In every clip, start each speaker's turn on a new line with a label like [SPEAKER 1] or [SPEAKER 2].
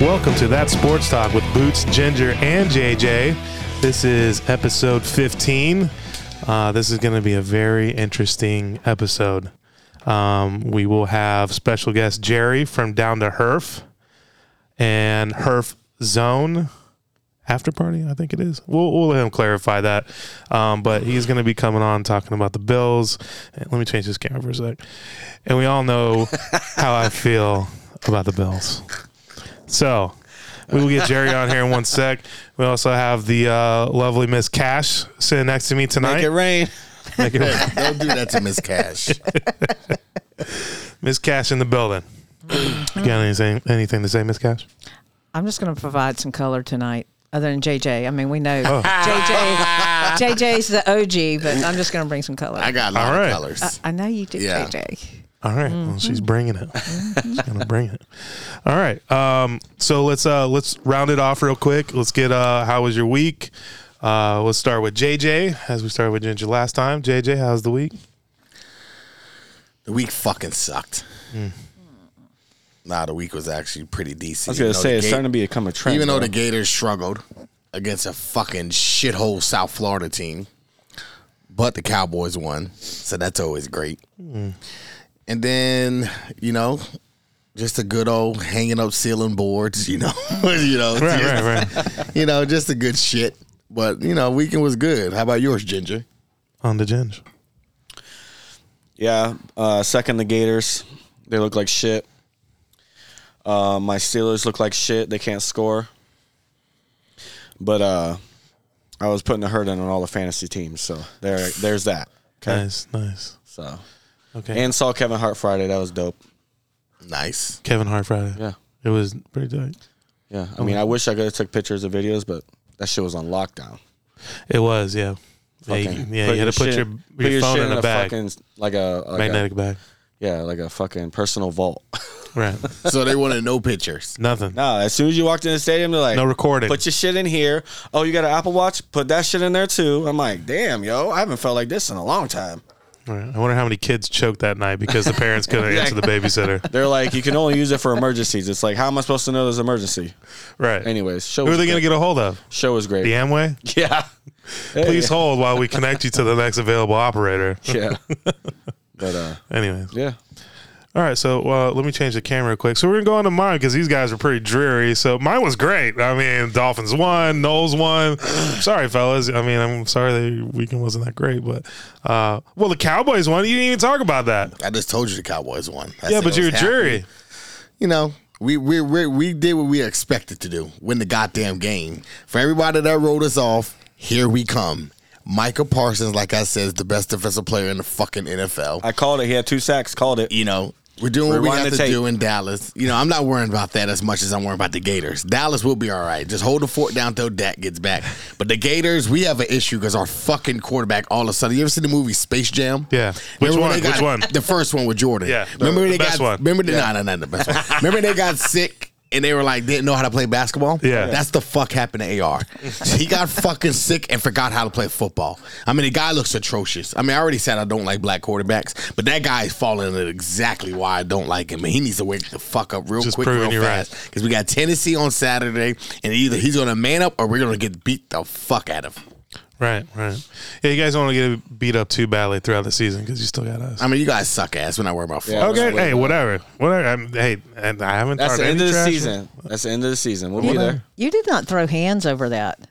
[SPEAKER 1] Welcome to That Sports Talk with Boots, Ginger, and JJ. This is episode 15. Uh, this is going to be a very interesting episode. Um, we will have special guest Jerry from Down to Herf and Herf Zone after party, I think it is. We'll, we'll let him clarify that. Um, but he's going to be coming on talking about the Bills. And Let me change this camera for a sec. And we all know how I feel about the Bills. So we will get Jerry on here in one sec. We also have the uh, lovely Miss Cash sitting next to me
[SPEAKER 2] Make it
[SPEAKER 1] tonight.
[SPEAKER 2] rain.
[SPEAKER 1] Make it rain.
[SPEAKER 3] Don't do that to Miss Cash.
[SPEAKER 1] Miss Cash in the building. You got anything, anything to say, Miss Cash?
[SPEAKER 4] I'm just going to provide some color tonight. Other than JJ, I mean, we know
[SPEAKER 1] Oh.
[SPEAKER 4] JJ. JJ's the OG, but I'm just going to bring some color.
[SPEAKER 3] I
[SPEAKER 4] I,
[SPEAKER 3] got a lot
[SPEAKER 1] All right.
[SPEAKER 3] of colors.
[SPEAKER 4] know you do,
[SPEAKER 3] Yeah.
[SPEAKER 4] JJ.
[SPEAKER 1] All right. Well, she's bringing it. she's gonna bring it. All right. Um, so let's uh, let's round it off real quick. Let's get uh, how was your week? Uh, let's start with JJ as we started with Ginger last time. JJ, how's the week?
[SPEAKER 3] the week fucking sucked. Nah, the week was actually pretty decent.
[SPEAKER 2] I was gonna
[SPEAKER 3] even though
[SPEAKER 2] say
[SPEAKER 3] the
[SPEAKER 2] it's
[SPEAKER 3] Ga-
[SPEAKER 2] starting to become a trend.
[SPEAKER 3] Even though
[SPEAKER 2] bro.
[SPEAKER 3] the Gators struggled against a fucking shithole South Florida team, but the Cowboys won, so that's always great. And then you know, just a good old hanging up ceiling boards. You know, you know,
[SPEAKER 1] Right,
[SPEAKER 3] just-
[SPEAKER 1] right, right.
[SPEAKER 3] you know, just the good shit. But you know, weekend was good. How about yours, Ginger?
[SPEAKER 1] On the Ginger.
[SPEAKER 2] yeah, uh, second the Gators, they look like shit. Uh, my Steelers look like shit. They can't score. But uh, I was putting a hurt in on all the fantasy teams, so there, there's that. Okay,
[SPEAKER 1] Nice, nice.
[SPEAKER 2] so
[SPEAKER 1] Okay.
[SPEAKER 2] and saw Kevin Hart Friday. That was dope.
[SPEAKER 3] Nice.
[SPEAKER 1] Kevin Hart Friday.
[SPEAKER 2] Yeah.
[SPEAKER 1] It was pretty tight.
[SPEAKER 2] Yeah, I mean, I wish I could have took pictures of videos, but that shit was on lockdown.
[SPEAKER 1] It was, yeah. Yeah, you,
[SPEAKER 2] Fucking
[SPEAKER 1] yeah, you had to put
[SPEAKER 2] shit-
[SPEAKER 1] your, your, phone
[SPEAKER 2] shit
[SPEAKER 1] in a bag.
[SPEAKER 2] fucking like a like a-
[SPEAKER 1] magnetic bag.
[SPEAKER 2] Yeah, like a fucking personal vault.
[SPEAKER 1] Right.
[SPEAKER 3] So they wanted no pictures.
[SPEAKER 1] Nothing.
[SPEAKER 2] nah, as soon as you walked in the stadium, they're like,
[SPEAKER 1] No recording.
[SPEAKER 2] Put your shit in here. Oh, you got an Apple Watch? Put that shit in there too. I'm like, damn, yo, I haven't felt like this in a long time.
[SPEAKER 1] Right. Oh, I wonder how many kids choked that night because the parents couldn't answer the babysitter.
[SPEAKER 2] They're like, you can only use it for emergencies. It's like, how am I supposed to know there's an emergency?
[SPEAKER 1] Right.
[SPEAKER 2] Anyways, show
[SPEAKER 1] Who are
[SPEAKER 2] was
[SPEAKER 1] they going to
[SPEAKER 2] great.
[SPEAKER 1] get a hold of?
[SPEAKER 2] Show was great.
[SPEAKER 1] The Amway?
[SPEAKER 2] Yeah.
[SPEAKER 1] Please hold while we connect you to the next available operator.
[SPEAKER 2] Yeah. but uh,
[SPEAKER 1] Anyways.
[SPEAKER 2] yeah.
[SPEAKER 1] All right. So uh, let me change the camera real quick. So we're going to go on to mine because these guys were pretty dreary. So mine was great. I mean, Dolphins won, Knowles won. sorry, fellas. I mean, I'm sorry the weekend wasn't that great. But, uh, well, the Cowboys won. You didn't even talk about that.
[SPEAKER 3] I just told you the Cowboys won. I
[SPEAKER 1] yeah,
[SPEAKER 3] said
[SPEAKER 1] but
[SPEAKER 3] I
[SPEAKER 1] you're a
[SPEAKER 3] was happy.
[SPEAKER 1] jury.
[SPEAKER 3] You know, we we we we did what we expected to do. Win the goddamn game. For everybody that wrote us off, here we come. Micah Parsons, like I said, is the best defensive player in the fucking NFL.
[SPEAKER 2] I called it. He had two sacks. Called it.
[SPEAKER 3] you know, we're doing what we
[SPEAKER 2] Rewind
[SPEAKER 3] have
[SPEAKER 2] the
[SPEAKER 3] to
[SPEAKER 2] tape.
[SPEAKER 3] do in Dallas. You know, I'm not worrying about that as much as I'm worrying about the Gators. Dallas will be all right. Just hold the fort down till Dak gets back. But the Gators, we have an issue because our fucking quarterback all of a sudden. You ever seen the movie Space Jam?
[SPEAKER 1] Yeah. Which
[SPEAKER 3] Remember when
[SPEAKER 1] one?
[SPEAKER 3] they got-
[SPEAKER 1] Which one?
[SPEAKER 3] The first one with Jordan.
[SPEAKER 1] Yeah.
[SPEAKER 3] Remember
[SPEAKER 1] The
[SPEAKER 3] they
[SPEAKER 1] best
[SPEAKER 3] got
[SPEAKER 1] one.
[SPEAKER 3] remember the no, no, no, the best one. remember they got sick and they were like didn't know how to play basketball.
[SPEAKER 1] Yeah.
[SPEAKER 3] that's the fuck happened to AR. he got fucking sick and forgot how to play football. I mean, the guy looks atrocious. I mean, I already said I don't like black quarterbacks, but that guy is falling into exactly why I don't like him. And he needs to wake the fuck up real
[SPEAKER 1] Just
[SPEAKER 3] quick,
[SPEAKER 1] proving
[SPEAKER 3] real
[SPEAKER 1] you right.
[SPEAKER 3] fast, because we got Tennessee on Saturday, and either he's gonna man up or we're gonna get beat the fuck out of. him.
[SPEAKER 1] Right, right. Yeah, you guys don't want to get beat up too badly throughout the season because you still got us.
[SPEAKER 3] I mean, you guys suck ass. We're not worried about
[SPEAKER 2] Yeah.
[SPEAKER 3] football.
[SPEAKER 1] Okay.
[SPEAKER 2] That's way
[SPEAKER 1] Hey, whatever. Whatever. I'm, hey, and I haven't.
[SPEAKER 2] That's
[SPEAKER 1] thrown
[SPEAKER 2] the end
[SPEAKER 1] any
[SPEAKER 2] of the
[SPEAKER 1] trash.
[SPEAKER 2] season. That's the end of the season. We'll be there.
[SPEAKER 4] You did not throw hands over that.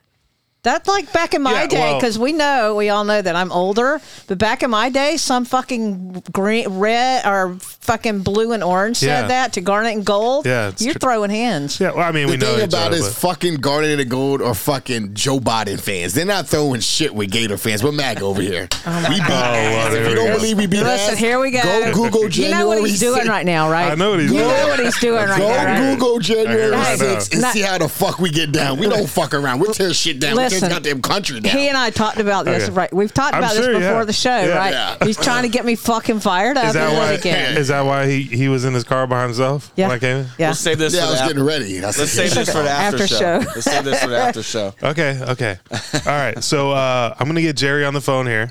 [SPEAKER 4] That's like back in my
[SPEAKER 1] Yeah,
[SPEAKER 4] day,
[SPEAKER 1] well-
[SPEAKER 4] because we know, we all know that I'm older. But back in my day, some fucking green, red, or fucking blue and orange
[SPEAKER 1] Yeah.
[SPEAKER 4] said that to Garnet and Gold.
[SPEAKER 1] Yeah, it's
[SPEAKER 4] you're
[SPEAKER 1] tr-
[SPEAKER 4] throwing hands.
[SPEAKER 1] Yeah. Well, I mean, we
[SPEAKER 3] The
[SPEAKER 1] know
[SPEAKER 3] thing
[SPEAKER 1] each
[SPEAKER 3] about
[SPEAKER 1] other,
[SPEAKER 3] is
[SPEAKER 1] but-
[SPEAKER 3] fucking Guardian of the Gold or fucking Joe Biden fans. They're not throwing shit with Gator fans. We're MAG over here. we beat ass.
[SPEAKER 1] well,
[SPEAKER 3] If
[SPEAKER 1] there
[SPEAKER 3] you
[SPEAKER 1] we
[SPEAKER 3] don't
[SPEAKER 1] go.
[SPEAKER 3] believe we beat
[SPEAKER 4] Oh Listen,
[SPEAKER 3] ass,
[SPEAKER 4] here we go.
[SPEAKER 3] Go Google
[SPEAKER 4] you know what
[SPEAKER 3] January
[SPEAKER 4] he's doing
[SPEAKER 3] 6th.
[SPEAKER 4] right now, right?
[SPEAKER 1] I know what he's
[SPEAKER 4] You
[SPEAKER 1] doing.
[SPEAKER 4] know what he's doing right
[SPEAKER 3] Go
[SPEAKER 4] now. right?
[SPEAKER 3] Google January
[SPEAKER 1] right now.
[SPEAKER 3] 6th and
[SPEAKER 4] Not-
[SPEAKER 3] see how the fuck we get down. We don't fuck around. We'll tear shit down. we tear
[SPEAKER 4] Listen,
[SPEAKER 3] this goddamn country down.
[SPEAKER 4] He and I talked about this,
[SPEAKER 1] Okay.
[SPEAKER 4] right? We've talked
[SPEAKER 1] I'm
[SPEAKER 4] about
[SPEAKER 1] sure,
[SPEAKER 4] this
[SPEAKER 1] yeah.
[SPEAKER 4] before the show,
[SPEAKER 1] Yeah.
[SPEAKER 4] right?
[SPEAKER 3] Yeah.
[SPEAKER 4] He's trying to get me fucking fired up
[SPEAKER 1] Is that
[SPEAKER 4] over the
[SPEAKER 1] why?
[SPEAKER 4] weekend.
[SPEAKER 1] Is that why he, he was in his car by himself?
[SPEAKER 4] Yeah.
[SPEAKER 1] When I came in?
[SPEAKER 4] Yeah.
[SPEAKER 2] We'll save this.
[SPEAKER 3] yeah,
[SPEAKER 2] for
[SPEAKER 3] I was
[SPEAKER 2] the after-
[SPEAKER 3] getting ready. I
[SPEAKER 2] Let's
[SPEAKER 3] said,
[SPEAKER 2] save this for the after,
[SPEAKER 4] After
[SPEAKER 2] show.
[SPEAKER 4] show.
[SPEAKER 2] Let's save this for the after show.
[SPEAKER 1] Okay. Okay. All right. So uh, I'm gonna get Jerry on the phone here.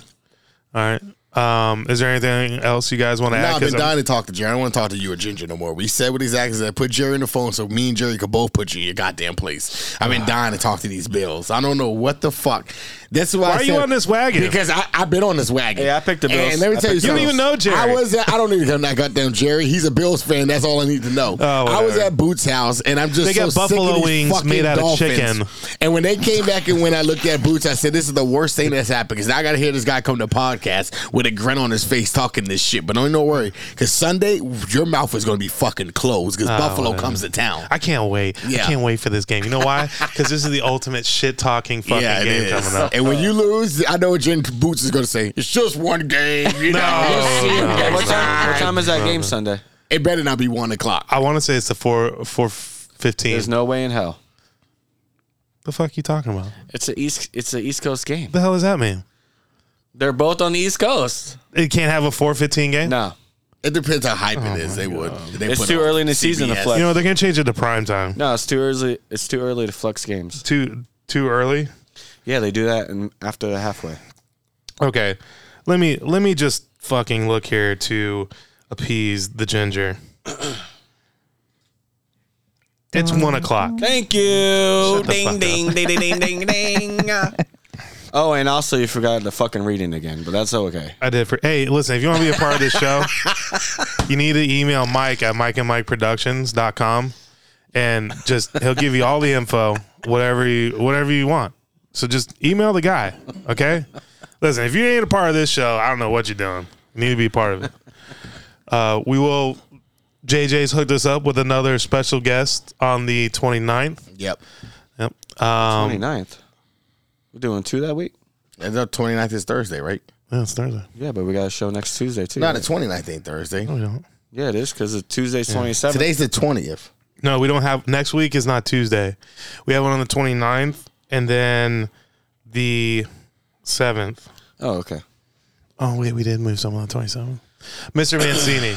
[SPEAKER 1] All right. Um, is there anything else you guys want to
[SPEAKER 3] No,
[SPEAKER 1] add?
[SPEAKER 3] I've been
[SPEAKER 1] 'Cause I'm-
[SPEAKER 3] dying to talk to Jerry. I don't want to talk to you or Ginger no more. We said what exactly said. Put Jerry in the phone so me and Jerry could both put you in your goddamn place. I've been dying to talk to these bills. I don't know what the fuck. This is
[SPEAKER 1] Why
[SPEAKER 3] why, I
[SPEAKER 1] are you
[SPEAKER 3] said-
[SPEAKER 1] on this wagon?
[SPEAKER 3] Because I, I've been on this wagon.
[SPEAKER 2] Yeah, I picked the Bills.
[SPEAKER 3] And let me
[SPEAKER 2] I
[SPEAKER 3] tell you,
[SPEAKER 2] picked the
[SPEAKER 3] something.
[SPEAKER 1] Bills. You don't even know
[SPEAKER 3] I
[SPEAKER 1] Jerry.
[SPEAKER 3] was. At, I don't need to come that goddamn Jerry. He's a Bills fan. That's all I need to know. I was
[SPEAKER 1] Oh, whatever.
[SPEAKER 3] at Boots' house, and I'm just
[SPEAKER 1] They got
[SPEAKER 3] so sick
[SPEAKER 1] buffalo
[SPEAKER 3] of these
[SPEAKER 1] wings
[SPEAKER 3] fucking
[SPEAKER 1] made out of
[SPEAKER 3] dolphins.
[SPEAKER 1] chicken.
[SPEAKER 3] And when they came back and when I looked at Boots, I said, This is the worst thing that's happened because now I got to hear this guy come to podcast with a grin on his face talking this shit. But don't, don't worry because Sunday, your mouth is going to be fucking closed because Buffalo
[SPEAKER 1] whatever.
[SPEAKER 3] comes to town.
[SPEAKER 1] Oh, I can't wait.
[SPEAKER 3] Yeah.
[SPEAKER 1] I can't wait for this game. You know why? Because this is the ultimate shit talking fucking
[SPEAKER 3] yeah, it
[SPEAKER 1] game
[SPEAKER 3] is.
[SPEAKER 1] coming up.
[SPEAKER 3] And when you lose, I know what Jen Boots is going to say. It's just one game. You
[SPEAKER 1] No,
[SPEAKER 3] know, we'll see
[SPEAKER 1] no,
[SPEAKER 3] next
[SPEAKER 1] no.
[SPEAKER 2] What time, what
[SPEAKER 3] time."
[SPEAKER 2] time is that game Sunday?
[SPEAKER 3] It better not be one o'clock.
[SPEAKER 1] I want to say it's the four four fifteen.
[SPEAKER 2] There's no way in hell.
[SPEAKER 1] the fuck you talking about?
[SPEAKER 2] It's a east. It's a East Coast game.
[SPEAKER 1] The hell does that mean?
[SPEAKER 2] They're both on the East Coast.
[SPEAKER 1] It can't have a four fifteen game.
[SPEAKER 2] No,
[SPEAKER 3] It depends how hype
[SPEAKER 1] Oh
[SPEAKER 3] it is. They would. They
[SPEAKER 2] It's
[SPEAKER 3] put
[SPEAKER 2] too
[SPEAKER 3] on
[SPEAKER 2] early in the season to
[SPEAKER 3] CBS.
[SPEAKER 2] flex.
[SPEAKER 1] You know they're gonna change it to prime time.
[SPEAKER 2] no, it's too early. It's too early to flex games.
[SPEAKER 1] Too too early.
[SPEAKER 2] Yeah, they do that and after the halfway.
[SPEAKER 1] Okay, let me let me just fucking look here to appease the ginger. It's one o'clock.
[SPEAKER 2] Thank you.
[SPEAKER 1] the fuck
[SPEAKER 2] Ding
[SPEAKER 1] up.
[SPEAKER 2] ding ding ding ding ding ding. Oh, and also you forgot the fucking reading again, but that's okay.
[SPEAKER 1] I did for. Hey, listen, if you want to be a part of this show, you need to email Mike at Mike and Mike Productions.com and just he'll give you all the info, whatever you whatever you want. So just email the guy, okay? Listen, if you ain't a part of this show, I don't know what you're doing. You need to be a part of it. Uh, we will. JJ's hooked us up with another special guest on the 29th.
[SPEAKER 3] Yep.
[SPEAKER 1] Yep. Um,
[SPEAKER 2] 29th. We're doing two that week.
[SPEAKER 3] And the 29th is Thursday, right?
[SPEAKER 1] yeah, it's Thursday.
[SPEAKER 2] Yeah, but we got a show next Tuesday too.
[SPEAKER 3] No, the 29th ain't Thursday.
[SPEAKER 1] We don't-
[SPEAKER 2] yeah, it is because it's Tuesday's twenty seventh.
[SPEAKER 3] Today's the 20th.
[SPEAKER 1] No, we don't have next week is not Tuesday. We have one on the 29th and then the 7th.
[SPEAKER 2] Oh, okay.
[SPEAKER 1] Oh, wait, we did move some on the 27th. Mr. Mancini.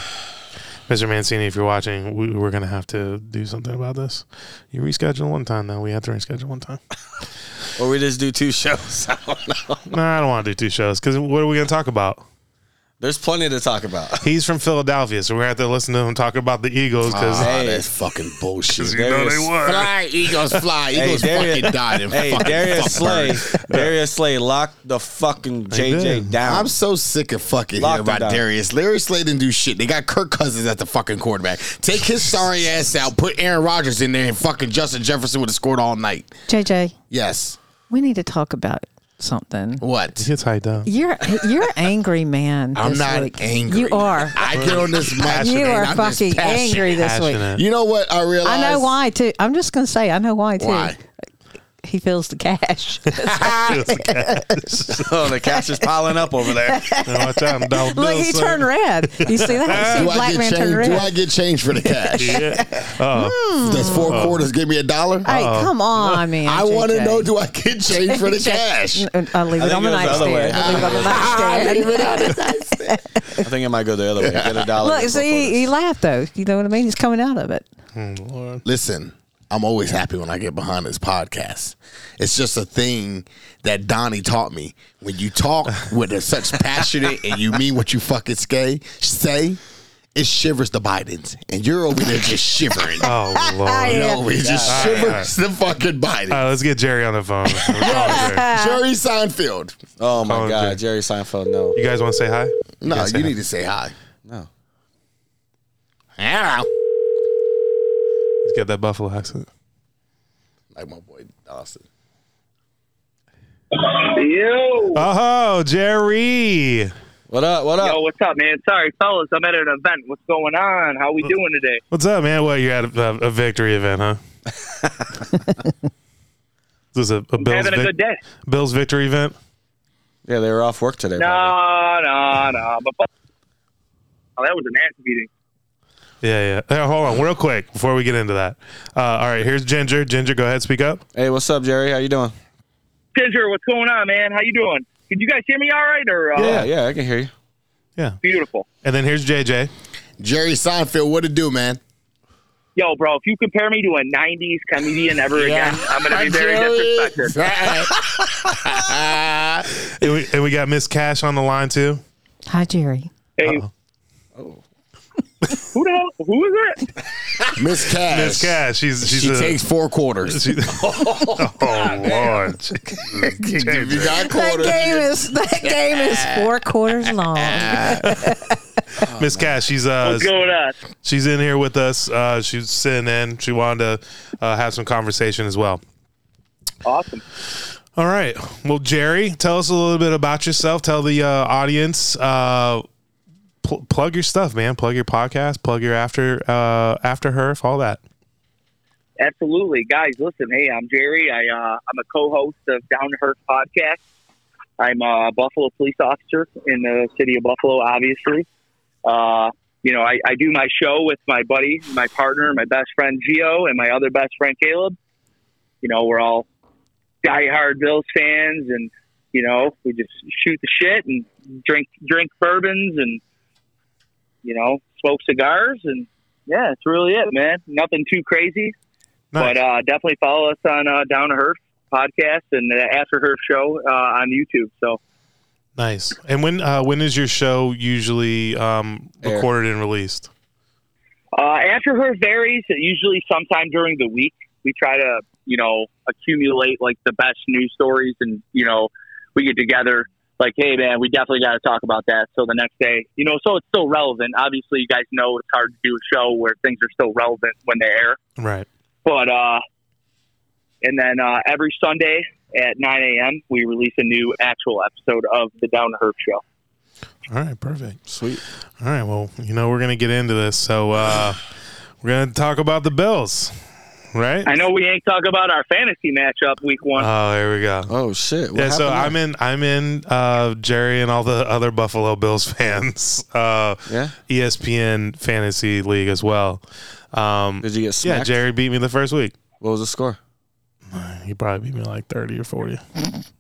[SPEAKER 1] Mr. Mancini, if you're watching, we, we're going to have to do something about this. You rescheduled one time, though. We have to reschedule one time.
[SPEAKER 2] Or we just do two shows. I don't know.
[SPEAKER 1] no, I don't want to do two shows because what are we going to talk about?
[SPEAKER 2] There's plenty to talk about.
[SPEAKER 1] He's from Philadelphia, so we're going to have to listen to him talk about the Eagles because
[SPEAKER 3] Ah,
[SPEAKER 2] Hey.
[SPEAKER 3] that's fucking bullshit.
[SPEAKER 1] you know
[SPEAKER 2] Darius-
[SPEAKER 1] they were.
[SPEAKER 3] fly, Eagles fly. Eagles
[SPEAKER 2] Darius-
[SPEAKER 3] fucking died in
[SPEAKER 2] Hey,
[SPEAKER 3] fucking
[SPEAKER 2] Darius
[SPEAKER 3] fuck
[SPEAKER 2] Slay,
[SPEAKER 3] burn.
[SPEAKER 2] Darius Slay, lock the fucking JJ
[SPEAKER 1] did.
[SPEAKER 2] down.
[SPEAKER 3] I'm so sick of fucking
[SPEAKER 2] Locked
[SPEAKER 3] hearing about
[SPEAKER 2] him down.
[SPEAKER 3] Darius. Larry Slay didn't do shit. They got Kirk Cousins at the fucking quarterback. Take his sorry ass out. Put Aaron Rodgers in there, and fucking Justin Jefferson would have scored all night.
[SPEAKER 4] JJ,
[SPEAKER 3] Yes.
[SPEAKER 4] we need to talk about something.
[SPEAKER 1] He
[SPEAKER 3] What?
[SPEAKER 1] gets hyped up.
[SPEAKER 4] You're you're an angry man.
[SPEAKER 3] I'm
[SPEAKER 4] this
[SPEAKER 3] not
[SPEAKER 4] week.
[SPEAKER 3] angry.
[SPEAKER 4] You are.
[SPEAKER 3] I get on this mic.
[SPEAKER 4] You
[SPEAKER 3] and
[SPEAKER 4] are
[SPEAKER 3] I'm just
[SPEAKER 4] fucking
[SPEAKER 3] passionate.
[SPEAKER 4] angry this week.
[SPEAKER 1] Passionate.
[SPEAKER 3] You know what? I realized.
[SPEAKER 4] I know why too. I'm just gonna say I know why too.
[SPEAKER 3] Why?
[SPEAKER 4] He feels the cash.
[SPEAKER 2] oh, the cash is piling up over there.
[SPEAKER 1] Watch out, Donald
[SPEAKER 4] Look, he
[SPEAKER 1] Nelson.
[SPEAKER 4] turned red. You see that? You see
[SPEAKER 3] Do
[SPEAKER 4] a
[SPEAKER 3] I,
[SPEAKER 4] black
[SPEAKER 3] get
[SPEAKER 4] man
[SPEAKER 3] change,
[SPEAKER 4] turn red.
[SPEAKER 3] do I get change for the cash? Does four
[SPEAKER 1] Uh.
[SPEAKER 3] quarters give me a dollar?
[SPEAKER 4] hey,
[SPEAKER 1] Oh.
[SPEAKER 4] come on, man.
[SPEAKER 3] I want to
[SPEAKER 4] JJ.
[SPEAKER 3] know do I get change for the cash?
[SPEAKER 4] N- I'll leave
[SPEAKER 2] I
[SPEAKER 4] it on
[SPEAKER 2] think
[SPEAKER 4] the
[SPEAKER 2] it goes the other way.
[SPEAKER 4] nightstand. I'll leave it on the nightstand.
[SPEAKER 2] I think it might go the other way. Get a dollar.
[SPEAKER 4] Look,
[SPEAKER 2] get four
[SPEAKER 4] see, he
[SPEAKER 2] quarters.
[SPEAKER 4] laughed though. You know what I mean? He's coming out of it.
[SPEAKER 3] Listen, I'm always happy when I get behind this podcast. It's just a thing that Donnie taught me. When you talk with a such passionate and you mean what you fucking say, say it shivers the Bidens. And you're over there just shivering.
[SPEAKER 1] Oh, Lord.
[SPEAKER 3] You know, it just
[SPEAKER 1] All right, all right.
[SPEAKER 3] shivers the fucking Biden.
[SPEAKER 1] All right, let's get Jerry on the phone. Let's call Jerry.
[SPEAKER 3] Jerry Seinfeld.
[SPEAKER 2] Oh my
[SPEAKER 1] Colin
[SPEAKER 2] God,
[SPEAKER 1] Jerry.
[SPEAKER 2] Jerry Seinfeld. No,
[SPEAKER 1] You guys want to say hi?
[SPEAKER 3] No,
[SPEAKER 1] Yes,
[SPEAKER 3] you
[SPEAKER 1] I-
[SPEAKER 3] need to say hi.
[SPEAKER 2] no.
[SPEAKER 3] Hello.
[SPEAKER 1] Let's get that Buffalo accent.
[SPEAKER 3] Like my boy Dawson.
[SPEAKER 5] Yo,
[SPEAKER 1] Oh, Jerry.
[SPEAKER 2] What up? What
[SPEAKER 5] yo,
[SPEAKER 2] up?
[SPEAKER 5] what's up, man? Sorry, fellas, I'm at an event. What's going on? How we doing today?
[SPEAKER 1] What's up, man? What, you're at a, a victory event, huh? this is a, a Bills,
[SPEAKER 5] Having a
[SPEAKER 1] vic-
[SPEAKER 5] good day.
[SPEAKER 1] Bills victory event?
[SPEAKER 2] Yeah, they were off work today. probably.
[SPEAKER 5] No, no, no. But fuck- oh, that was an ass beating.
[SPEAKER 1] Yeah, yeah. Hey, hold on, real quick, before we get into that. Uh, all right, here's Ginger. Ginger, go ahead, speak up.
[SPEAKER 2] Hey, what's up, Jerry? How you doing?
[SPEAKER 5] Ginger, what's going on, man? How you doing? Can you guys hear me all right? Or uh,
[SPEAKER 2] Yeah, yeah, I can hear you.
[SPEAKER 1] Yeah.
[SPEAKER 5] beautiful.
[SPEAKER 1] And then here's JJ.
[SPEAKER 3] Jerry Seinfeld, what it do, man?
[SPEAKER 5] Yo, bro, if you compare me to a '90s comedian ever again, I'm gonna be very disrespected.
[SPEAKER 3] Jerry.
[SPEAKER 1] And we, and we got Miss Cash on the line, too.
[SPEAKER 4] Hi, Jerry.
[SPEAKER 5] Hey, who the hell? Who is it?
[SPEAKER 3] Miss Cash.
[SPEAKER 1] Miss Cash, she's she's
[SPEAKER 3] she
[SPEAKER 1] a,
[SPEAKER 3] takes four quarters.
[SPEAKER 1] she- oh lord,
[SPEAKER 3] If you got
[SPEAKER 4] That
[SPEAKER 3] quarters,
[SPEAKER 4] game is that game is four quarters long.
[SPEAKER 1] Miss Cash, she's uh
[SPEAKER 5] What's going on?
[SPEAKER 1] she's in here with us. Uh, she's sitting in. She wanted to uh, have some conversation as well.
[SPEAKER 5] Awesome.
[SPEAKER 1] All right. Well, Jerry, tell us a little bit about yourself. Tell the uh, audience. Uh, pl- plug your stuff, man. Plug your podcast. Plug your after uh, after her. All that.
[SPEAKER 5] Absolutely, guys. Listen, hey, I'm Jerry. I uh, I'm a co-host of Down to Earth podcast. I'm a Buffalo police officer in the city of Buffalo. Obviously, uh, you know, I, I do my show with my buddy, my partner, my best friend Gio, and my other best friend Caleb. You know, we're all diehard Bills fans, and you know, we just shoot the shit and drink drink bourbons and you know, smoke cigars, and yeah, that's really it, man. Nothing too crazy.
[SPEAKER 1] Nice.
[SPEAKER 5] But uh, definitely follow us on uh, Down to Earth podcast and the After Her show uh, on YouTube. So
[SPEAKER 1] Nice. And when uh, when is your show usually um,
[SPEAKER 2] Air.
[SPEAKER 1] recorded and released?
[SPEAKER 5] uh, After Her varies. Usually, sometime during the week, we try to you know accumulate like the best news stories, and you know we get together. Like, hey man, we definitely got to talk about that. So the next day, you know, so it's still relevant. Obviously, you guys know it's hard to do a show where things are still relevant when they air.
[SPEAKER 1] Right.
[SPEAKER 5] But uh, and then uh, every Sunday at 9 a.m. we release a new actual episode of the Down to Earth show.
[SPEAKER 1] All right. Perfect.
[SPEAKER 2] Sweet.
[SPEAKER 1] All right. Well, you know we're gonna get into this, so uh, we're gonna talk about the Bills, right?
[SPEAKER 5] I know we ain't talk about our fantasy matchup week one.
[SPEAKER 2] Uh-huh.
[SPEAKER 1] Oh, here we go.
[SPEAKER 2] Oh shit. What
[SPEAKER 1] yeah, so I'm
[SPEAKER 2] happened
[SPEAKER 1] in. I'm in. Uh, Jerry and all the other Buffalo Bills fans. Uh,
[SPEAKER 2] there?
[SPEAKER 1] ESPN fantasy league as well. Um,
[SPEAKER 2] Yeah. Did you get
[SPEAKER 1] yeah,
[SPEAKER 2] smacked?
[SPEAKER 1] Jerry beat me the first week.
[SPEAKER 2] What was the score?
[SPEAKER 1] He probably beat me like thirty or forty.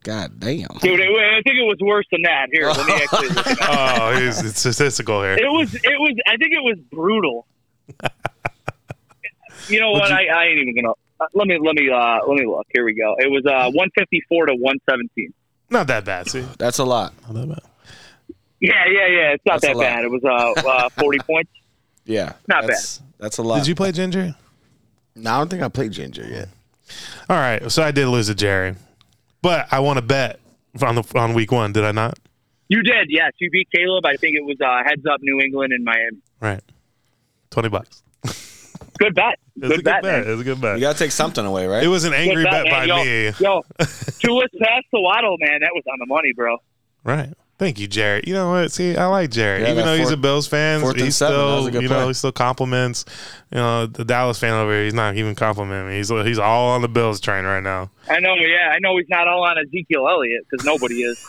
[SPEAKER 2] God damn.
[SPEAKER 5] Dude, it, I think it was worse than that. Here, let me actually. Look it, up.
[SPEAKER 1] oh, he's, it's statistical here.
[SPEAKER 5] it was. It was. I think it was brutal. You know what? I, I ain't even gonna. Uh, let me. Let me. Uh, let me look. Here we go. It was uh, 154 to 117.
[SPEAKER 1] Not that bad. See,
[SPEAKER 2] That's a lot.
[SPEAKER 1] not that bad.
[SPEAKER 5] Yeah, yeah, yeah. It's not
[SPEAKER 2] That's a
[SPEAKER 5] that
[SPEAKER 2] lot.
[SPEAKER 5] bad. It was uh, uh, 40 points.
[SPEAKER 2] Yeah.
[SPEAKER 5] Not
[SPEAKER 2] that's, bad. That's a lot.
[SPEAKER 1] Did you play Ginger?
[SPEAKER 3] No, I don't think I played Ginger yet.
[SPEAKER 1] All right, so I did lose to Jerry, but I want to bet on the on week one. Did I not?
[SPEAKER 5] You did, yes. You beat Caleb. I think it was uh, heads up New England and Miami.
[SPEAKER 1] Right, twenty bucks.
[SPEAKER 5] Good bet.
[SPEAKER 1] It's a
[SPEAKER 5] Good bet. man.
[SPEAKER 1] It's a good bet.
[SPEAKER 2] You gotta take something away, right?
[SPEAKER 1] it was an
[SPEAKER 5] Good
[SPEAKER 1] angry bet,
[SPEAKER 5] man.
[SPEAKER 1] by
[SPEAKER 5] yo,
[SPEAKER 1] me.
[SPEAKER 5] Yo, two us past the waddle, man. That was on the money, bro.
[SPEAKER 1] Right. Thank you, Jared. You know what? See, I like Jared,
[SPEAKER 2] Yeah,
[SPEAKER 1] even
[SPEAKER 2] that
[SPEAKER 1] though he's
[SPEAKER 2] fourth-
[SPEAKER 1] a Bills fan.
[SPEAKER 2] fourth and
[SPEAKER 1] He's
[SPEAKER 2] seven, that was
[SPEAKER 1] still,
[SPEAKER 2] a good
[SPEAKER 1] you know,
[SPEAKER 2] play.
[SPEAKER 1] he still compliments. You know, the Dallas fan over here. He's not even complimenting me. He's he's all on the Bills train right now.
[SPEAKER 5] I know, yeah. I know he's not all on Ezekiel Elliott because nobody is.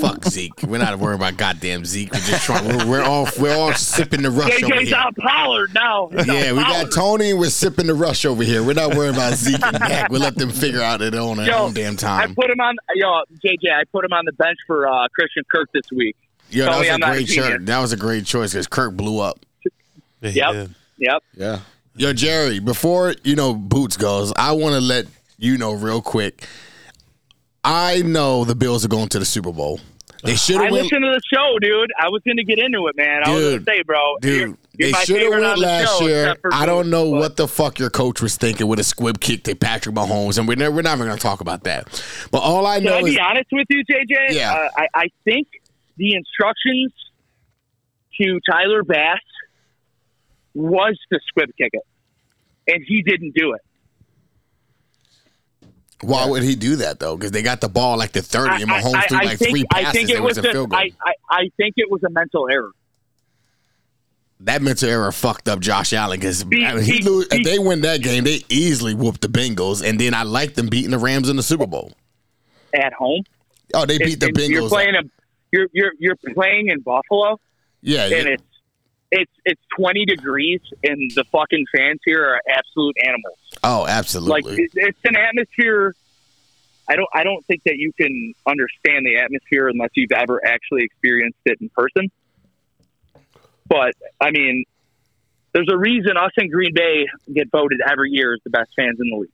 [SPEAKER 3] Fuck Zeke. We're not worried about goddamn Zeke. We're just trying. We're, we're all we're all sipping the rush over
[SPEAKER 5] JJ's
[SPEAKER 3] here.
[SPEAKER 5] out Pollard now. He's
[SPEAKER 3] Yeah,
[SPEAKER 5] on
[SPEAKER 3] we
[SPEAKER 5] Pollard.
[SPEAKER 3] got Tony. and We're sipping the rush over here. We're not worrying about Zeke and Dak. We let them figure out it on their
[SPEAKER 5] Yo,
[SPEAKER 3] own damn
[SPEAKER 5] I
[SPEAKER 3] time.
[SPEAKER 5] put him on, yo, JJ. I put him on the bench for uh, Christian Kirk this week.
[SPEAKER 3] Yo, that
[SPEAKER 5] Tony,
[SPEAKER 3] was a
[SPEAKER 5] I'm not a
[SPEAKER 3] great
[SPEAKER 5] genius.
[SPEAKER 3] shirt. That was a great choice because Kirk blew up.
[SPEAKER 1] Yeah, he
[SPEAKER 5] Yep.
[SPEAKER 1] did.
[SPEAKER 5] Yep.
[SPEAKER 2] yeah.
[SPEAKER 3] Yo, Jerry, before you know Boots goes, I want to let you know real quick. I know the Bills are going to the Super Bowl. They should
[SPEAKER 5] I
[SPEAKER 3] have went.
[SPEAKER 5] listened to the show, dude. I was gonna get into it, man. I was
[SPEAKER 3] Dude.
[SPEAKER 5] gonna say, bro, you're-
[SPEAKER 3] Dude,
[SPEAKER 5] you're
[SPEAKER 3] they
[SPEAKER 5] my
[SPEAKER 3] should
[SPEAKER 5] favorite
[SPEAKER 3] have
[SPEAKER 5] on
[SPEAKER 3] went
[SPEAKER 5] the
[SPEAKER 3] last
[SPEAKER 5] show,
[SPEAKER 3] year.
[SPEAKER 5] except for
[SPEAKER 3] I don't
[SPEAKER 5] Boots,
[SPEAKER 3] know
[SPEAKER 5] but-
[SPEAKER 3] what the fuck your coach was thinking with a squib kick to Patrick Mahomes, and we're never, we're not even going to talk about that. But all I
[SPEAKER 5] Can
[SPEAKER 3] know
[SPEAKER 5] I
[SPEAKER 3] is
[SPEAKER 5] be honest with you, JJ?
[SPEAKER 3] Yeah.
[SPEAKER 5] Uh, I, I think the instructions to Tyler Bass was to squib kick it, and he didn't do it.
[SPEAKER 3] why would he do that though? Because they got the ball like the thirty, and Mahomes threw like three passes.
[SPEAKER 5] I think
[SPEAKER 3] and
[SPEAKER 5] it was
[SPEAKER 3] a
[SPEAKER 5] just-
[SPEAKER 3] field goal.
[SPEAKER 5] I, I, I think it was a mental error.
[SPEAKER 3] that mental error fucked up Josh Allen because
[SPEAKER 5] Be-
[SPEAKER 3] he,
[SPEAKER 5] be-
[SPEAKER 3] lo- if
[SPEAKER 5] be-
[SPEAKER 3] they win that game, they easily whooped the Bengals, and then I like them beating the Rams in the Super Bowl.
[SPEAKER 5] At home,
[SPEAKER 3] Oh, they beat
[SPEAKER 5] And-
[SPEAKER 3] the
[SPEAKER 5] and
[SPEAKER 3] Bengals.
[SPEAKER 5] You're playing a, you're, you're you're playing in Buffalo,
[SPEAKER 3] yeah, yeah.
[SPEAKER 5] and it's it's it's 20 degrees, and the fucking fans here are absolute animals.
[SPEAKER 3] oh,
[SPEAKER 5] like
[SPEAKER 3] absolutely.
[SPEAKER 5] it, it's an atmosphere i don't i don't think that you can understand the atmosphere unless you've ever actually experienced it in person but i mean there's a reason us in green bay get voted every year as the best fans in the league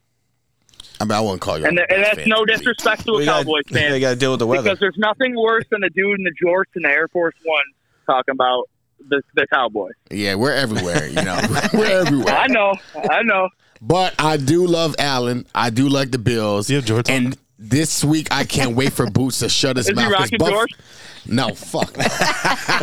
[SPEAKER 3] I mean, I wouldn't call you.
[SPEAKER 5] And, th- and that's no disrespect to a
[SPEAKER 2] We gotta-
[SPEAKER 5] Cowboys fan.
[SPEAKER 2] They got to deal with the weather.
[SPEAKER 5] Because there's nothing worse than the dude in the jorts and the Air Force One talking about the, the Cowboys.
[SPEAKER 3] Yeah, we're everywhere. You know, we're everywhere.
[SPEAKER 5] I know, I know.
[SPEAKER 3] But I do love Allen. I do like the Bills.
[SPEAKER 1] Do you have Jorts on?
[SPEAKER 3] And this week, I can't wait for Boots to shut his
[SPEAKER 5] Is he
[SPEAKER 3] mouth. 'cause
[SPEAKER 5] rocking Jorts?
[SPEAKER 3] No, fuck.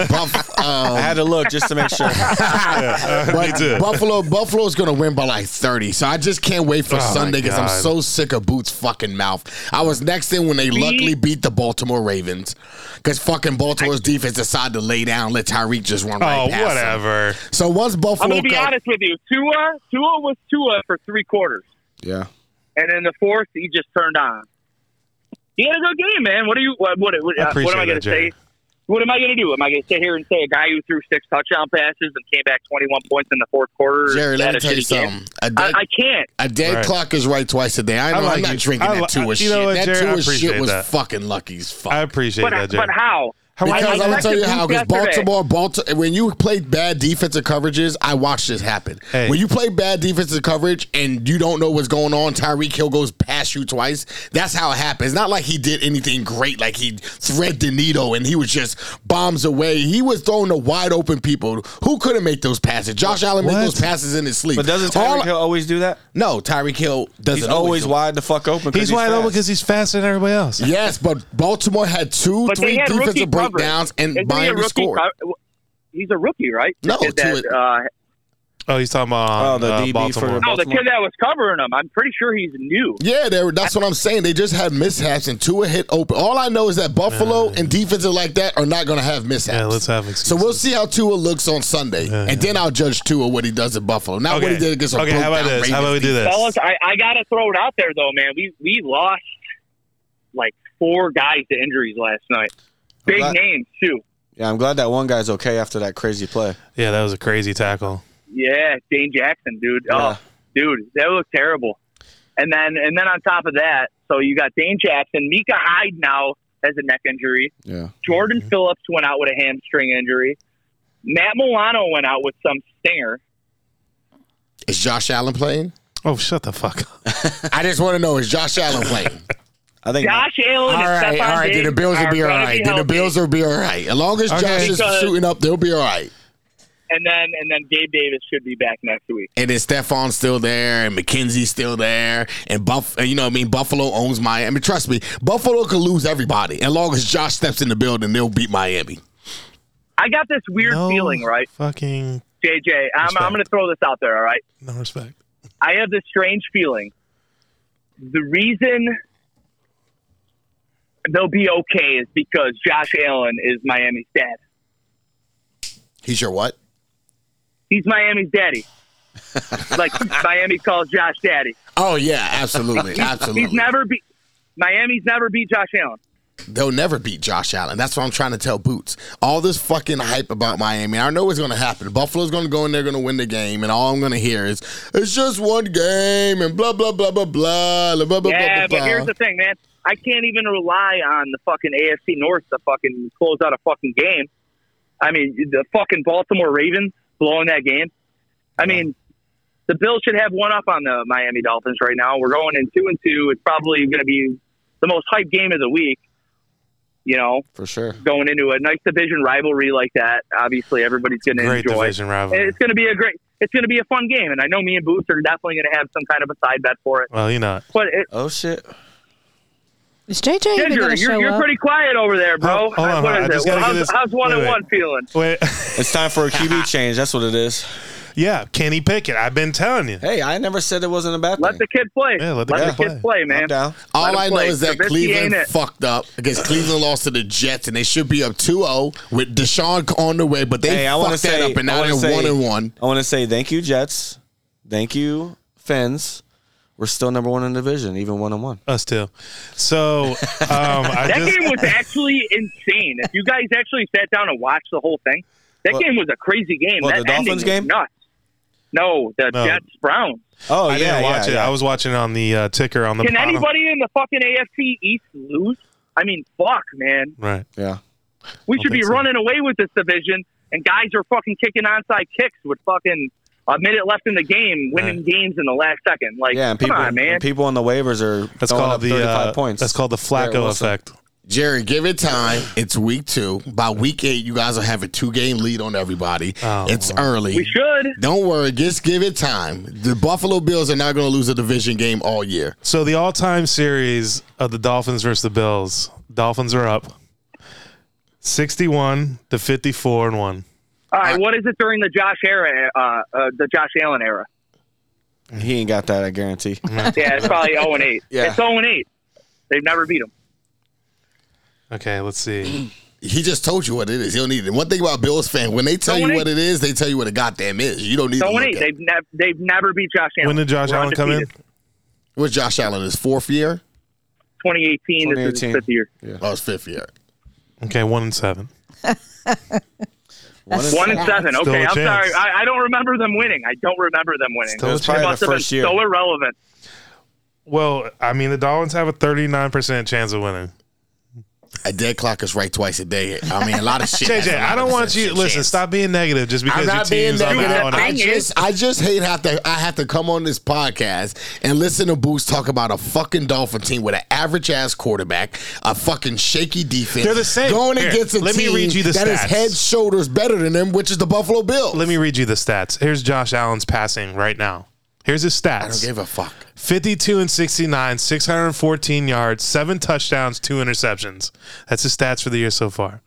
[SPEAKER 3] Buff, um,
[SPEAKER 2] I had to look just to make sure.
[SPEAKER 1] Oh,
[SPEAKER 3] but Buffalo, Buffalo's gonna win by like thirty. So I just can't wait for
[SPEAKER 1] Oh, my
[SPEAKER 3] Sunday because I'm
[SPEAKER 1] God.
[SPEAKER 3] so sick of Boots' fucking mouth. I was next in when they luckily beat the Baltimore Ravens because fucking Baltimore's defense decided to lay down, let Tyreek just run right
[SPEAKER 1] Oh,
[SPEAKER 3] past him.
[SPEAKER 5] Uh,
[SPEAKER 1] whatever.
[SPEAKER 3] So once Buffalo,
[SPEAKER 5] I'm going to be
[SPEAKER 3] come-
[SPEAKER 5] honest with you. Tua, Tua was Tua for three quarters,
[SPEAKER 2] yeah.
[SPEAKER 5] and in the fourth, he just turned on. He had a good game, man. What are you? What? What, what,
[SPEAKER 1] I
[SPEAKER 5] uh, what
[SPEAKER 1] appreciate
[SPEAKER 5] am I going
[SPEAKER 1] that,
[SPEAKER 5] to
[SPEAKER 1] Jerry.
[SPEAKER 5] say? What am I going to do? Am I going to sit here and say a guy who threw six touchdown passes and came back 21 points in the fourth quarter?
[SPEAKER 3] Jerry, let
[SPEAKER 5] had
[SPEAKER 3] me
[SPEAKER 5] a
[SPEAKER 3] tell you
[SPEAKER 5] shitty game?
[SPEAKER 3] something. A
[SPEAKER 5] I,
[SPEAKER 3] dead,
[SPEAKER 5] I can't.
[SPEAKER 3] a dead
[SPEAKER 1] Right.
[SPEAKER 3] clock is right twice a day. I know
[SPEAKER 1] like
[SPEAKER 3] I'm not
[SPEAKER 1] you.
[SPEAKER 3] drinking
[SPEAKER 1] I li-
[SPEAKER 3] that Tua
[SPEAKER 1] you know
[SPEAKER 3] shit.
[SPEAKER 1] what,
[SPEAKER 3] that
[SPEAKER 1] Jerry? I
[SPEAKER 3] Tua
[SPEAKER 1] appreciate
[SPEAKER 3] shit was
[SPEAKER 1] that.
[SPEAKER 3] fucking lucky's fuck.
[SPEAKER 1] I appreciate
[SPEAKER 5] But,
[SPEAKER 1] that, Jerry.
[SPEAKER 5] but how?
[SPEAKER 3] Because
[SPEAKER 5] I
[SPEAKER 3] I'm gonna
[SPEAKER 5] expected
[SPEAKER 3] tell you
[SPEAKER 5] Boots
[SPEAKER 3] how. Because
[SPEAKER 5] yesterday.
[SPEAKER 3] Baltimore, Baltimore, when you play bad defensive coverages, I watched this happen.
[SPEAKER 1] Hey.
[SPEAKER 3] When you play bad defensive coverage and you don't know what's going on, Tyreek Hill goes past you twice. That's how it happens. It's Not like he did anything great. Like he thread the needle and he was just bombs away. He was throwing to wide open people who couldn't make those passes. Josh Allen made
[SPEAKER 1] What?
[SPEAKER 3] those passes in his sleep.
[SPEAKER 2] But doesn't
[SPEAKER 3] All-
[SPEAKER 2] Tyreek Hill always do that?
[SPEAKER 3] No, Tyreek Hill doesn't
[SPEAKER 2] He's always
[SPEAKER 3] do it.
[SPEAKER 2] wide the fuck open. 'cause
[SPEAKER 1] He's wide
[SPEAKER 2] fast.
[SPEAKER 1] open because he's faster than everybody else.
[SPEAKER 3] Yes, but Baltimore had two,
[SPEAKER 5] But
[SPEAKER 3] three
[SPEAKER 5] they had rookie
[SPEAKER 3] defensive
[SPEAKER 5] coverage.
[SPEAKER 3] breakdowns, and
[SPEAKER 5] Isn't he a
[SPEAKER 3] Miami
[SPEAKER 5] rookie
[SPEAKER 3] scored.
[SPEAKER 5] co- He's a rookie, right?
[SPEAKER 3] No,
[SPEAKER 5] The kid
[SPEAKER 3] to
[SPEAKER 5] that,
[SPEAKER 3] it-
[SPEAKER 5] uh,
[SPEAKER 1] Oh, he's talking about
[SPEAKER 2] Oh, the
[SPEAKER 1] uh,
[SPEAKER 2] DB for
[SPEAKER 1] Baltimore.
[SPEAKER 2] the-
[SPEAKER 5] no, the
[SPEAKER 2] Baltimore.
[SPEAKER 5] kid that was covering him. I'm pretty sure he's new.
[SPEAKER 3] Yeah, they were, that's what I'm saying. They just had mishaps and Tua hit open. All I know is that Buffalo and defenses like that are not going to have mishaps.
[SPEAKER 1] Yeah, let's have excuses.
[SPEAKER 3] so we'll see how Tua looks on Sunday,
[SPEAKER 1] Yeah,
[SPEAKER 3] and then I'll judge Tua what he does at Buffalo, not what he did against. A
[SPEAKER 1] okay, how about
[SPEAKER 3] broke-down
[SPEAKER 1] this? How about we
[SPEAKER 3] Ravens
[SPEAKER 1] do this?
[SPEAKER 5] Fellas, I, I gotta throw it out there though, man. We we lost like four guys to injuries last night. Big
[SPEAKER 2] Right.
[SPEAKER 5] names too.
[SPEAKER 2] Yeah, I'm glad that one guy's okay after that crazy play.
[SPEAKER 1] Yeah, that was a crazy tackle.
[SPEAKER 5] Yeah, Dane Jackson, dude.
[SPEAKER 2] Yeah.
[SPEAKER 5] Oh, dude, that looked terrible. And then and then on top of that, so you got Dane Jackson, Mika Hyde now has a neck injury.
[SPEAKER 2] Yeah.
[SPEAKER 5] Jordan
[SPEAKER 3] Mm-hmm.
[SPEAKER 5] Phillips went out with a hamstring injury. Matt Milano went out with some stinger.
[SPEAKER 3] team. Is Josh Allen playing?
[SPEAKER 1] Oh, shut the fuck up.
[SPEAKER 3] I just want to know: Is Josh Allen playing?
[SPEAKER 2] I think
[SPEAKER 5] Josh Allen.
[SPEAKER 3] all
[SPEAKER 5] and
[SPEAKER 3] right,
[SPEAKER 5] Stephon
[SPEAKER 3] all right. Then the
[SPEAKER 5] Diggs
[SPEAKER 3] Bills will
[SPEAKER 5] are
[SPEAKER 3] be all
[SPEAKER 5] gonna
[SPEAKER 3] right. Then the
[SPEAKER 5] healthy.
[SPEAKER 3] Bills will be all right. As long as
[SPEAKER 1] Okay.
[SPEAKER 3] Josh is
[SPEAKER 5] Because-
[SPEAKER 3] shooting up, they'll be all right.
[SPEAKER 5] and then and then Gabe Davis should be back next week.
[SPEAKER 3] And then Stefan's still there, and McKenzie's still there, and Buff, and you know, what I mean, Buffalo owns Miami. I mean, trust me, Buffalo could lose everybody, and long as Josh steps in the building, they'll beat Miami.
[SPEAKER 5] I got this weird
[SPEAKER 1] No
[SPEAKER 5] feeling, right?
[SPEAKER 1] Fucking
[SPEAKER 5] JJ, I'm,
[SPEAKER 1] Respect.
[SPEAKER 5] I'm going to throw this out there, all right?
[SPEAKER 1] no respect.
[SPEAKER 5] I have this strange feeling. The reason they'll be okay is because Josh Allen is Miami's dad.
[SPEAKER 3] He's your what?
[SPEAKER 5] He's Miami's daddy. like Miami calls Josh daddy.
[SPEAKER 3] Oh yeah, absolutely, absolutely.
[SPEAKER 5] He's never beat Miami's never beat Josh Allen.
[SPEAKER 3] They'll never beat Josh Allen. That's what I'm trying to tell Boots. All this fucking hype about Miami, I know it's going to happen. Buffalo's going to go in there, going to win the game, and all I'm going to hear is it's just one game, and blah blah blah blah blah blah blah blah
[SPEAKER 5] Yeah,
[SPEAKER 3] blah.
[SPEAKER 5] but
[SPEAKER 3] blah.
[SPEAKER 5] here's the thing, man. I can't even rely on the fucking AFC North to fucking close out a fucking game. I mean, the fucking Baltimore Ravens blowing that game. I mean, the Bills should have one up on the Miami Dolphins right now. We're going in two and two. It's probably going to be the most hyped game of the week. You know,
[SPEAKER 2] for sure.
[SPEAKER 5] going into a nice division rivalry like that, obviously everybody's going to
[SPEAKER 1] Great
[SPEAKER 5] enjoy.
[SPEAKER 1] division rivalry.
[SPEAKER 5] And it's going to be a great. It's going to be a fun game, and I know me and Boots are definitely going to have some kind of a side bet for it.
[SPEAKER 1] well, you know,
[SPEAKER 5] But it,
[SPEAKER 2] Oh shit.
[SPEAKER 4] Is JJ even
[SPEAKER 5] Ginger,
[SPEAKER 4] going to show
[SPEAKER 5] you're, you're
[SPEAKER 4] up?
[SPEAKER 5] pretty quiet over there, bro.
[SPEAKER 1] Hold- hold on,
[SPEAKER 5] What
[SPEAKER 1] hold on.
[SPEAKER 5] is
[SPEAKER 1] I just
[SPEAKER 5] it?
[SPEAKER 1] gotta get
[SPEAKER 5] how's,
[SPEAKER 1] this-
[SPEAKER 5] how's one
[SPEAKER 1] wait,
[SPEAKER 5] and
[SPEAKER 1] wait.
[SPEAKER 5] one feeling?
[SPEAKER 1] wait,
[SPEAKER 2] It's time for a QB change. That's what it is.
[SPEAKER 1] yeah, Kenny Pickett. I've been telling you.
[SPEAKER 2] Hey, I never said it wasn't a bad
[SPEAKER 5] Let
[SPEAKER 2] thing.
[SPEAKER 5] the kid play.
[SPEAKER 1] Yeah, let the kid
[SPEAKER 5] kid play,
[SPEAKER 2] I'm
[SPEAKER 5] man.
[SPEAKER 2] down.
[SPEAKER 5] Let
[SPEAKER 3] All
[SPEAKER 5] 'em
[SPEAKER 3] I know
[SPEAKER 5] play.
[SPEAKER 3] is that
[SPEAKER 5] Trubisky
[SPEAKER 3] Cleveland
[SPEAKER 5] ain't it.
[SPEAKER 3] fucked up because Cleveland lost to the Jets and they should be up 2-0 with Deshaun on the way, but they
[SPEAKER 2] Hey, I want to
[SPEAKER 3] fucked that
[SPEAKER 2] say
[SPEAKER 3] up and
[SPEAKER 2] I
[SPEAKER 3] now
[SPEAKER 2] wanna
[SPEAKER 3] they're
[SPEAKER 2] say-
[SPEAKER 3] one and one.
[SPEAKER 2] I want to say thank you, Jets. Thank you, Fins. We're still number one in the division, even one on one.
[SPEAKER 1] Us too. So um, I
[SPEAKER 5] That
[SPEAKER 1] just
[SPEAKER 5] game was actually insane. If you guys actually sat down and watched the whole thing, that
[SPEAKER 2] What-
[SPEAKER 5] game was a crazy game.
[SPEAKER 2] what,
[SPEAKER 5] that
[SPEAKER 2] the
[SPEAKER 5] ending
[SPEAKER 2] Dolphins
[SPEAKER 5] was
[SPEAKER 2] game?
[SPEAKER 5] Nuts. No, the
[SPEAKER 1] No.
[SPEAKER 5] Jets Browns.
[SPEAKER 2] Oh
[SPEAKER 1] I
[SPEAKER 2] yeah,
[SPEAKER 1] didn't watch
[SPEAKER 2] yeah,
[SPEAKER 1] it.
[SPEAKER 2] yeah.
[SPEAKER 1] I was watching on the uh, ticker on the
[SPEAKER 5] Can
[SPEAKER 1] bottom.
[SPEAKER 5] anybody in the fucking AFC East lose? I mean, fuck, man.
[SPEAKER 1] Right.
[SPEAKER 2] yeah.
[SPEAKER 5] We
[SPEAKER 1] Don't
[SPEAKER 5] should be
[SPEAKER 1] think so.
[SPEAKER 5] running away with this division, and guys are fucking kicking onside kicks with fucking a minute left in the game, winning games in the last second. Like,
[SPEAKER 2] Yeah, and people,
[SPEAKER 5] come on, man.
[SPEAKER 2] and people on the waivers are
[SPEAKER 1] That's
[SPEAKER 2] throwing
[SPEAKER 1] called
[SPEAKER 2] up
[SPEAKER 1] the
[SPEAKER 2] 35
[SPEAKER 1] uh,
[SPEAKER 2] points.
[SPEAKER 1] That's called the
[SPEAKER 2] Garrett
[SPEAKER 1] Flacco
[SPEAKER 2] Wilson.
[SPEAKER 1] effect.
[SPEAKER 3] Jerry, give it time. It's week two. By week eight, you guys will have a two game lead on everybody.
[SPEAKER 1] Oh,
[SPEAKER 3] it's early.
[SPEAKER 5] we should.
[SPEAKER 3] Don't worry. Just give it time. The Buffalo Bills are not going to lose a division game all year.
[SPEAKER 1] So the all-time series of the Dolphins versus the Bills. Dolphins are up 61 to 54 and 1.
[SPEAKER 5] All
[SPEAKER 3] Uh,
[SPEAKER 5] right, what is it during the Josh era, uh, uh, the Josh Allen era?
[SPEAKER 2] He ain't got that, I guarantee.
[SPEAKER 5] Yeah, it's probably 0 and 8.
[SPEAKER 2] Yeah.
[SPEAKER 5] It's 0 and 8. They've never beat him.
[SPEAKER 1] Okay, let's see.
[SPEAKER 3] He just told you what it is. You don't need it. One thing about Bills fan, when they tell you
[SPEAKER 5] Don't wait.
[SPEAKER 3] what it is, they tell you what it goddamn is. You don't need
[SPEAKER 5] 0 and
[SPEAKER 3] to
[SPEAKER 5] 8.
[SPEAKER 3] look at.
[SPEAKER 5] They've, nev- they've never beat Josh Allen.
[SPEAKER 1] When did Josh
[SPEAKER 5] We're
[SPEAKER 1] Allen come in?
[SPEAKER 5] undefeated.
[SPEAKER 3] What's Josh Allen? His fourth year?
[SPEAKER 5] 2018, This is his
[SPEAKER 2] 2018.
[SPEAKER 5] fifth year.
[SPEAKER 3] Oh, his fifth year.
[SPEAKER 1] Okay, 1 and 7.
[SPEAKER 2] One
[SPEAKER 5] One and seven.
[SPEAKER 1] Still
[SPEAKER 5] Okay,
[SPEAKER 1] a
[SPEAKER 5] I'm
[SPEAKER 1] chance.
[SPEAKER 5] sorry. I, I don't remember them winning. I don't remember them winning.
[SPEAKER 1] Still a
[SPEAKER 5] It
[SPEAKER 2] chance.
[SPEAKER 5] must have been
[SPEAKER 2] First year.
[SPEAKER 5] so irrelevant.
[SPEAKER 1] Well, I mean the Dolphins have a 39% chance of winning.
[SPEAKER 3] A dead clock is right twice a day. I mean, a lot of shit. has
[SPEAKER 1] JJ,
[SPEAKER 3] a lot
[SPEAKER 1] I don't
[SPEAKER 3] of
[SPEAKER 1] want
[SPEAKER 3] shit
[SPEAKER 1] you listen,
[SPEAKER 3] chance.
[SPEAKER 1] stop being negative just because
[SPEAKER 3] I'm
[SPEAKER 1] your
[SPEAKER 3] not being
[SPEAKER 1] team's on
[SPEAKER 3] negative.
[SPEAKER 1] the on
[SPEAKER 3] I
[SPEAKER 1] it.
[SPEAKER 5] Thing
[SPEAKER 3] just,
[SPEAKER 5] is-
[SPEAKER 3] I just hate have to. I have to come on this podcast and listen to Boots talk about a fucking Dolphin team with an average ass quarterback, a fucking shaky defense.
[SPEAKER 1] They're the same.
[SPEAKER 3] Going
[SPEAKER 1] Here,
[SPEAKER 3] against a
[SPEAKER 1] let me
[SPEAKER 3] team
[SPEAKER 1] read you the
[SPEAKER 3] that is
[SPEAKER 1] stats.
[SPEAKER 3] head shoulders better than them, which is the Buffalo Bills.
[SPEAKER 1] Let me read you the stats. Here's Josh Allen's passing right now. Here's his stats.
[SPEAKER 3] I don't give a fuck.
[SPEAKER 1] 52 and 69, 614 yards, seven touchdowns, two interceptions. That's his stats for the year so far.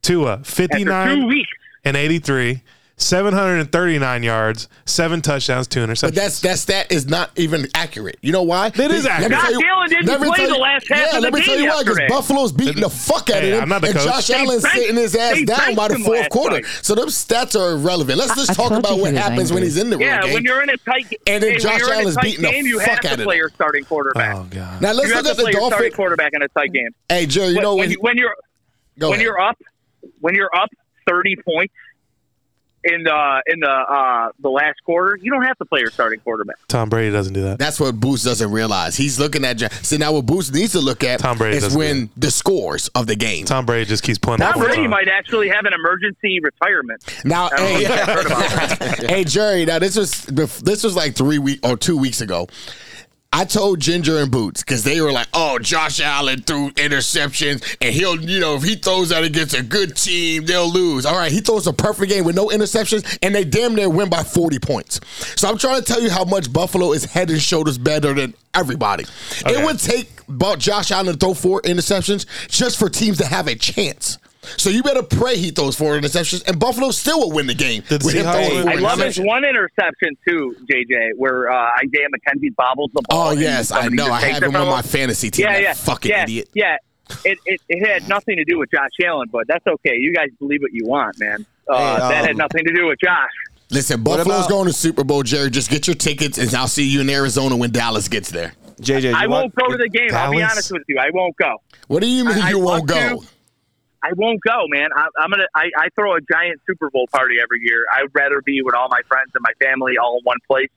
[SPEAKER 1] Tua,
[SPEAKER 5] After two
[SPEAKER 1] 59
[SPEAKER 5] weeks,
[SPEAKER 1] and 83, 739 yards, seven touchdowns, two
[SPEAKER 3] But
[SPEAKER 1] interceptions.
[SPEAKER 3] that's that stat is not even accurate. You know why? That
[SPEAKER 1] is accurate.
[SPEAKER 5] Josh Allen didn't play the last half
[SPEAKER 3] Yeah,
[SPEAKER 5] of
[SPEAKER 3] let
[SPEAKER 5] the
[SPEAKER 3] me tell
[SPEAKER 5] game
[SPEAKER 3] you why. Because
[SPEAKER 5] yesterday.
[SPEAKER 3] Buffalo's beating the fuck out
[SPEAKER 1] Hey,
[SPEAKER 3] of him,
[SPEAKER 1] I'm not the
[SPEAKER 3] and
[SPEAKER 1] coach.
[SPEAKER 3] Josh
[SPEAKER 1] They
[SPEAKER 3] Allen's
[SPEAKER 5] benched-
[SPEAKER 3] sitting his ass
[SPEAKER 5] they
[SPEAKER 3] down by the
[SPEAKER 5] benched him
[SPEAKER 3] fourth
[SPEAKER 5] last
[SPEAKER 3] quarter.
[SPEAKER 5] night.
[SPEAKER 3] So them stats are irrelevant. Let's just
[SPEAKER 4] I
[SPEAKER 3] talk
[SPEAKER 4] told
[SPEAKER 3] about
[SPEAKER 4] you
[SPEAKER 3] what
[SPEAKER 4] he was
[SPEAKER 3] happens when
[SPEAKER 4] angry.
[SPEAKER 3] he's in the real
[SPEAKER 5] yeah,
[SPEAKER 3] game.
[SPEAKER 5] when you're in a tight
[SPEAKER 3] And then
[SPEAKER 5] when
[SPEAKER 3] Josh
[SPEAKER 5] you're in a
[SPEAKER 3] Allen's
[SPEAKER 5] tight
[SPEAKER 3] beating the
[SPEAKER 5] game, you
[SPEAKER 3] fuck
[SPEAKER 5] have
[SPEAKER 3] out
[SPEAKER 5] to
[SPEAKER 3] of
[SPEAKER 5] play
[SPEAKER 3] them.
[SPEAKER 5] your starting quarterback.
[SPEAKER 1] oh, God.
[SPEAKER 3] now let's
[SPEAKER 5] you
[SPEAKER 3] look
[SPEAKER 5] have to
[SPEAKER 3] at the
[SPEAKER 5] play your starting
[SPEAKER 3] Dolphins.
[SPEAKER 5] quarterback in a tight game.
[SPEAKER 3] Hey, Joe, you
[SPEAKER 5] When-
[SPEAKER 3] know
[SPEAKER 5] when,
[SPEAKER 3] when,
[SPEAKER 5] you- when you're
[SPEAKER 3] go
[SPEAKER 5] when
[SPEAKER 3] ahead.
[SPEAKER 5] you're up when you're up 30 points in the in the uh, the last quarter, you don't have to play your starting quarterback.
[SPEAKER 1] Tom Brady doesn't do that.
[SPEAKER 3] That's what Boots doesn't realize. He's looking at. Ja- See now, what Boots needs to look at
[SPEAKER 1] Tom Brady
[SPEAKER 3] is
[SPEAKER 1] doesn't do
[SPEAKER 3] when the scores of the game.
[SPEAKER 1] Tom Brady just keeps putting up
[SPEAKER 3] Oh,
[SPEAKER 5] Tom Brady
[SPEAKER 1] on.
[SPEAKER 5] might actually have an emergency retirement.
[SPEAKER 3] Now,
[SPEAKER 5] I don't know
[SPEAKER 3] hey,
[SPEAKER 5] if you heard about
[SPEAKER 3] hey, Jerry. Now this was bef- this was like three week or two weeks ago. I told Ginger and Boots because they were like, "Oh, Josh Allen threw interceptions, and he'll, you know, if he throws that against a good team, they'll lose." All right, he throws a perfect game with no interceptions, and they damn near win by forty points. So I'm trying to tell you how much Buffalo is head and shoulders better than everybody. It
[SPEAKER 1] Okay.
[SPEAKER 3] would take about Josh Allen to throw four interceptions just for teams to have a chance. So you better pray he throws four interceptions, and Buffalo still will win the game.
[SPEAKER 1] Did
[SPEAKER 3] with him
[SPEAKER 1] Seahawks
[SPEAKER 3] throwing
[SPEAKER 1] win
[SPEAKER 3] four
[SPEAKER 5] I love
[SPEAKER 3] interceptions.
[SPEAKER 5] his one interception too, JJ, where uh, Isaiah McKenzie bobbles the ball.
[SPEAKER 3] Oh
[SPEAKER 5] and
[SPEAKER 3] yes, I
[SPEAKER 5] somebody
[SPEAKER 3] know.
[SPEAKER 5] just
[SPEAKER 3] I
[SPEAKER 5] takes
[SPEAKER 3] have
[SPEAKER 5] it
[SPEAKER 3] him
[SPEAKER 5] from
[SPEAKER 3] on my fantasy team.
[SPEAKER 5] yeah,
[SPEAKER 3] that
[SPEAKER 5] yeah,
[SPEAKER 3] fucking
[SPEAKER 5] yeah,
[SPEAKER 3] idiot.
[SPEAKER 5] Yeah, it, it it had nothing to do with Josh Allen, but that's okay. You guys believe what you want, man. Uh,
[SPEAKER 2] Hey,
[SPEAKER 5] that
[SPEAKER 2] um,
[SPEAKER 5] had nothing to do with Josh.
[SPEAKER 3] Listen, Buffalo's
[SPEAKER 2] about-
[SPEAKER 3] going to Super Bowl, Jerry. Just get your tickets, and I'll see you in Arizona when Dallas gets there.
[SPEAKER 2] JJ, you
[SPEAKER 5] I won't
[SPEAKER 2] watch-
[SPEAKER 5] go to the game. I'll be
[SPEAKER 1] Dallas?
[SPEAKER 5] honest with you. I won't go.
[SPEAKER 3] What do you mean
[SPEAKER 5] I- I
[SPEAKER 3] you won't
[SPEAKER 5] want
[SPEAKER 3] go?
[SPEAKER 5] to. I won't go, man. I, I'm gonna. I, I throw a giant Super Bowl party every year. I'd rather be with all my friends and my family all in one place,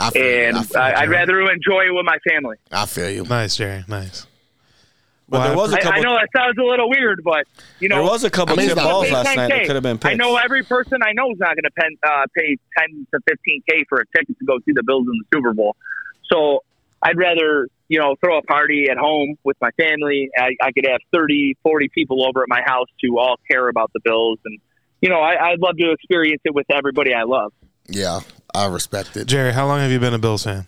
[SPEAKER 3] I feel
[SPEAKER 5] and
[SPEAKER 3] you. I feel,
[SPEAKER 5] I, I'd
[SPEAKER 3] you.
[SPEAKER 5] rather enjoy it with my family.
[SPEAKER 3] I feel you.
[SPEAKER 1] Nice, Jerry. Nice.
[SPEAKER 2] But
[SPEAKER 1] Well,
[SPEAKER 2] there was a
[SPEAKER 5] I,
[SPEAKER 2] couple.
[SPEAKER 5] I know that sounds a little weird, but you know,
[SPEAKER 2] There was a couple
[SPEAKER 3] I mean,
[SPEAKER 2] tip
[SPEAKER 3] it's not-
[SPEAKER 2] balls
[SPEAKER 5] pay
[SPEAKER 2] last
[SPEAKER 5] 10K.
[SPEAKER 2] night that could have been
[SPEAKER 5] I
[SPEAKER 2] picked.
[SPEAKER 5] know every person I know is not going to pen, uh, pay ten to fifteen k for a ticket to go see the Bills in the Super Bowl. So I'd rather you know throw a party at home with my family. I, I could have 30, 40 people over at my house who all care about the Bills, and you know I, I'd love to experience it with everybody I love.
[SPEAKER 3] Yeah, I respect it.
[SPEAKER 1] Jerry, how long have you been a Bills fan?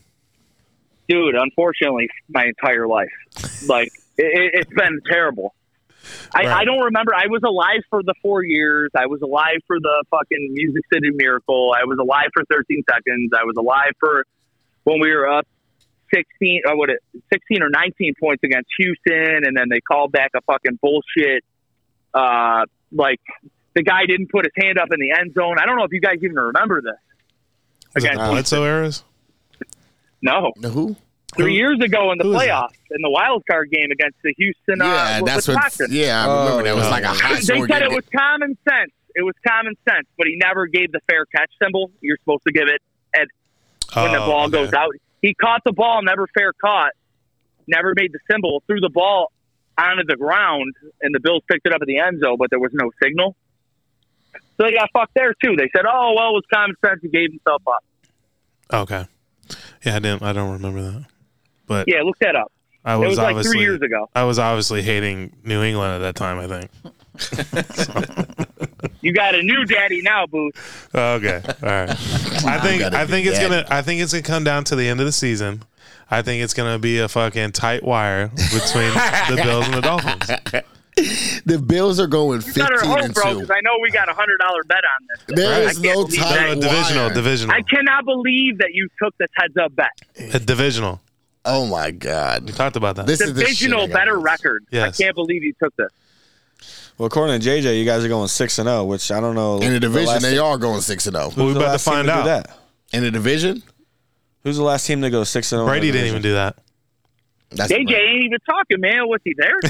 [SPEAKER 5] dude, unfortunately, my entire life. Like, it, it's been terrible. I,
[SPEAKER 1] Right.
[SPEAKER 5] I don't remember. I was alive for the four years. I was alive for the fucking Music City Miracle. I was alive for 13 seconds. I was alive for when we were up 16, or what, it- 16 or 19 points against Houston, and then they called back a fucking bullshit. Uh, like, the guy didn't put his hand up in the end zone. I don't know if you guys even remember this.
[SPEAKER 1] Was it
[SPEAKER 5] Against
[SPEAKER 1] the Bledsoe eras?
[SPEAKER 5] No.
[SPEAKER 3] Now who?
[SPEAKER 5] three years ago in the
[SPEAKER 1] who is
[SPEAKER 5] playoffs in the wild card game against the Houston.
[SPEAKER 3] yeah,
[SPEAKER 5] uh,
[SPEAKER 3] that's what.
[SPEAKER 5] Wisconsin.
[SPEAKER 3] Yeah, I remember
[SPEAKER 2] Oh,
[SPEAKER 3] that was
[SPEAKER 1] yeah.
[SPEAKER 3] like a high
[SPEAKER 5] They
[SPEAKER 3] score
[SPEAKER 5] said
[SPEAKER 3] game.
[SPEAKER 5] it was common sense. It was common sense, but he never gave the fair catch symbol. You're supposed to give it when the
[SPEAKER 1] Oh,
[SPEAKER 5] ball
[SPEAKER 1] okay.
[SPEAKER 5] goes out. He caught the ball, never fair caught, never made the symbol, threw the ball onto the ground, and the Bills picked it up at the end zone, but there was no signal. So they got fucked there too. They said, "Oh well, it was common sense. He gave himself up."
[SPEAKER 1] Okay. Yeah, I didn't. I don't remember that. But
[SPEAKER 5] Yeah, look that up.
[SPEAKER 1] I
[SPEAKER 5] It
[SPEAKER 1] was,
[SPEAKER 5] was like
[SPEAKER 1] obviously
[SPEAKER 5] three years ago.
[SPEAKER 1] I was obviously hating New England at that time. I think.
[SPEAKER 5] You got a new daddy now, Booth.
[SPEAKER 1] Okay. All right. I think
[SPEAKER 3] gotta
[SPEAKER 1] I think
[SPEAKER 3] do
[SPEAKER 1] it's
[SPEAKER 3] that.
[SPEAKER 1] gonna I think it's gonna come down to the end of the season. I think it's gonna be a fucking tight wire between the Bills and the Dolphins.
[SPEAKER 3] The Bills are going
[SPEAKER 5] Got her
[SPEAKER 3] fifteen
[SPEAKER 5] home,
[SPEAKER 3] and
[SPEAKER 5] bro,
[SPEAKER 3] two.
[SPEAKER 5] because I know we got a hundred dollar bet on this.
[SPEAKER 3] There
[SPEAKER 1] Right.
[SPEAKER 3] is
[SPEAKER 5] I
[SPEAKER 3] no
[SPEAKER 5] can't believe that.
[SPEAKER 1] No,
[SPEAKER 3] tight
[SPEAKER 1] divisional,
[SPEAKER 3] wire.
[SPEAKER 1] divisional,
[SPEAKER 5] I cannot believe that you took this heads up bet.
[SPEAKER 1] Uh, divisional.
[SPEAKER 3] Oh my god!
[SPEAKER 1] We talked about that.
[SPEAKER 3] This is the shit I
[SPEAKER 5] Divisional
[SPEAKER 3] got.
[SPEAKER 5] better record.
[SPEAKER 1] Yes.
[SPEAKER 5] I can't believe you took this.
[SPEAKER 2] Well, according to JJ, you guys are going six and zero, which I don't know.
[SPEAKER 3] in the division.
[SPEAKER 2] last-
[SPEAKER 3] they are going six and zero
[SPEAKER 1] Well, we
[SPEAKER 2] who's the
[SPEAKER 1] about to
[SPEAKER 2] last team
[SPEAKER 1] find
[SPEAKER 2] do
[SPEAKER 1] out.
[SPEAKER 2] that?
[SPEAKER 3] in the division.
[SPEAKER 2] Who's the last team to go six and zero? in
[SPEAKER 1] Brady
[SPEAKER 2] the
[SPEAKER 1] didn't
[SPEAKER 2] division?
[SPEAKER 1] even do that.
[SPEAKER 3] That's
[SPEAKER 5] JJ
[SPEAKER 3] right.
[SPEAKER 5] ain't even talking, man. Was he there?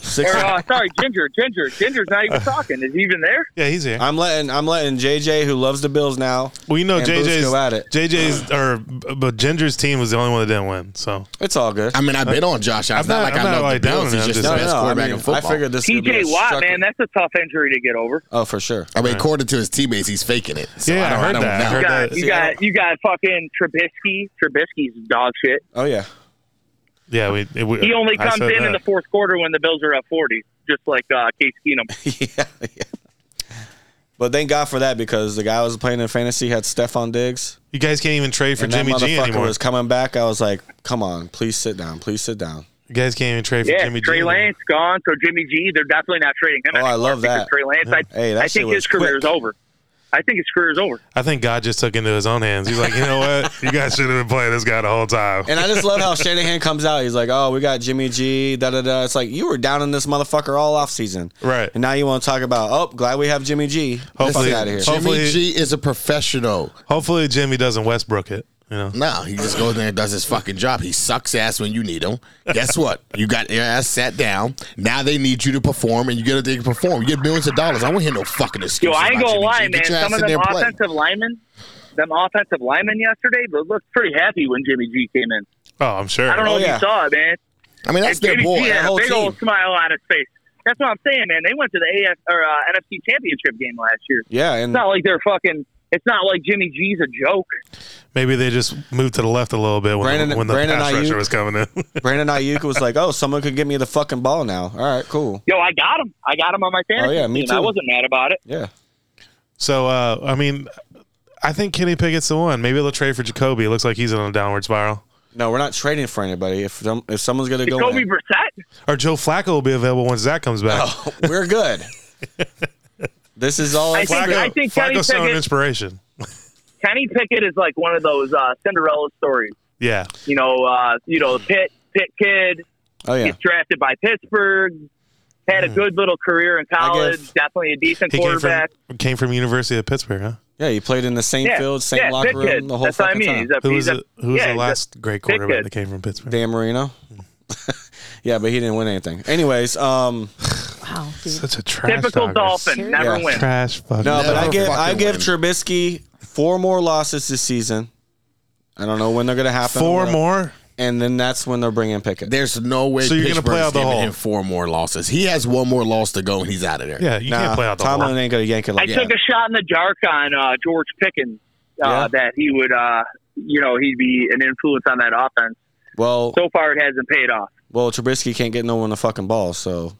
[SPEAKER 2] Six
[SPEAKER 5] or, uh, sorry, Ginger. Ginger. Ginger's not even talking. Is he even there?
[SPEAKER 1] Yeah, he's here.
[SPEAKER 2] oh. I'm letting I'm letting JJ, who loves the Bills now.
[SPEAKER 1] We know
[SPEAKER 2] and Boots
[SPEAKER 1] JJ's
[SPEAKER 2] go at it.
[SPEAKER 1] JJ's or but Ginger's team was the only one that didn't win. So
[SPEAKER 2] It's all good.
[SPEAKER 3] I mean, I've been on Josh. Allen. It's
[SPEAKER 1] I'm not-
[SPEAKER 3] not, like
[SPEAKER 1] I'm
[SPEAKER 3] I
[SPEAKER 1] not,
[SPEAKER 3] love
[SPEAKER 1] like,
[SPEAKER 3] the
[SPEAKER 1] down
[SPEAKER 3] Bills.
[SPEAKER 1] on
[SPEAKER 3] He's
[SPEAKER 1] him.
[SPEAKER 3] just
[SPEAKER 1] No,
[SPEAKER 3] the best
[SPEAKER 2] I,
[SPEAKER 3] quarterback
[SPEAKER 2] mean,
[SPEAKER 3] in football.
[SPEAKER 2] I figured this. would be a
[SPEAKER 5] TJ Watt,
[SPEAKER 2] struggle.
[SPEAKER 5] man, that's a tough injury to get over.
[SPEAKER 2] Oh, for sure.
[SPEAKER 3] I mean, according to his teammates, he's faking it. So
[SPEAKER 1] Yeah,
[SPEAKER 3] I, don't,
[SPEAKER 1] I heard
[SPEAKER 3] don't
[SPEAKER 1] that. I
[SPEAKER 3] know.
[SPEAKER 5] You
[SPEAKER 1] heard
[SPEAKER 5] got,
[SPEAKER 1] that.
[SPEAKER 5] you
[SPEAKER 2] See, I
[SPEAKER 5] got, you got fucking Trubisky. Trubisky's dog shit.
[SPEAKER 2] Oh yeah.
[SPEAKER 1] yeah, we, it- we
[SPEAKER 5] He only
[SPEAKER 1] I
[SPEAKER 5] comes
[SPEAKER 1] said
[SPEAKER 5] in in
[SPEAKER 1] that.
[SPEAKER 5] the fourth quarter when the Bills are up forty, just like uh, Case Keenum.
[SPEAKER 2] yeah, yeah. But thank God for that because the guy I was playing in fantasy had Stefan Diggs.
[SPEAKER 1] You guys can't even trade for
[SPEAKER 2] and
[SPEAKER 1] Jimmy
[SPEAKER 2] that
[SPEAKER 1] G
[SPEAKER 2] motherfucker
[SPEAKER 1] anymore.
[SPEAKER 2] was coming back. I was like, come on, please sit down. Please sit down.
[SPEAKER 1] you guys can't even trade for
[SPEAKER 5] Yeah,
[SPEAKER 1] Jimmy G.
[SPEAKER 5] Trey
[SPEAKER 1] anymore.
[SPEAKER 5] Lance gone, so Jimmy G. They're definitely not trading him.
[SPEAKER 2] Oh, I
[SPEAKER 5] anymore
[SPEAKER 2] love
[SPEAKER 5] because
[SPEAKER 2] that.
[SPEAKER 5] Trey Lance. I,
[SPEAKER 2] Hey, that
[SPEAKER 5] I
[SPEAKER 2] shit
[SPEAKER 5] think
[SPEAKER 2] was
[SPEAKER 5] his career
[SPEAKER 2] quick.
[SPEAKER 5] is over. I think his career is over.
[SPEAKER 1] I think God just took into his own hands. He's like, you know what? You guys should have been playing this guy the whole time.
[SPEAKER 2] And I just love how Shanahan comes out. He's like, oh, we got Jimmy G, da da da. It's like, you were down in this motherfucker all offseason.
[SPEAKER 1] Right.
[SPEAKER 2] And now you want to talk about, oh, glad we have Jimmy G.
[SPEAKER 1] Hopefully-
[SPEAKER 2] out of here.
[SPEAKER 1] Hopefully-
[SPEAKER 3] Jimmy G is a professional.
[SPEAKER 1] Hopefully, Jimmy doesn't Westbrook it. You know,
[SPEAKER 3] No, he just goes there and does his fucking job. He sucks ass when you need him. Guess what? You got your ass sat down. Now they need you to perform, and you get to perform. You get millions of dollars. I won't hear no fucking
[SPEAKER 5] Yo,
[SPEAKER 3] excuse.
[SPEAKER 5] I ain't gonna lie, man. Some of them
[SPEAKER 3] play.
[SPEAKER 5] offensive linemen, them offensive linemen yesterday, they looked pretty happy when Jimmy G came in.
[SPEAKER 1] oh, I'm sure.
[SPEAKER 5] I don't know
[SPEAKER 2] Oh,
[SPEAKER 5] if
[SPEAKER 2] yeah.
[SPEAKER 5] you saw it, man.
[SPEAKER 3] I mean, that's
[SPEAKER 5] And
[SPEAKER 3] their
[SPEAKER 5] Jimmy G
[SPEAKER 3] boy.
[SPEAKER 5] had
[SPEAKER 2] that
[SPEAKER 5] a
[SPEAKER 2] whole
[SPEAKER 5] big old
[SPEAKER 2] team.
[SPEAKER 5] smile on his face. That's what I'm saying, man. They went to the AF or uh, NFC Championship game last year.
[SPEAKER 2] yeah. And
[SPEAKER 5] It's not like they're fucking. It's not like Jimmy G's a joke.
[SPEAKER 1] Maybe they just moved to the left a little bit when the,
[SPEAKER 2] Brandon-
[SPEAKER 1] when the
[SPEAKER 2] Brandon
[SPEAKER 1] pass
[SPEAKER 2] Ayuk.
[SPEAKER 1] rusher was coming in.
[SPEAKER 2] Brandon Ayuk was like, oh, someone could give me the fucking ball now. All right, cool.
[SPEAKER 5] Yo, I got him. I got him on my fantasy
[SPEAKER 2] Oh, yeah, me
[SPEAKER 5] team.
[SPEAKER 2] too.
[SPEAKER 5] I wasn't mad about it.
[SPEAKER 2] Yeah.
[SPEAKER 1] so, uh, I mean, I think Kenny Pickett's the one. Maybe they'll trade for Jacoby. It looks like he's on a downward spiral.
[SPEAKER 2] No, we're not trading for anybody. If some, if someone's going to go
[SPEAKER 5] Jacoby
[SPEAKER 2] in,
[SPEAKER 5] Brissett.
[SPEAKER 1] Or Joe Flacco will be available once Zach comes back.
[SPEAKER 2] we're good. this is all
[SPEAKER 5] I think-
[SPEAKER 1] Flacco,
[SPEAKER 5] I think Kenny
[SPEAKER 1] Flacco's still an
[SPEAKER 5] Pickett-
[SPEAKER 1] inspiration.
[SPEAKER 5] Kenny Pickett is like one of those uh, Cinderella stories.
[SPEAKER 1] Yeah.
[SPEAKER 5] You know, uh, you know, Pitt Pitt kid
[SPEAKER 2] Oh yeah, Mm.
[SPEAKER 5] gets drafted by Pittsburgh. Had a good little career in college.
[SPEAKER 2] guess.
[SPEAKER 5] Definitely a decent
[SPEAKER 1] He came from,
[SPEAKER 5] quarterback.
[SPEAKER 1] came from University of Pittsburgh, huh?
[SPEAKER 2] yeah. You played in the same
[SPEAKER 5] yeah,
[SPEAKER 2] field, same
[SPEAKER 5] yeah,
[SPEAKER 2] locker
[SPEAKER 5] Pitt
[SPEAKER 2] room,
[SPEAKER 5] kid.
[SPEAKER 2] the whole
[SPEAKER 5] That's what I
[SPEAKER 2] fucking
[SPEAKER 5] mean. He's
[SPEAKER 2] time.
[SPEAKER 5] a,
[SPEAKER 1] Who
[SPEAKER 5] he's
[SPEAKER 1] was,
[SPEAKER 5] a,
[SPEAKER 1] the, who was
[SPEAKER 5] yeah,
[SPEAKER 1] the
[SPEAKER 5] he's
[SPEAKER 1] last great
[SPEAKER 5] Pickett.
[SPEAKER 1] quarterback that came from Pittsburgh?
[SPEAKER 2] Dan Marino.
[SPEAKER 1] Hmm.
[SPEAKER 2] yeah, but he didn't win anything. Anyways, um,
[SPEAKER 4] Wow, dude.
[SPEAKER 1] Such a
[SPEAKER 5] a
[SPEAKER 1] trash
[SPEAKER 5] typical
[SPEAKER 1] talker.
[SPEAKER 5] Dolphin.
[SPEAKER 4] Seriously?
[SPEAKER 5] Never
[SPEAKER 2] Yeah.
[SPEAKER 5] win.
[SPEAKER 1] Trash fucking.
[SPEAKER 2] no, but I
[SPEAKER 3] Never
[SPEAKER 2] give I
[SPEAKER 3] fucking
[SPEAKER 2] give
[SPEAKER 3] win.
[SPEAKER 2] Trubisky four more losses this season. I don't know when they're gonna happen.
[SPEAKER 1] Four more?
[SPEAKER 2] and then that's when they're bringing Pickett.
[SPEAKER 3] There's no way.
[SPEAKER 1] So you're gonna play
[SPEAKER 3] Pittsburgh's
[SPEAKER 1] out the
[SPEAKER 3] giving
[SPEAKER 1] hole.
[SPEAKER 3] him four more losses. He has one more loss to go, and he's out of there.
[SPEAKER 1] Yeah, you
[SPEAKER 2] nah,
[SPEAKER 1] can't play out the
[SPEAKER 2] Tomlin
[SPEAKER 1] whole.
[SPEAKER 2] ain't gonna yank it
[SPEAKER 5] I
[SPEAKER 2] like
[SPEAKER 5] took a shot in the dark on uh, George Pickens uh,
[SPEAKER 2] Yeah.
[SPEAKER 5] that he would, uh, you know, he'd be an influence on that offense.
[SPEAKER 2] Well,
[SPEAKER 5] So far, it hasn't paid off.
[SPEAKER 2] well, Trubisky can't get no one the fucking ball. So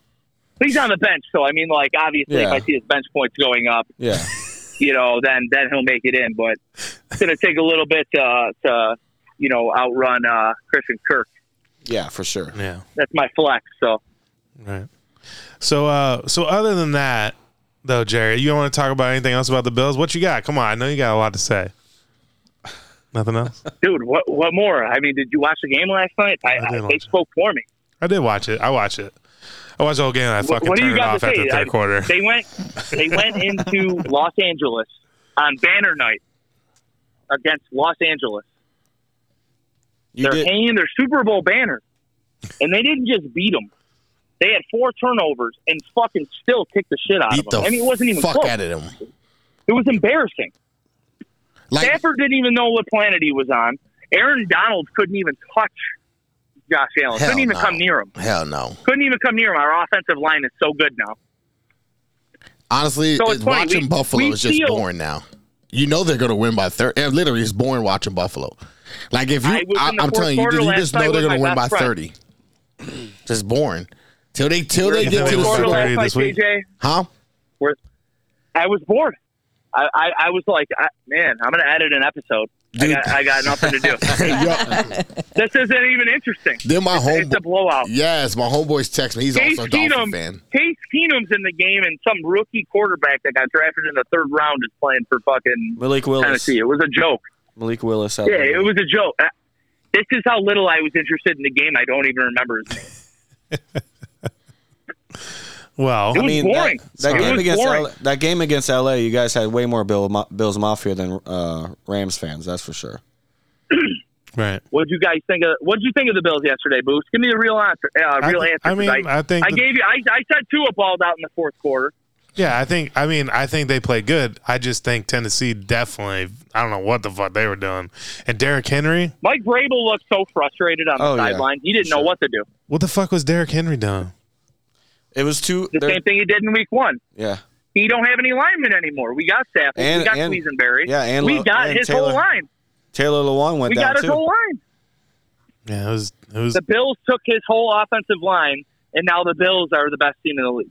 [SPEAKER 5] But he's on the bench, so I mean, like obviously,
[SPEAKER 2] Yeah.
[SPEAKER 5] if I see his bench points going up,
[SPEAKER 2] yeah,
[SPEAKER 5] you know, then then he'll make it in. But it's going to take a little bit to, to you know, outrun uh, Christian Kirk.
[SPEAKER 2] yeah, for sure.
[SPEAKER 1] Yeah,
[SPEAKER 5] That's my flex. So
[SPEAKER 1] right. So, uh, so other than that, though, Jerry, you don't want to talk about anything else about the Bills? What you got? Come on, I know you got a lot to say. Nothing else.
[SPEAKER 5] dude, what what more? I mean, did you watch the game last night? I,
[SPEAKER 1] I did
[SPEAKER 5] I, they
[SPEAKER 1] watch it.
[SPEAKER 5] spoke for me.
[SPEAKER 1] I did watch it. I watch it. I watched the whole game. and I
[SPEAKER 5] What,
[SPEAKER 1] fucking
[SPEAKER 5] what do
[SPEAKER 1] turned
[SPEAKER 5] you
[SPEAKER 1] it
[SPEAKER 5] got to
[SPEAKER 1] off
[SPEAKER 5] say?
[SPEAKER 1] after the third
[SPEAKER 5] I-
[SPEAKER 1] quarter.
[SPEAKER 5] They went they went into Los Angeles on banner night against Los Angeles.
[SPEAKER 2] You
[SPEAKER 5] They're
[SPEAKER 2] did.
[SPEAKER 5] hanging their Super Bowl banner, and they didn't just beat them. They had four turnovers and fucking still kicked the shit out
[SPEAKER 3] Beat
[SPEAKER 5] of
[SPEAKER 3] the
[SPEAKER 5] them. I mean, it wasn't even
[SPEAKER 3] fuck
[SPEAKER 5] close.
[SPEAKER 3] out of him.
[SPEAKER 5] It was embarrassing.
[SPEAKER 3] Like
[SPEAKER 5] Stafford didn't even know what planet he was on. Aaron Donald couldn't even touch Josh Allen.
[SPEAKER 3] Hell
[SPEAKER 5] couldn't even
[SPEAKER 3] no.
[SPEAKER 5] come near him.
[SPEAKER 3] hell no.
[SPEAKER 5] Couldn't even come near him. Our offensive line is so good now.
[SPEAKER 3] Honestly,
[SPEAKER 5] So it's
[SPEAKER 3] it's
[SPEAKER 5] funny,
[SPEAKER 3] watching
[SPEAKER 5] we-
[SPEAKER 3] Buffalo
[SPEAKER 5] we
[SPEAKER 3] is just
[SPEAKER 5] feel-
[SPEAKER 3] boring now. You know they're going to win by thirty. Literally, it's boring watching Buffalo. Like if you,
[SPEAKER 5] I was
[SPEAKER 3] I,
[SPEAKER 5] in the
[SPEAKER 3] am
[SPEAKER 5] fourth
[SPEAKER 3] telling you,
[SPEAKER 5] quarter
[SPEAKER 3] you
[SPEAKER 5] last
[SPEAKER 3] just know
[SPEAKER 5] night
[SPEAKER 3] they're
[SPEAKER 5] with
[SPEAKER 3] going to
[SPEAKER 5] my
[SPEAKER 3] win by
[SPEAKER 5] best friend.
[SPEAKER 3] thirty. Just boring. Till they till they
[SPEAKER 5] We're-
[SPEAKER 3] get
[SPEAKER 1] in
[SPEAKER 3] to
[SPEAKER 1] the
[SPEAKER 3] the
[SPEAKER 1] fourth
[SPEAKER 3] Super
[SPEAKER 5] Florida
[SPEAKER 1] quarter.
[SPEAKER 3] Bowl,
[SPEAKER 5] last
[SPEAKER 1] Bowl
[SPEAKER 5] night,
[SPEAKER 1] this week.
[SPEAKER 5] JJ,
[SPEAKER 3] huh?
[SPEAKER 5] we're- I was bored. I, I, I was like, I, man, I'm going to edit an episode. I
[SPEAKER 3] Dude.
[SPEAKER 5] got, I got nothing to do.
[SPEAKER 3] Yo,
[SPEAKER 5] this isn't even interesting.
[SPEAKER 3] then my
[SPEAKER 5] It's a
[SPEAKER 3] homeboy.
[SPEAKER 5] blowout.
[SPEAKER 3] Yes, my homeboy's text me. He's
[SPEAKER 5] Case
[SPEAKER 3] also a Dolphin
[SPEAKER 5] Keenum,
[SPEAKER 3] fan.
[SPEAKER 5] Case Keenum's in the game, and some rookie quarterback that got drafted in the third round is playing for fucking
[SPEAKER 2] Malik Willis.
[SPEAKER 5] Tennessee. It was a joke.
[SPEAKER 2] Malik Willis. out
[SPEAKER 5] Yeah,
[SPEAKER 2] there.
[SPEAKER 5] it was a joke. Uh, This is how little I was interested in the game. I don't even remember his name.
[SPEAKER 1] Well,
[SPEAKER 5] It was
[SPEAKER 2] that-
[SPEAKER 5] boring.
[SPEAKER 2] That,
[SPEAKER 5] It
[SPEAKER 2] game
[SPEAKER 5] was
[SPEAKER 2] against
[SPEAKER 5] boring.
[SPEAKER 2] LA, that game against LA, you guys had way more Bill, Ma, Bills Mafia than uh, Rams fans. That's for sure.
[SPEAKER 1] right.
[SPEAKER 5] What would you guys think of? What would you think of the Bills yesterday, Boost? Give me the real answer. Uh, real
[SPEAKER 1] I,
[SPEAKER 5] answer.
[SPEAKER 1] I mean,
[SPEAKER 5] 'cause
[SPEAKER 1] I, think
[SPEAKER 5] I
[SPEAKER 1] that-
[SPEAKER 5] gave you. I, I said Tua balled out in the fourth quarter.
[SPEAKER 1] Yeah, I think. I mean, I think they play good. I just think Tennessee definitely. I don't know what the fuck they were doing. And Derrick Henry,
[SPEAKER 5] Mike Vrabel looked so frustrated on the
[SPEAKER 2] Oh, yeah.
[SPEAKER 5] sideline. He didn't know
[SPEAKER 2] Sure.
[SPEAKER 5] what to do.
[SPEAKER 1] what the fuck was Derrick Henry doing?
[SPEAKER 2] It was two.
[SPEAKER 5] The
[SPEAKER 2] there-
[SPEAKER 5] same thing he did in Week One.
[SPEAKER 2] Yeah.
[SPEAKER 5] He don't have any linemen anymore. We got Stafford.
[SPEAKER 2] And-
[SPEAKER 5] we got
[SPEAKER 2] and-
[SPEAKER 5] Quisenberry.
[SPEAKER 2] yeah, and
[SPEAKER 5] we
[SPEAKER 2] Lo-
[SPEAKER 5] got
[SPEAKER 2] and
[SPEAKER 5] his
[SPEAKER 2] Taylor
[SPEAKER 5] whole line.
[SPEAKER 2] Taylor Lewan went
[SPEAKER 5] We
[SPEAKER 2] down
[SPEAKER 5] got his
[SPEAKER 2] too.
[SPEAKER 5] whole line.
[SPEAKER 1] Yeah, it was. It was.
[SPEAKER 5] The Bills took his whole offensive line, and now the Bills are the best team in the league.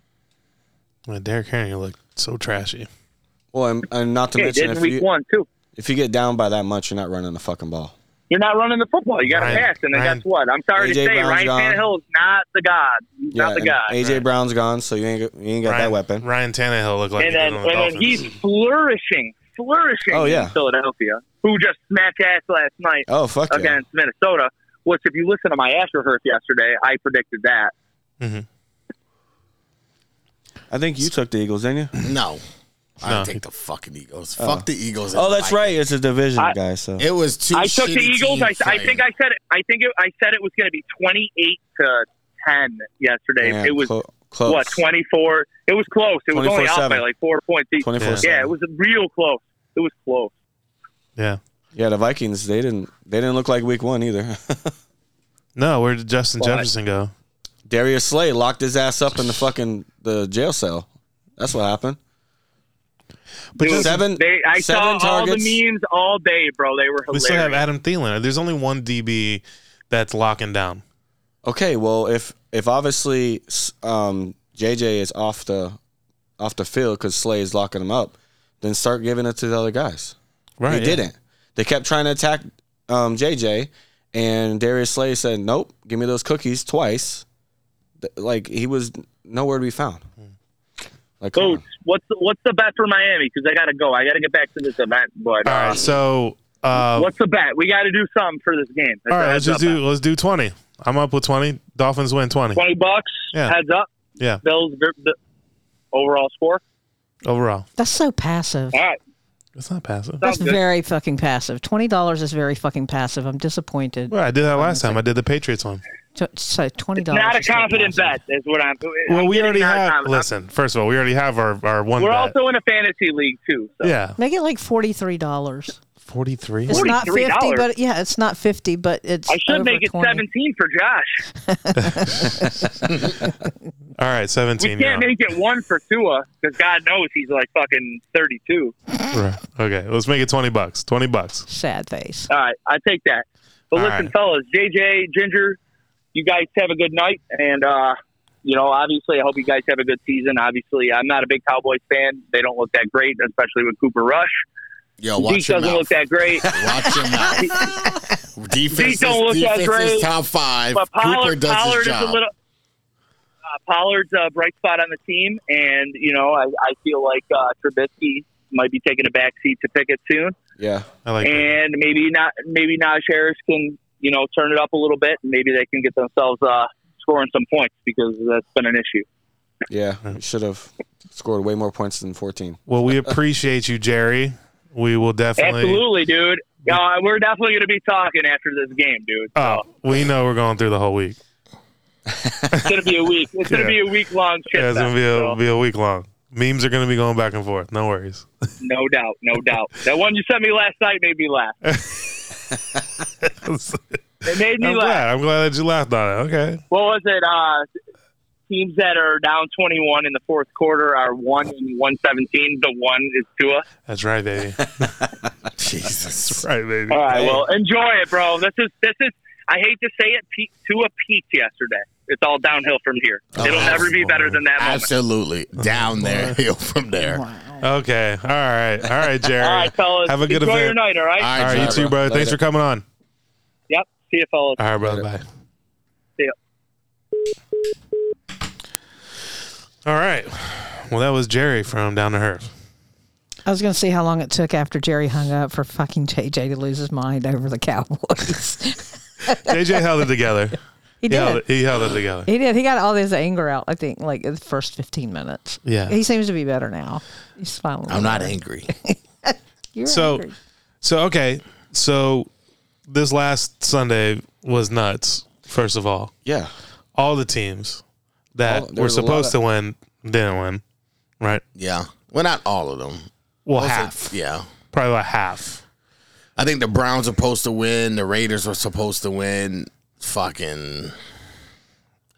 [SPEAKER 1] Man, Derrick Henry looked so trashy.
[SPEAKER 2] well, and, and not to
[SPEAKER 5] Yeah, he
[SPEAKER 2] mention
[SPEAKER 5] did in
[SPEAKER 2] if
[SPEAKER 5] Week
[SPEAKER 2] you,
[SPEAKER 5] One too.
[SPEAKER 2] if you get down by that much, you're not running the fucking ball.
[SPEAKER 5] You're not running the football. You got to
[SPEAKER 1] Ryan-
[SPEAKER 5] pass, and then
[SPEAKER 1] Ryan-
[SPEAKER 5] guess what? I'm sorry
[SPEAKER 2] AJ
[SPEAKER 5] to say,
[SPEAKER 2] Brown's
[SPEAKER 5] Ryan
[SPEAKER 2] gone.
[SPEAKER 5] Tannehill is not the god. He's not the
[SPEAKER 2] and
[SPEAKER 5] god.
[SPEAKER 2] AJ Brown's gone, so you ain't you ain't got that weapon.
[SPEAKER 1] Ryan Tannehill looked like
[SPEAKER 5] and
[SPEAKER 1] he did
[SPEAKER 5] then
[SPEAKER 1] on
[SPEAKER 5] and
[SPEAKER 1] the
[SPEAKER 5] then
[SPEAKER 1] Dolphins.
[SPEAKER 5] he's flourishing, flourishing
[SPEAKER 2] Oh, yeah.
[SPEAKER 5] in Philadelphia, who just smacked ass last night
[SPEAKER 2] Oh fuck yeah.
[SPEAKER 5] against Minnesota. Which, if you listen to my after herth yesterday, I predicted that.
[SPEAKER 2] I think you took the Eagles, didn't you?
[SPEAKER 3] No,
[SPEAKER 1] No.
[SPEAKER 3] I take the fucking Eagles. Fuck the Eagles.
[SPEAKER 2] Oh, that's
[SPEAKER 3] Like,
[SPEAKER 2] right. It's a division,
[SPEAKER 5] I-
[SPEAKER 2] guys. So
[SPEAKER 3] It was two.
[SPEAKER 5] I took the
[SPEAKER 3] shitty
[SPEAKER 5] Eagles. I,
[SPEAKER 3] teams
[SPEAKER 5] I
[SPEAKER 3] playing.
[SPEAKER 5] think I said it. I think it, I said it was going to be twenty-eight to ten yesterday.
[SPEAKER 2] Man,
[SPEAKER 5] it was
[SPEAKER 2] clo- close.
[SPEAKER 5] what twenty-four. It was close. It was only out
[SPEAKER 2] 24-7.
[SPEAKER 5] by like four points each.
[SPEAKER 2] 24
[SPEAKER 5] Yeah, it was real close. It was close.
[SPEAKER 1] yeah.
[SPEAKER 2] Yeah, the Vikings. They didn't. They didn't look like Week One either.
[SPEAKER 1] No, where did Justin
[SPEAKER 5] Well, I-
[SPEAKER 1] Jefferson go?
[SPEAKER 2] Darius Slay locked his ass up in the fucking the jail cell. That's what happened.
[SPEAKER 1] But
[SPEAKER 5] Dude,
[SPEAKER 1] just-
[SPEAKER 2] seven-
[SPEAKER 5] They, I
[SPEAKER 2] seven
[SPEAKER 5] saw all
[SPEAKER 2] targets.
[SPEAKER 5] the memes all day, bro. They were
[SPEAKER 1] we still have
[SPEAKER 5] hilarious.
[SPEAKER 1] Adam Thielen. There's only one DB that's locking down.
[SPEAKER 2] Okay, well, if if obviously s- um, JJ is off the off the field because Slay is locking him up, then start giving it to the other guys.
[SPEAKER 1] Right?
[SPEAKER 2] they didn't. They kept trying to attack um, JJ, and Darius Slay said, "Nope, give me those cookies twice." Th- Like he was nowhere to be found. Hmm. Like come
[SPEAKER 5] Coach,
[SPEAKER 2] on.
[SPEAKER 5] what's the, what's the bet for Miami? Because I gotta go. I gotta get back to this event. But
[SPEAKER 1] All
[SPEAKER 5] uh,
[SPEAKER 1] right. So. Uh,
[SPEAKER 5] what's the bet? We got to do something for this game. That's
[SPEAKER 1] all
[SPEAKER 5] a
[SPEAKER 1] right. Let's
[SPEAKER 5] heads
[SPEAKER 1] just
[SPEAKER 5] up
[SPEAKER 1] do. Let's do twenty. I'm up with twenty. Dolphins win twenty
[SPEAKER 5] bet. twenty bucks.
[SPEAKER 1] Yeah.
[SPEAKER 5] Heads up.
[SPEAKER 1] Yeah.
[SPEAKER 5] Bills the, the overall score.
[SPEAKER 1] overall.
[SPEAKER 4] That's so passive.
[SPEAKER 5] All right.
[SPEAKER 1] It's not passive.
[SPEAKER 5] Sounds
[SPEAKER 4] That's
[SPEAKER 5] good.
[SPEAKER 4] very fucking passive. Twenty dollars is very fucking passive. I'm disappointed.
[SPEAKER 1] Well, I did that last time. I did the Patriots one.
[SPEAKER 4] So- So twenty dollars.
[SPEAKER 5] Not a confident bet is what I'm.
[SPEAKER 1] Well,
[SPEAKER 5] I'm
[SPEAKER 1] we
[SPEAKER 5] getting
[SPEAKER 1] already
[SPEAKER 5] not
[SPEAKER 1] have.
[SPEAKER 5] confident.
[SPEAKER 1] Listen, first of all, we already have our, our one.
[SPEAKER 5] We're
[SPEAKER 1] bet.
[SPEAKER 5] also in a fantasy league too. So.
[SPEAKER 1] yeah,
[SPEAKER 4] Make it like forty three dollars.
[SPEAKER 1] forty three.
[SPEAKER 4] It's not fifty,
[SPEAKER 5] $43?
[SPEAKER 4] but yeah, it's not fifty, but it's.
[SPEAKER 5] I should
[SPEAKER 4] over
[SPEAKER 5] make it
[SPEAKER 4] 20.
[SPEAKER 5] seventeen for Josh.
[SPEAKER 1] All right,
[SPEAKER 5] We
[SPEAKER 1] seventeen. you're
[SPEAKER 5] can't
[SPEAKER 1] on.
[SPEAKER 5] make it one for Tua because God knows he's like fucking thirty-two.
[SPEAKER 1] Right. Okay, let's make it twenty bucks. Twenty bucks.
[SPEAKER 4] Sad face.
[SPEAKER 5] All right, I take that. But
[SPEAKER 1] All
[SPEAKER 5] listen,
[SPEAKER 1] right.
[SPEAKER 5] fellas, JJ, Ginger, you guys have a good night, and uh, you know, obviously, I hope you guys have a good season. Obviously, I'm not a big Cowboys fan; they don't look that great, especially with Cooper Rush.
[SPEAKER 3] Yo,
[SPEAKER 5] Zeke
[SPEAKER 3] watch your
[SPEAKER 5] doesn't
[SPEAKER 3] mouth.
[SPEAKER 5] look that great.
[SPEAKER 3] Watch your mouth. defense, is,
[SPEAKER 5] Zeke don't look that
[SPEAKER 3] defense is
[SPEAKER 5] great,
[SPEAKER 3] top five.
[SPEAKER 5] But
[SPEAKER 3] Cooper
[SPEAKER 5] Pollard,
[SPEAKER 3] does
[SPEAKER 5] Pollard
[SPEAKER 3] his
[SPEAKER 5] is a
[SPEAKER 3] job.
[SPEAKER 5] little. Uh, Pollard's a bright spot on the team, and you know, I, I feel like uh, Trubisky might be taking a backseat to Pickett soon.
[SPEAKER 2] yeah,
[SPEAKER 1] I like. that.
[SPEAKER 5] and maybe not maybe Najee Harris can you know turn it up a little bit. and Maybe they can get themselves uh, scoring some points because that's been an issue.
[SPEAKER 2] yeah. We should have scored way more points than fourteen.
[SPEAKER 1] Well, we appreciate you, Jerry. We will definitely.
[SPEAKER 5] Absolutely, dude. Uh, we're definitely going to be talking after this game, dude.
[SPEAKER 1] Oh, we know we're going through the whole week.
[SPEAKER 5] It's going to be a week. It's going
[SPEAKER 1] Yeah.
[SPEAKER 5] to be a week long shit.
[SPEAKER 1] Yeah, it's gonna
[SPEAKER 5] fest,
[SPEAKER 1] be a
[SPEAKER 5] so
[SPEAKER 1] be a week long. Memes are gonna be going back and forth. No worries.
[SPEAKER 5] no doubt, no doubt. That one you sent me last night made me laugh.
[SPEAKER 1] I'm
[SPEAKER 5] It made me laugh.
[SPEAKER 1] glad. I'm glad that you laughed on it. Okay.
[SPEAKER 5] What was it? Uh, teams that are down 21 in the fourth quarter are 1 and 117. The one is Tua.
[SPEAKER 1] That's right, baby.
[SPEAKER 3] Jesus.
[SPEAKER 1] right, baby.
[SPEAKER 5] All right, well, enjoy it, bro. This is this is. I hate to say it, Pete, Tua peaked yesterday. It's all downhill from here.
[SPEAKER 1] Oh,
[SPEAKER 5] It'll never be better than that moment.
[SPEAKER 3] Absolutely. Down there, hill from there. All
[SPEAKER 4] Wow.
[SPEAKER 1] Okay. All right. All right, Jerry.
[SPEAKER 5] All right, fellas.
[SPEAKER 1] Have a good
[SPEAKER 5] enjoy
[SPEAKER 1] event.
[SPEAKER 5] your night. All right.
[SPEAKER 1] All right, you too, brother. Thanks for coming on.
[SPEAKER 5] Yep. See you, fellas.
[SPEAKER 1] All right, brother. Bye.
[SPEAKER 5] See ya.
[SPEAKER 1] All right. Well, that was Jerry from Down to Earth.
[SPEAKER 4] I was going to see how long it took after Jerry hung up for fucking JJ to lose his mind over the Cowboys.
[SPEAKER 1] JJ held it together.
[SPEAKER 4] he
[SPEAKER 1] He held
[SPEAKER 4] did.
[SPEAKER 1] it, he held it together.
[SPEAKER 4] He did. He got all his anger out. I think like in the first fifteen minutes.
[SPEAKER 1] Yeah.
[SPEAKER 4] He seems to be better now. He's finally.
[SPEAKER 3] I'm not angry.
[SPEAKER 4] You're
[SPEAKER 1] So-
[SPEAKER 4] angry.
[SPEAKER 1] So okay, so this last Sunday was nuts. First of all,
[SPEAKER 2] Yeah.
[SPEAKER 1] all the teams
[SPEAKER 2] All-
[SPEAKER 1] that
[SPEAKER 2] there
[SPEAKER 1] were
[SPEAKER 2] was a lot
[SPEAKER 1] supposed
[SPEAKER 2] of-
[SPEAKER 1] to win didn't win, right?
[SPEAKER 3] Yeah. Well, not all of them.
[SPEAKER 1] Well,
[SPEAKER 3] Also,
[SPEAKER 1] half,
[SPEAKER 3] Yeah.
[SPEAKER 1] probably about half.
[SPEAKER 3] I think the Browns are supposed to win. The Raiders were supposed to win. Fucking.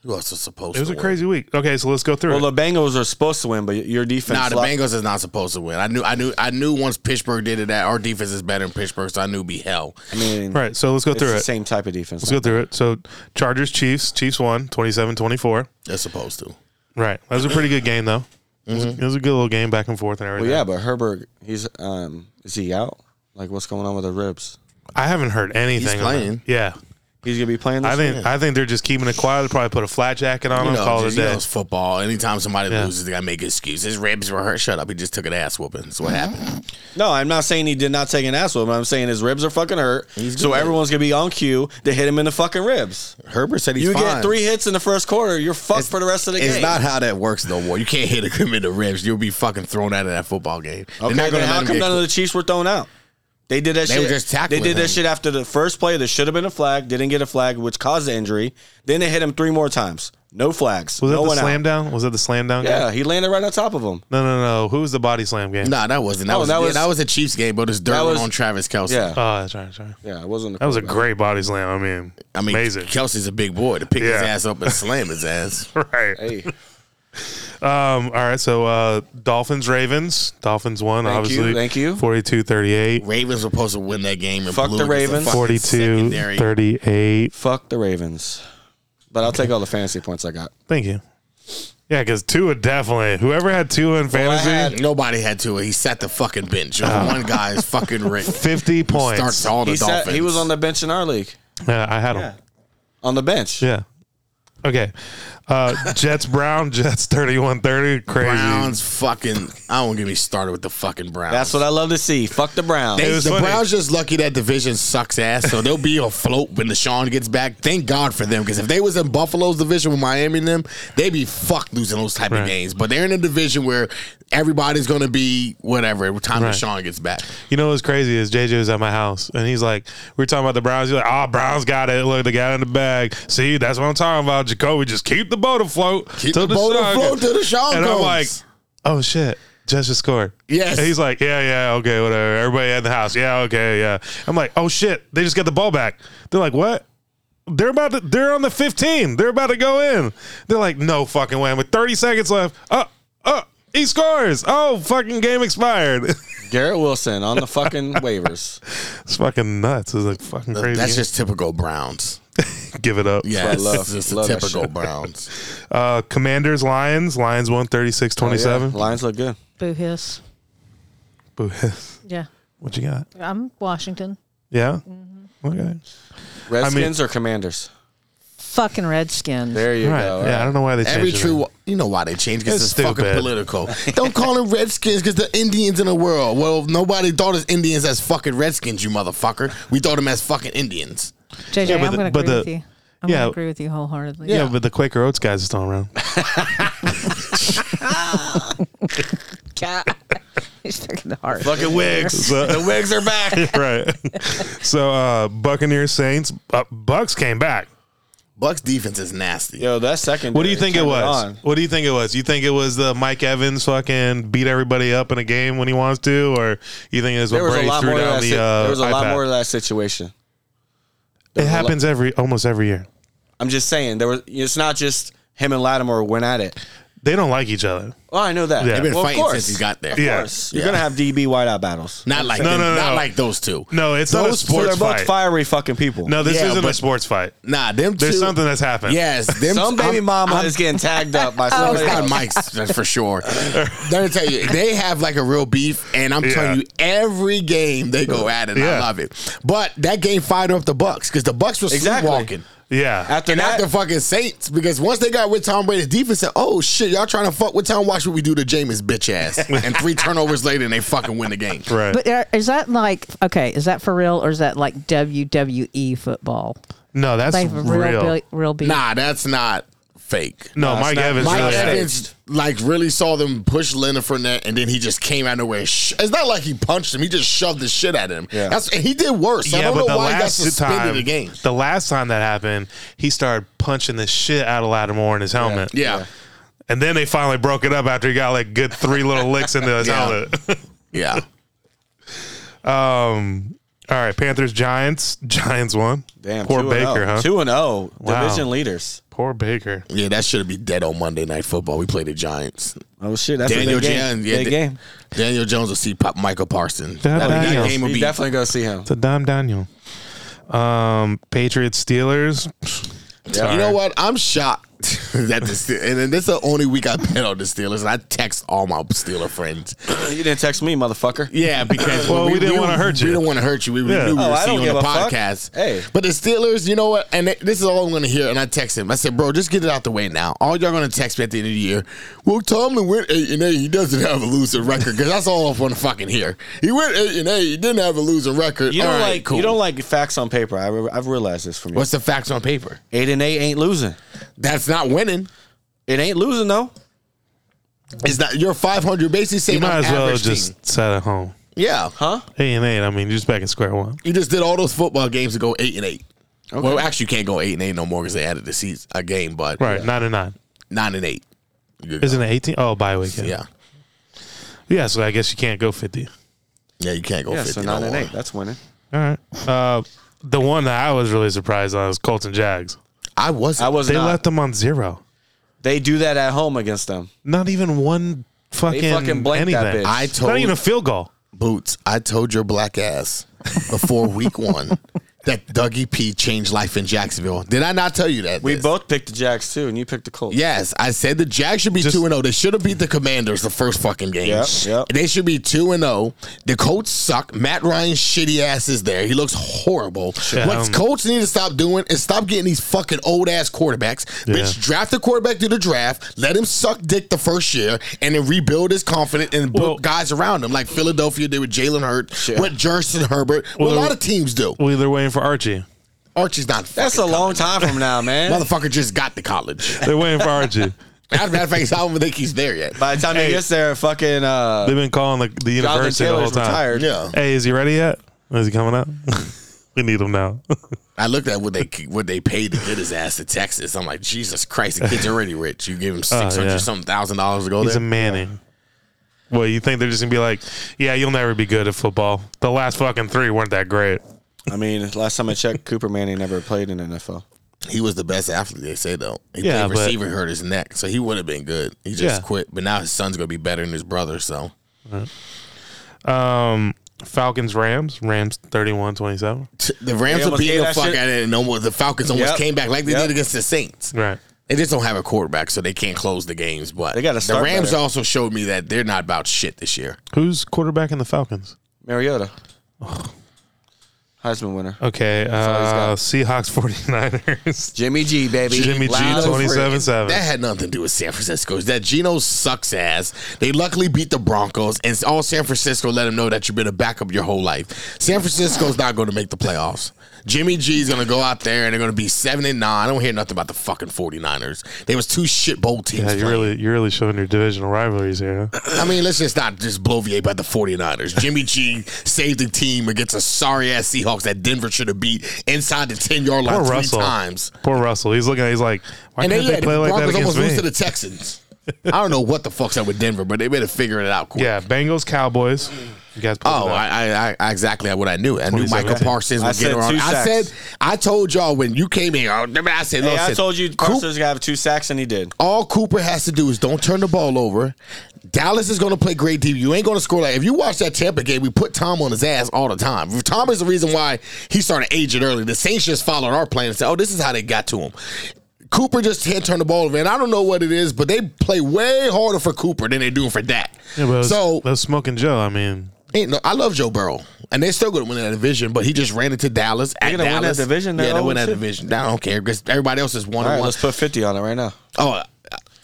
[SPEAKER 3] Who else was supposed
[SPEAKER 1] It was
[SPEAKER 3] to
[SPEAKER 1] a
[SPEAKER 3] win?
[SPEAKER 1] crazy week. Okay, so let's go through
[SPEAKER 2] Well,
[SPEAKER 1] it.
[SPEAKER 2] the Bengals are supposed to win, but your defense.
[SPEAKER 3] Nah, the
[SPEAKER 2] lost-
[SPEAKER 3] Bengals is not supposed to win. I knew, I knew, I knew. Once Pittsburgh did it, that our defense is better than Pittsburgh, so I knew be hell.
[SPEAKER 2] I mean,
[SPEAKER 1] All right, so let's go
[SPEAKER 2] it's
[SPEAKER 1] through
[SPEAKER 2] the
[SPEAKER 1] it.
[SPEAKER 2] same type of defense.
[SPEAKER 1] Let's go through it. So Chargers, Chiefs, Chiefs won 27-24.
[SPEAKER 3] They're supposed to.
[SPEAKER 1] Right, that was a pretty good game though. It, was a, it was a good little game back and forth and
[SPEAKER 2] Mm-hmm. Well,
[SPEAKER 1] everything.
[SPEAKER 2] yeah, but Herbert, he's um, is he out? Like, what's going on with the ribs?
[SPEAKER 1] I haven't heard anything. on that.
[SPEAKER 3] playing.
[SPEAKER 1] Yeah,
[SPEAKER 2] He's gonna be playing. This
[SPEAKER 1] I think I think they're just keeping it quiet. They probably put a flat jacket on
[SPEAKER 3] You
[SPEAKER 1] him,
[SPEAKER 3] know,
[SPEAKER 1] call it a
[SPEAKER 3] just, you know,
[SPEAKER 1] day.
[SPEAKER 3] it's football. Anytime somebody
[SPEAKER 1] Yeah.
[SPEAKER 3] loses, they gotta make excuses. His ribs were hurt. Shut up. He just took an ass whooping. That's what
[SPEAKER 2] Mm-hmm.
[SPEAKER 3] happened.
[SPEAKER 2] No, I'm not saying he did not take an ass whooping. I'm saying his ribs are fucking hurt. So everyone's gonna be on cue to hit him in the fucking ribs.
[SPEAKER 3] Herbert said he's
[SPEAKER 2] you
[SPEAKER 3] fine.
[SPEAKER 2] get three hits in the first quarter, you're fucked for the rest of the
[SPEAKER 3] It's
[SPEAKER 2] game.
[SPEAKER 3] not how that works no more. You can't hit a him in the ribs. You'll be fucking thrown out of that football game.
[SPEAKER 2] okay,
[SPEAKER 3] They're not
[SPEAKER 2] then
[SPEAKER 3] gonna
[SPEAKER 2] how
[SPEAKER 3] let him
[SPEAKER 2] come
[SPEAKER 3] get
[SPEAKER 2] none of the Chiefs were thrown out? They did that
[SPEAKER 3] They
[SPEAKER 2] shit.
[SPEAKER 3] were just tackling
[SPEAKER 2] they did
[SPEAKER 3] him.
[SPEAKER 2] that shit after the first play that should have been a flag, didn't get a flag, which caused the injury. Then they hit him three more times. No flags.
[SPEAKER 1] Was
[SPEAKER 2] no
[SPEAKER 1] that the
[SPEAKER 2] one
[SPEAKER 1] slam
[SPEAKER 2] out.
[SPEAKER 1] down? Was that the slam down? game?
[SPEAKER 2] Yeah, he landed right on top of him.
[SPEAKER 1] No, no, no. Who was the body slam game?
[SPEAKER 3] No, that wasn't. That,
[SPEAKER 2] Oh,
[SPEAKER 3] was,
[SPEAKER 2] that
[SPEAKER 3] that was
[SPEAKER 2] was-
[SPEAKER 3] that was a Chiefs game, but it's dirt
[SPEAKER 2] That was-
[SPEAKER 3] on Travis Kelsey.
[SPEAKER 2] Yeah.
[SPEAKER 1] Oh, that's right. That's right.
[SPEAKER 2] Yeah, it wasn't.
[SPEAKER 1] That was a great body slam. I mean,
[SPEAKER 3] I mean,
[SPEAKER 1] amazing.
[SPEAKER 3] Kelsey's a big boy to pick his
[SPEAKER 1] Yeah.
[SPEAKER 3] ass up and slam his ass.
[SPEAKER 1] right.
[SPEAKER 2] Hey,
[SPEAKER 1] Um, all right. So, uh, Dolphins, Ravens. Dolphins won,
[SPEAKER 2] Thank you,
[SPEAKER 1] obviously.
[SPEAKER 2] thank you.
[SPEAKER 1] 42 38.
[SPEAKER 3] Ravens were supposed to win that game. And
[SPEAKER 2] Fuck
[SPEAKER 3] blew
[SPEAKER 2] the
[SPEAKER 3] it against
[SPEAKER 2] Ravens.
[SPEAKER 3] fucking
[SPEAKER 1] 42
[SPEAKER 3] secondary.
[SPEAKER 1] 38.
[SPEAKER 2] fuck the Ravens. But I'll take all the fantasy points I got.
[SPEAKER 1] Thank you. Yeah, because Tua definitely. Whoever had Tua in fantasy,
[SPEAKER 2] had-
[SPEAKER 3] Nobody had to. He sat the fucking bench. It was one guy's fucking rick.
[SPEAKER 1] 50 points.
[SPEAKER 3] Starts all the
[SPEAKER 2] He,
[SPEAKER 3] Dolphins.
[SPEAKER 2] sat, he was on the bench in our league.
[SPEAKER 1] yeah, I had him.
[SPEAKER 2] On the bench.
[SPEAKER 1] Yeah. Okay. Uh, Jets, Brown. Jets 31 30. Crazy.
[SPEAKER 3] Browns. Fucking. I don't get me started with the fucking Browns.
[SPEAKER 2] That's what I love to see. Fuck the Browns.
[SPEAKER 3] They,
[SPEAKER 1] It was
[SPEAKER 3] the
[SPEAKER 1] funny.
[SPEAKER 3] Browns just lucky that division sucks ass, so they'll be afloat when Deshaun gets back. Thank God for them, because if they was in Buffalo's division with Miami and them, they'd be fucked losing those type
[SPEAKER 1] Right.
[SPEAKER 3] of games. But they're in a division where everybody's gonna be whatever every time
[SPEAKER 1] Right.
[SPEAKER 3] Deshaun gets back.
[SPEAKER 1] You know what's crazy is JJ was at my house and he's like, we are talking about the Browns. He's like, oh, Browns got it. Look, they got it in the bag. See, that's what I'm talking about. Jacoby, just keep the boat afloat.
[SPEAKER 3] Keep
[SPEAKER 1] till
[SPEAKER 3] the boat
[SPEAKER 1] Deshaun goes."
[SPEAKER 3] afloat till Deshaun
[SPEAKER 1] And I'm
[SPEAKER 3] comes.
[SPEAKER 1] like, oh shit. Jets just scored.
[SPEAKER 3] Yes.
[SPEAKER 1] And he's like, yeah, yeah, okay, whatever. Everybody in the house. Yeah, okay, yeah. I'm like, oh shit, they just got the ball back. They're like, what? They're about to. They're on the 15. They're about to go in. They're like, no fucking way. With 30 seconds left. Uh, uh, he scores. Oh, fucking game expired.
[SPEAKER 2] Garrett Wilson on the fucking waivers.
[SPEAKER 1] It's fucking nuts. It's like fucking crazy.
[SPEAKER 3] That's just typical Browns.
[SPEAKER 1] give it up.
[SPEAKER 3] Yeah,
[SPEAKER 2] love-
[SPEAKER 3] it's just
[SPEAKER 2] love that
[SPEAKER 3] typical
[SPEAKER 2] shit.
[SPEAKER 3] Browns.
[SPEAKER 1] Uh, Commanders, Lions. Lions won 36 27.
[SPEAKER 2] Oh, Yeah, Lions look good.
[SPEAKER 4] Boo hiss. Yeah.
[SPEAKER 1] what you got?
[SPEAKER 4] I'm Washington.
[SPEAKER 1] Yeah? Okay.
[SPEAKER 2] Redskins or Commanders?
[SPEAKER 4] Fucking Redskins.
[SPEAKER 2] There you
[SPEAKER 1] All right.
[SPEAKER 2] go.
[SPEAKER 1] Yeah, I don't know why they changed
[SPEAKER 3] Every
[SPEAKER 1] it.
[SPEAKER 3] true, you know why they change because
[SPEAKER 1] It's
[SPEAKER 3] it's, fucking
[SPEAKER 1] stupid.
[SPEAKER 3] political. Don't call them Redskins because the Indians in the world. Well, nobody thought us Indians as fucking Redskins, you motherfucker. We thought them as fucking Indians.
[SPEAKER 4] JJ,
[SPEAKER 1] Yeah, but
[SPEAKER 4] I'm
[SPEAKER 1] the-
[SPEAKER 4] going to
[SPEAKER 1] but
[SPEAKER 4] agree
[SPEAKER 1] the-
[SPEAKER 4] with you. I'm
[SPEAKER 1] yeah.
[SPEAKER 4] going to agree with you wholeheartedly.
[SPEAKER 1] Yeah, but the Quaker Oats guys are still around.
[SPEAKER 4] God. He's taking the heart.
[SPEAKER 2] Fucking wigs. the wigs are back.
[SPEAKER 1] right. So, uh, Buccaneers, Saints. Uh, Bucks came back.
[SPEAKER 3] Bucks defense is nasty.
[SPEAKER 2] Yo, that second.
[SPEAKER 1] What do you think it was? What do you think it was? You think it was the Mike Evans fucking beat everybody up in a game when he wants to, or you think it was
[SPEAKER 2] There
[SPEAKER 1] when
[SPEAKER 2] was a
[SPEAKER 1] Brady
[SPEAKER 2] lot
[SPEAKER 1] threw
[SPEAKER 2] more. to
[SPEAKER 1] down
[SPEAKER 2] That
[SPEAKER 1] the?
[SPEAKER 2] si-
[SPEAKER 1] Uh,
[SPEAKER 2] there was a lot
[SPEAKER 1] iPad?
[SPEAKER 2] more to that situation.
[SPEAKER 1] It happens every almost every year.
[SPEAKER 2] I'm just saying there was. It's not just him and Lattimore went at it.
[SPEAKER 1] They don't like each other.
[SPEAKER 2] Oh, I know that.
[SPEAKER 1] Yeah.
[SPEAKER 3] They've been
[SPEAKER 2] Well, of
[SPEAKER 3] fighting
[SPEAKER 2] course.
[SPEAKER 3] since he got there.
[SPEAKER 2] Of
[SPEAKER 1] Yeah.
[SPEAKER 2] course. You're
[SPEAKER 3] Yeah.
[SPEAKER 2] going to have DB whiteout battles.
[SPEAKER 3] Not like
[SPEAKER 1] No,
[SPEAKER 3] them-
[SPEAKER 1] no, no,
[SPEAKER 3] not
[SPEAKER 1] no.
[SPEAKER 3] like those two.
[SPEAKER 1] No, it's not a
[SPEAKER 2] Those, so they're
[SPEAKER 1] sports
[SPEAKER 2] both
[SPEAKER 1] fight.
[SPEAKER 2] fiery fucking people.
[SPEAKER 1] no, this
[SPEAKER 3] Yeah,
[SPEAKER 1] isn't a
[SPEAKER 3] but-
[SPEAKER 1] sports fight.
[SPEAKER 3] Nah, them
[SPEAKER 1] There's
[SPEAKER 3] two.
[SPEAKER 1] something that's happened.
[SPEAKER 3] Yes, them
[SPEAKER 2] Some baby
[SPEAKER 3] I'm-
[SPEAKER 2] mama
[SPEAKER 3] I'm-
[SPEAKER 2] is getting tagged up by
[SPEAKER 3] Oh, it's
[SPEAKER 2] somebody.
[SPEAKER 3] not
[SPEAKER 2] else.
[SPEAKER 3] Mike's that's for sure. Let me tell you, they have like a real beef, and I'm
[SPEAKER 1] Yeah.
[SPEAKER 3] telling you, every game they go at it. and
[SPEAKER 1] Yeah.
[SPEAKER 3] I love it. But that game fired up the Bucks because the Bucks were
[SPEAKER 2] Exactly.
[SPEAKER 3] sleepwalking.
[SPEAKER 1] Yeah.
[SPEAKER 2] After
[SPEAKER 3] And
[SPEAKER 2] that,
[SPEAKER 3] not the fucking Saints, because once they got with Tom Brady's defense, said, "Oh shit, y'all trying to fuck with Tom? Watch what we do to Jameis, bitch ass." and three turnovers later, and they fucking win the game.
[SPEAKER 1] Right.
[SPEAKER 4] But are, is that like okay? Is that for real, or is that like WWE football?
[SPEAKER 1] no, that's
[SPEAKER 4] Like
[SPEAKER 1] real.
[SPEAKER 4] real, be- real beef.
[SPEAKER 3] Nah, that's not fake.
[SPEAKER 1] no,
[SPEAKER 2] it's
[SPEAKER 1] Mike
[SPEAKER 2] not-
[SPEAKER 1] Evans.
[SPEAKER 2] Mike
[SPEAKER 1] really
[SPEAKER 2] Evans-
[SPEAKER 1] had-
[SPEAKER 3] Evans like really saw them push Leonard Fournette, and then he just came out of nowhere. and Sh- it's not like he punched him; he just shoved the shit at him.
[SPEAKER 2] Yeah.
[SPEAKER 3] That's and he did worse. I
[SPEAKER 1] Yeah,
[SPEAKER 3] don't
[SPEAKER 1] but
[SPEAKER 3] know
[SPEAKER 1] the
[SPEAKER 3] why he got
[SPEAKER 1] last
[SPEAKER 3] suspended
[SPEAKER 1] time,
[SPEAKER 3] the game.
[SPEAKER 1] the last time that happened, he started punching the shit out of Lattimore in his helmet.
[SPEAKER 3] Yeah,
[SPEAKER 1] And then they finally broke it up after he got like good three little licks into his
[SPEAKER 3] Yeah.
[SPEAKER 1] helmet.
[SPEAKER 3] yeah.
[SPEAKER 1] Um. All right, Panthers, Giants. Giants won.
[SPEAKER 2] damn,
[SPEAKER 1] poor
[SPEAKER 2] two
[SPEAKER 3] oh.
[SPEAKER 1] Baker,
[SPEAKER 2] and oh.
[SPEAKER 1] huh?
[SPEAKER 2] Two and zero
[SPEAKER 1] Wow.
[SPEAKER 2] division leaders.
[SPEAKER 1] Poor Baker.
[SPEAKER 3] Yeah, that should be dead on Monday Night Football. We play the Giants.
[SPEAKER 2] Oh shit, that's
[SPEAKER 3] Daniel
[SPEAKER 2] a big
[SPEAKER 3] Jan-
[SPEAKER 2] game.
[SPEAKER 3] yeah,
[SPEAKER 2] Big
[SPEAKER 3] Da-
[SPEAKER 2] game.
[SPEAKER 3] Daniel Jones will see Pop Michael Parson.
[SPEAKER 1] That Daniel.
[SPEAKER 3] game will
[SPEAKER 2] You
[SPEAKER 3] be
[SPEAKER 2] definitely go see him.
[SPEAKER 1] It's a Dom Daniel. Um, Patriots, Steelers.
[SPEAKER 3] You know what? I'm shocked that the Ste- and then this is the only week I bet on the Steelers, and I text all my Steeler friends.
[SPEAKER 2] You didn't text me, motherfucker.
[SPEAKER 3] Yeah, because
[SPEAKER 1] Well, we didn't wanna hurt you.
[SPEAKER 3] We didn't want to hurt you. We
[SPEAKER 1] Yeah.
[SPEAKER 3] knew we
[SPEAKER 1] Oh,
[SPEAKER 3] were
[SPEAKER 2] I
[SPEAKER 3] seeing
[SPEAKER 2] don't
[SPEAKER 3] you on the
[SPEAKER 2] give a fuck.
[SPEAKER 3] podcast.
[SPEAKER 2] Hey.
[SPEAKER 3] But the Steelers, you know what? And it- this is all I'm going to hear. And I text him. I said, bro, just get it out the way now. All y'all going to text me at the end of the year. Well, Tomlin went eight and eight. He doesn't have a losing record because that's all I want to fucking hear. He went eight and eight. He didn't have a losing record.
[SPEAKER 2] You don't
[SPEAKER 3] All right,
[SPEAKER 2] like you don't like facts on paper. I re- I've realized this from you.
[SPEAKER 3] What's the facts on paper?
[SPEAKER 2] Eight and eight ain't losing.
[SPEAKER 3] That's not winning.
[SPEAKER 2] It ain't losing though.
[SPEAKER 3] It's not. You're 500. Basically saying
[SPEAKER 1] You might
[SPEAKER 3] I'm
[SPEAKER 1] as well
[SPEAKER 3] average
[SPEAKER 1] just
[SPEAKER 3] team.
[SPEAKER 1] set at home.
[SPEAKER 3] yeah.
[SPEAKER 2] Huh?
[SPEAKER 1] Eight and eight. I mean, you're just back in square one.
[SPEAKER 3] You just did all those football games to go eight and eight. Well, actually, you can't go eight and eight no more because they added the season, a game, but
[SPEAKER 1] Right, nine and nine.
[SPEAKER 3] nine and eight. You could
[SPEAKER 1] Isn't it eighteen? Oh, bye weekend.
[SPEAKER 3] go. Yeah.
[SPEAKER 1] Yeah, so I guess you can't go fifty.
[SPEAKER 3] Yeah, you can't go
[SPEAKER 2] Yeah,
[SPEAKER 3] 50
[SPEAKER 2] so
[SPEAKER 3] no
[SPEAKER 2] nine and
[SPEAKER 3] more.
[SPEAKER 2] eight. That's winning.
[SPEAKER 1] All right. Uh, the one that I was really surprised on was Colts and Jags.
[SPEAKER 3] I wasn't.
[SPEAKER 2] I was
[SPEAKER 1] They
[SPEAKER 2] not.
[SPEAKER 1] left them on zero.
[SPEAKER 2] they do that at home against them.
[SPEAKER 1] Not even one fucking,
[SPEAKER 2] fucking blanked that
[SPEAKER 1] anything.
[SPEAKER 2] bitch.
[SPEAKER 3] I
[SPEAKER 1] Not even a
[SPEAKER 3] told
[SPEAKER 1] field goal.
[SPEAKER 3] Boots, I told your black ass before week one that Dougie P changed life in Jacksonville. Did I not tell you that?
[SPEAKER 2] We
[SPEAKER 3] This-
[SPEAKER 2] both picked the Jags too, and you picked the Colts.
[SPEAKER 3] Yes, I said the Jags should be
[SPEAKER 1] Just-
[SPEAKER 3] two and zero. They should have beat the Commanders the first fucking game.
[SPEAKER 2] Yep, yep.
[SPEAKER 3] They should be two and zero. The Colts suck. Matt Ryan's shitty ass is there. He looks horrible.
[SPEAKER 1] Yeah,
[SPEAKER 3] what
[SPEAKER 1] um,
[SPEAKER 3] Colts need to stop doing is stop getting these fucking old ass quarterbacks. Bitch, draft the quarterback through the draft. Let him suck dick the first year, and then rebuild his confidence and
[SPEAKER 1] Well-
[SPEAKER 3] book guys around him like Philadelphia did with Jalen Hurt, with Jerson Herbert. what
[SPEAKER 1] Well,
[SPEAKER 3] a lot of teams do.
[SPEAKER 1] Well, they're waiting for Archie.
[SPEAKER 3] Archie's not.
[SPEAKER 2] That's a
[SPEAKER 3] fucking
[SPEAKER 2] long
[SPEAKER 3] coming.
[SPEAKER 2] time from now, man.
[SPEAKER 3] Motherfucker just got to college.
[SPEAKER 1] They're waiting for Archie.
[SPEAKER 3] As a matter of fact, I don't think he's there yet.
[SPEAKER 2] By the time he gets there, fucking uh,
[SPEAKER 1] They've been calling the, the university
[SPEAKER 2] Jonathan
[SPEAKER 1] the whole
[SPEAKER 2] Taylor's
[SPEAKER 1] time.
[SPEAKER 2] retired.
[SPEAKER 3] Yeah.
[SPEAKER 1] Hey, is he ready yet? Is he coming up? we need him now.
[SPEAKER 3] I looked at what they what they paid to get his ass to Texas. I'm like, Jesus Christ, the kid's already rich. You give him six hundred
[SPEAKER 1] Oh, yeah.
[SPEAKER 3] something thousand dollars to go
[SPEAKER 1] He's a
[SPEAKER 3] there.
[SPEAKER 1] Manning. Well, you think they're just gonna be like, yeah, you'll never be good at football. The last fucking three weren't that great.
[SPEAKER 2] I mean, last time I checked, Cooper Manning never played in NFL.
[SPEAKER 3] he was the best athlete they say though. He
[SPEAKER 1] Yeah,
[SPEAKER 3] played
[SPEAKER 1] but-
[SPEAKER 3] receiver hurt his neck, so he would have been good. He just
[SPEAKER 1] Yeah.
[SPEAKER 3] quit, but now his son's gonna be better than his brother. So
[SPEAKER 1] Um, Falcons, Rams, Rams 31-27.
[SPEAKER 3] T- the Rams will
[SPEAKER 2] almost
[SPEAKER 3] beat
[SPEAKER 2] gave
[SPEAKER 3] the
[SPEAKER 2] that
[SPEAKER 3] fuck
[SPEAKER 2] shit-
[SPEAKER 3] out of it. And almost the Falcons almost
[SPEAKER 2] Yep.
[SPEAKER 3] came back like they
[SPEAKER 2] Yep.
[SPEAKER 3] did against the Saints.
[SPEAKER 1] Right.
[SPEAKER 3] They just don't have a quarterback, so they can't close the games. But
[SPEAKER 2] They gotta
[SPEAKER 3] the
[SPEAKER 2] start
[SPEAKER 3] Rams
[SPEAKER 2] better.
[SPEAKER 3] also showed me that they're not about shit this year.
[SPEAKER 1] Who's quarterback in the Falcons?
[SPEAKER 2] Mariota, Heisman winner.
[SPEAKER 1] Okay, uh, Seahawks 49ers.
[SPEAKER 2] Jimmy G, baby.
[SPEAKER 1] Jimmy G
[SPEAKER 2] Loud and free.
[SPEAKER 1] 27-7.
[SPEAKER 3] That had nothing to do with San Francisco. It's That Geno sucks ass. They luckily beat the Broncos, and all San Francisco let them know that you've been a backup your whole life. San Francisco's not going to make the playoffs. Jimmy G's going to go out there, and they're going to be 7 and 9. I don't hear nothing about the fucking 49ers. They was two shit bowl teams.
[SPEAKER 1] Yeah, you're
[SPEAKER 3] playing.
[SPEAKER 1] really you're really showing your divisional rivalries here. huh?
[SPEAKER 3] I mean, let's just not just bloviate about the 49ers. Jimmy G saved the team against a sorry ass Seahawks that Denver should have beat inside the 10 yard line
[SPEAKER 1] Poor
[SPEAKER 3] three
[SPEAKER 1] Russell.
[SPEAKER 3] times.
[SPEAKER 1] Poor Russell. He's looking at he's like, why
[SPEAKER 3] And they,
[SPEAKER 1] can't they,
[SPEAKER 3] yeah,
[SPEAKER 1] play
[SPEAKER 3] the
[SPEAKER 1] like that against
[SPEAKER 3] Broncos almost lose to
[SPEAKER 1] me?
[SPEAKER 3] the Texans. I don't know what the fuck's up with Denver, but they better figure it out quick.
[SPEAKER 1] yeah, Bengals, Cowboys. You guys pulled
[SPEAKER 3] Oh,
[SPEAKER 1] it up.
[SPEAKER 3] I, I, I exactly what I knew. I knew Michael
[SPEAKER 1] 2017.
[SPEAKER 3] Parsons
[SPEAKER 2] I
[SPEAKER 3] was
[SPEAKER 2] said
[SPEAKER 3] getting around.
[SPEAKER 2] two
[SPEAKER 3] I
[SPEAKER 2] sacks.
[SPEAKER 3] said, I told y'all when you came in. I, remember I said,
[SPEAKER 2] Hey,
[SPEAKER 3] look,
[SPEAKER 2] I
[SPEAKER 3] said,
[SPEAKER 2] told you
[SPEAKER 3] Coop-
[SPEAKER 2] Parsons gonna have two sacks, and he did.
[SPEAKER 3] all Cooper has to do is don't turn the ball over. Dallas is going to play great D. You ain't going to score like if you watch that Tampa game. We put Tom on his ass all the time. Tom is the reason why he started aging early. The Saints just followed our plan and said, "Oh, this is how they got to him." Cooper just can't turn the ball over, and I don't know what it is, but they play way harder for Cooper than they do for Dak.
[SPEAKER 1] Yeah, but it was,
[SPEAKER 3] so
[SPEAKER 1] it was smoking Joe. I mean,
[SPEAKER 3] Ain't no, I love Joe Burrow, and they're still going to win that division. But he just ran into Dallas. At
[SPEAKER 2] gonna win that
[SPEAKER 3] Dallas.
[SPEAKER 2] division, they're
[SPEAKER 3] Yeah, they win that
[SPEAKER 2] 0-2.
[SPEAKER 3] division. I don't care because everybody else is one
[SPEAKER 2] All
[SPEAKER 3] and
[SPEAKER 2] right,
[SPEAKER 3] one.
[SPEAKER 2] let's put fifty on it right now.
[SPEAKER 3] Oh, uh,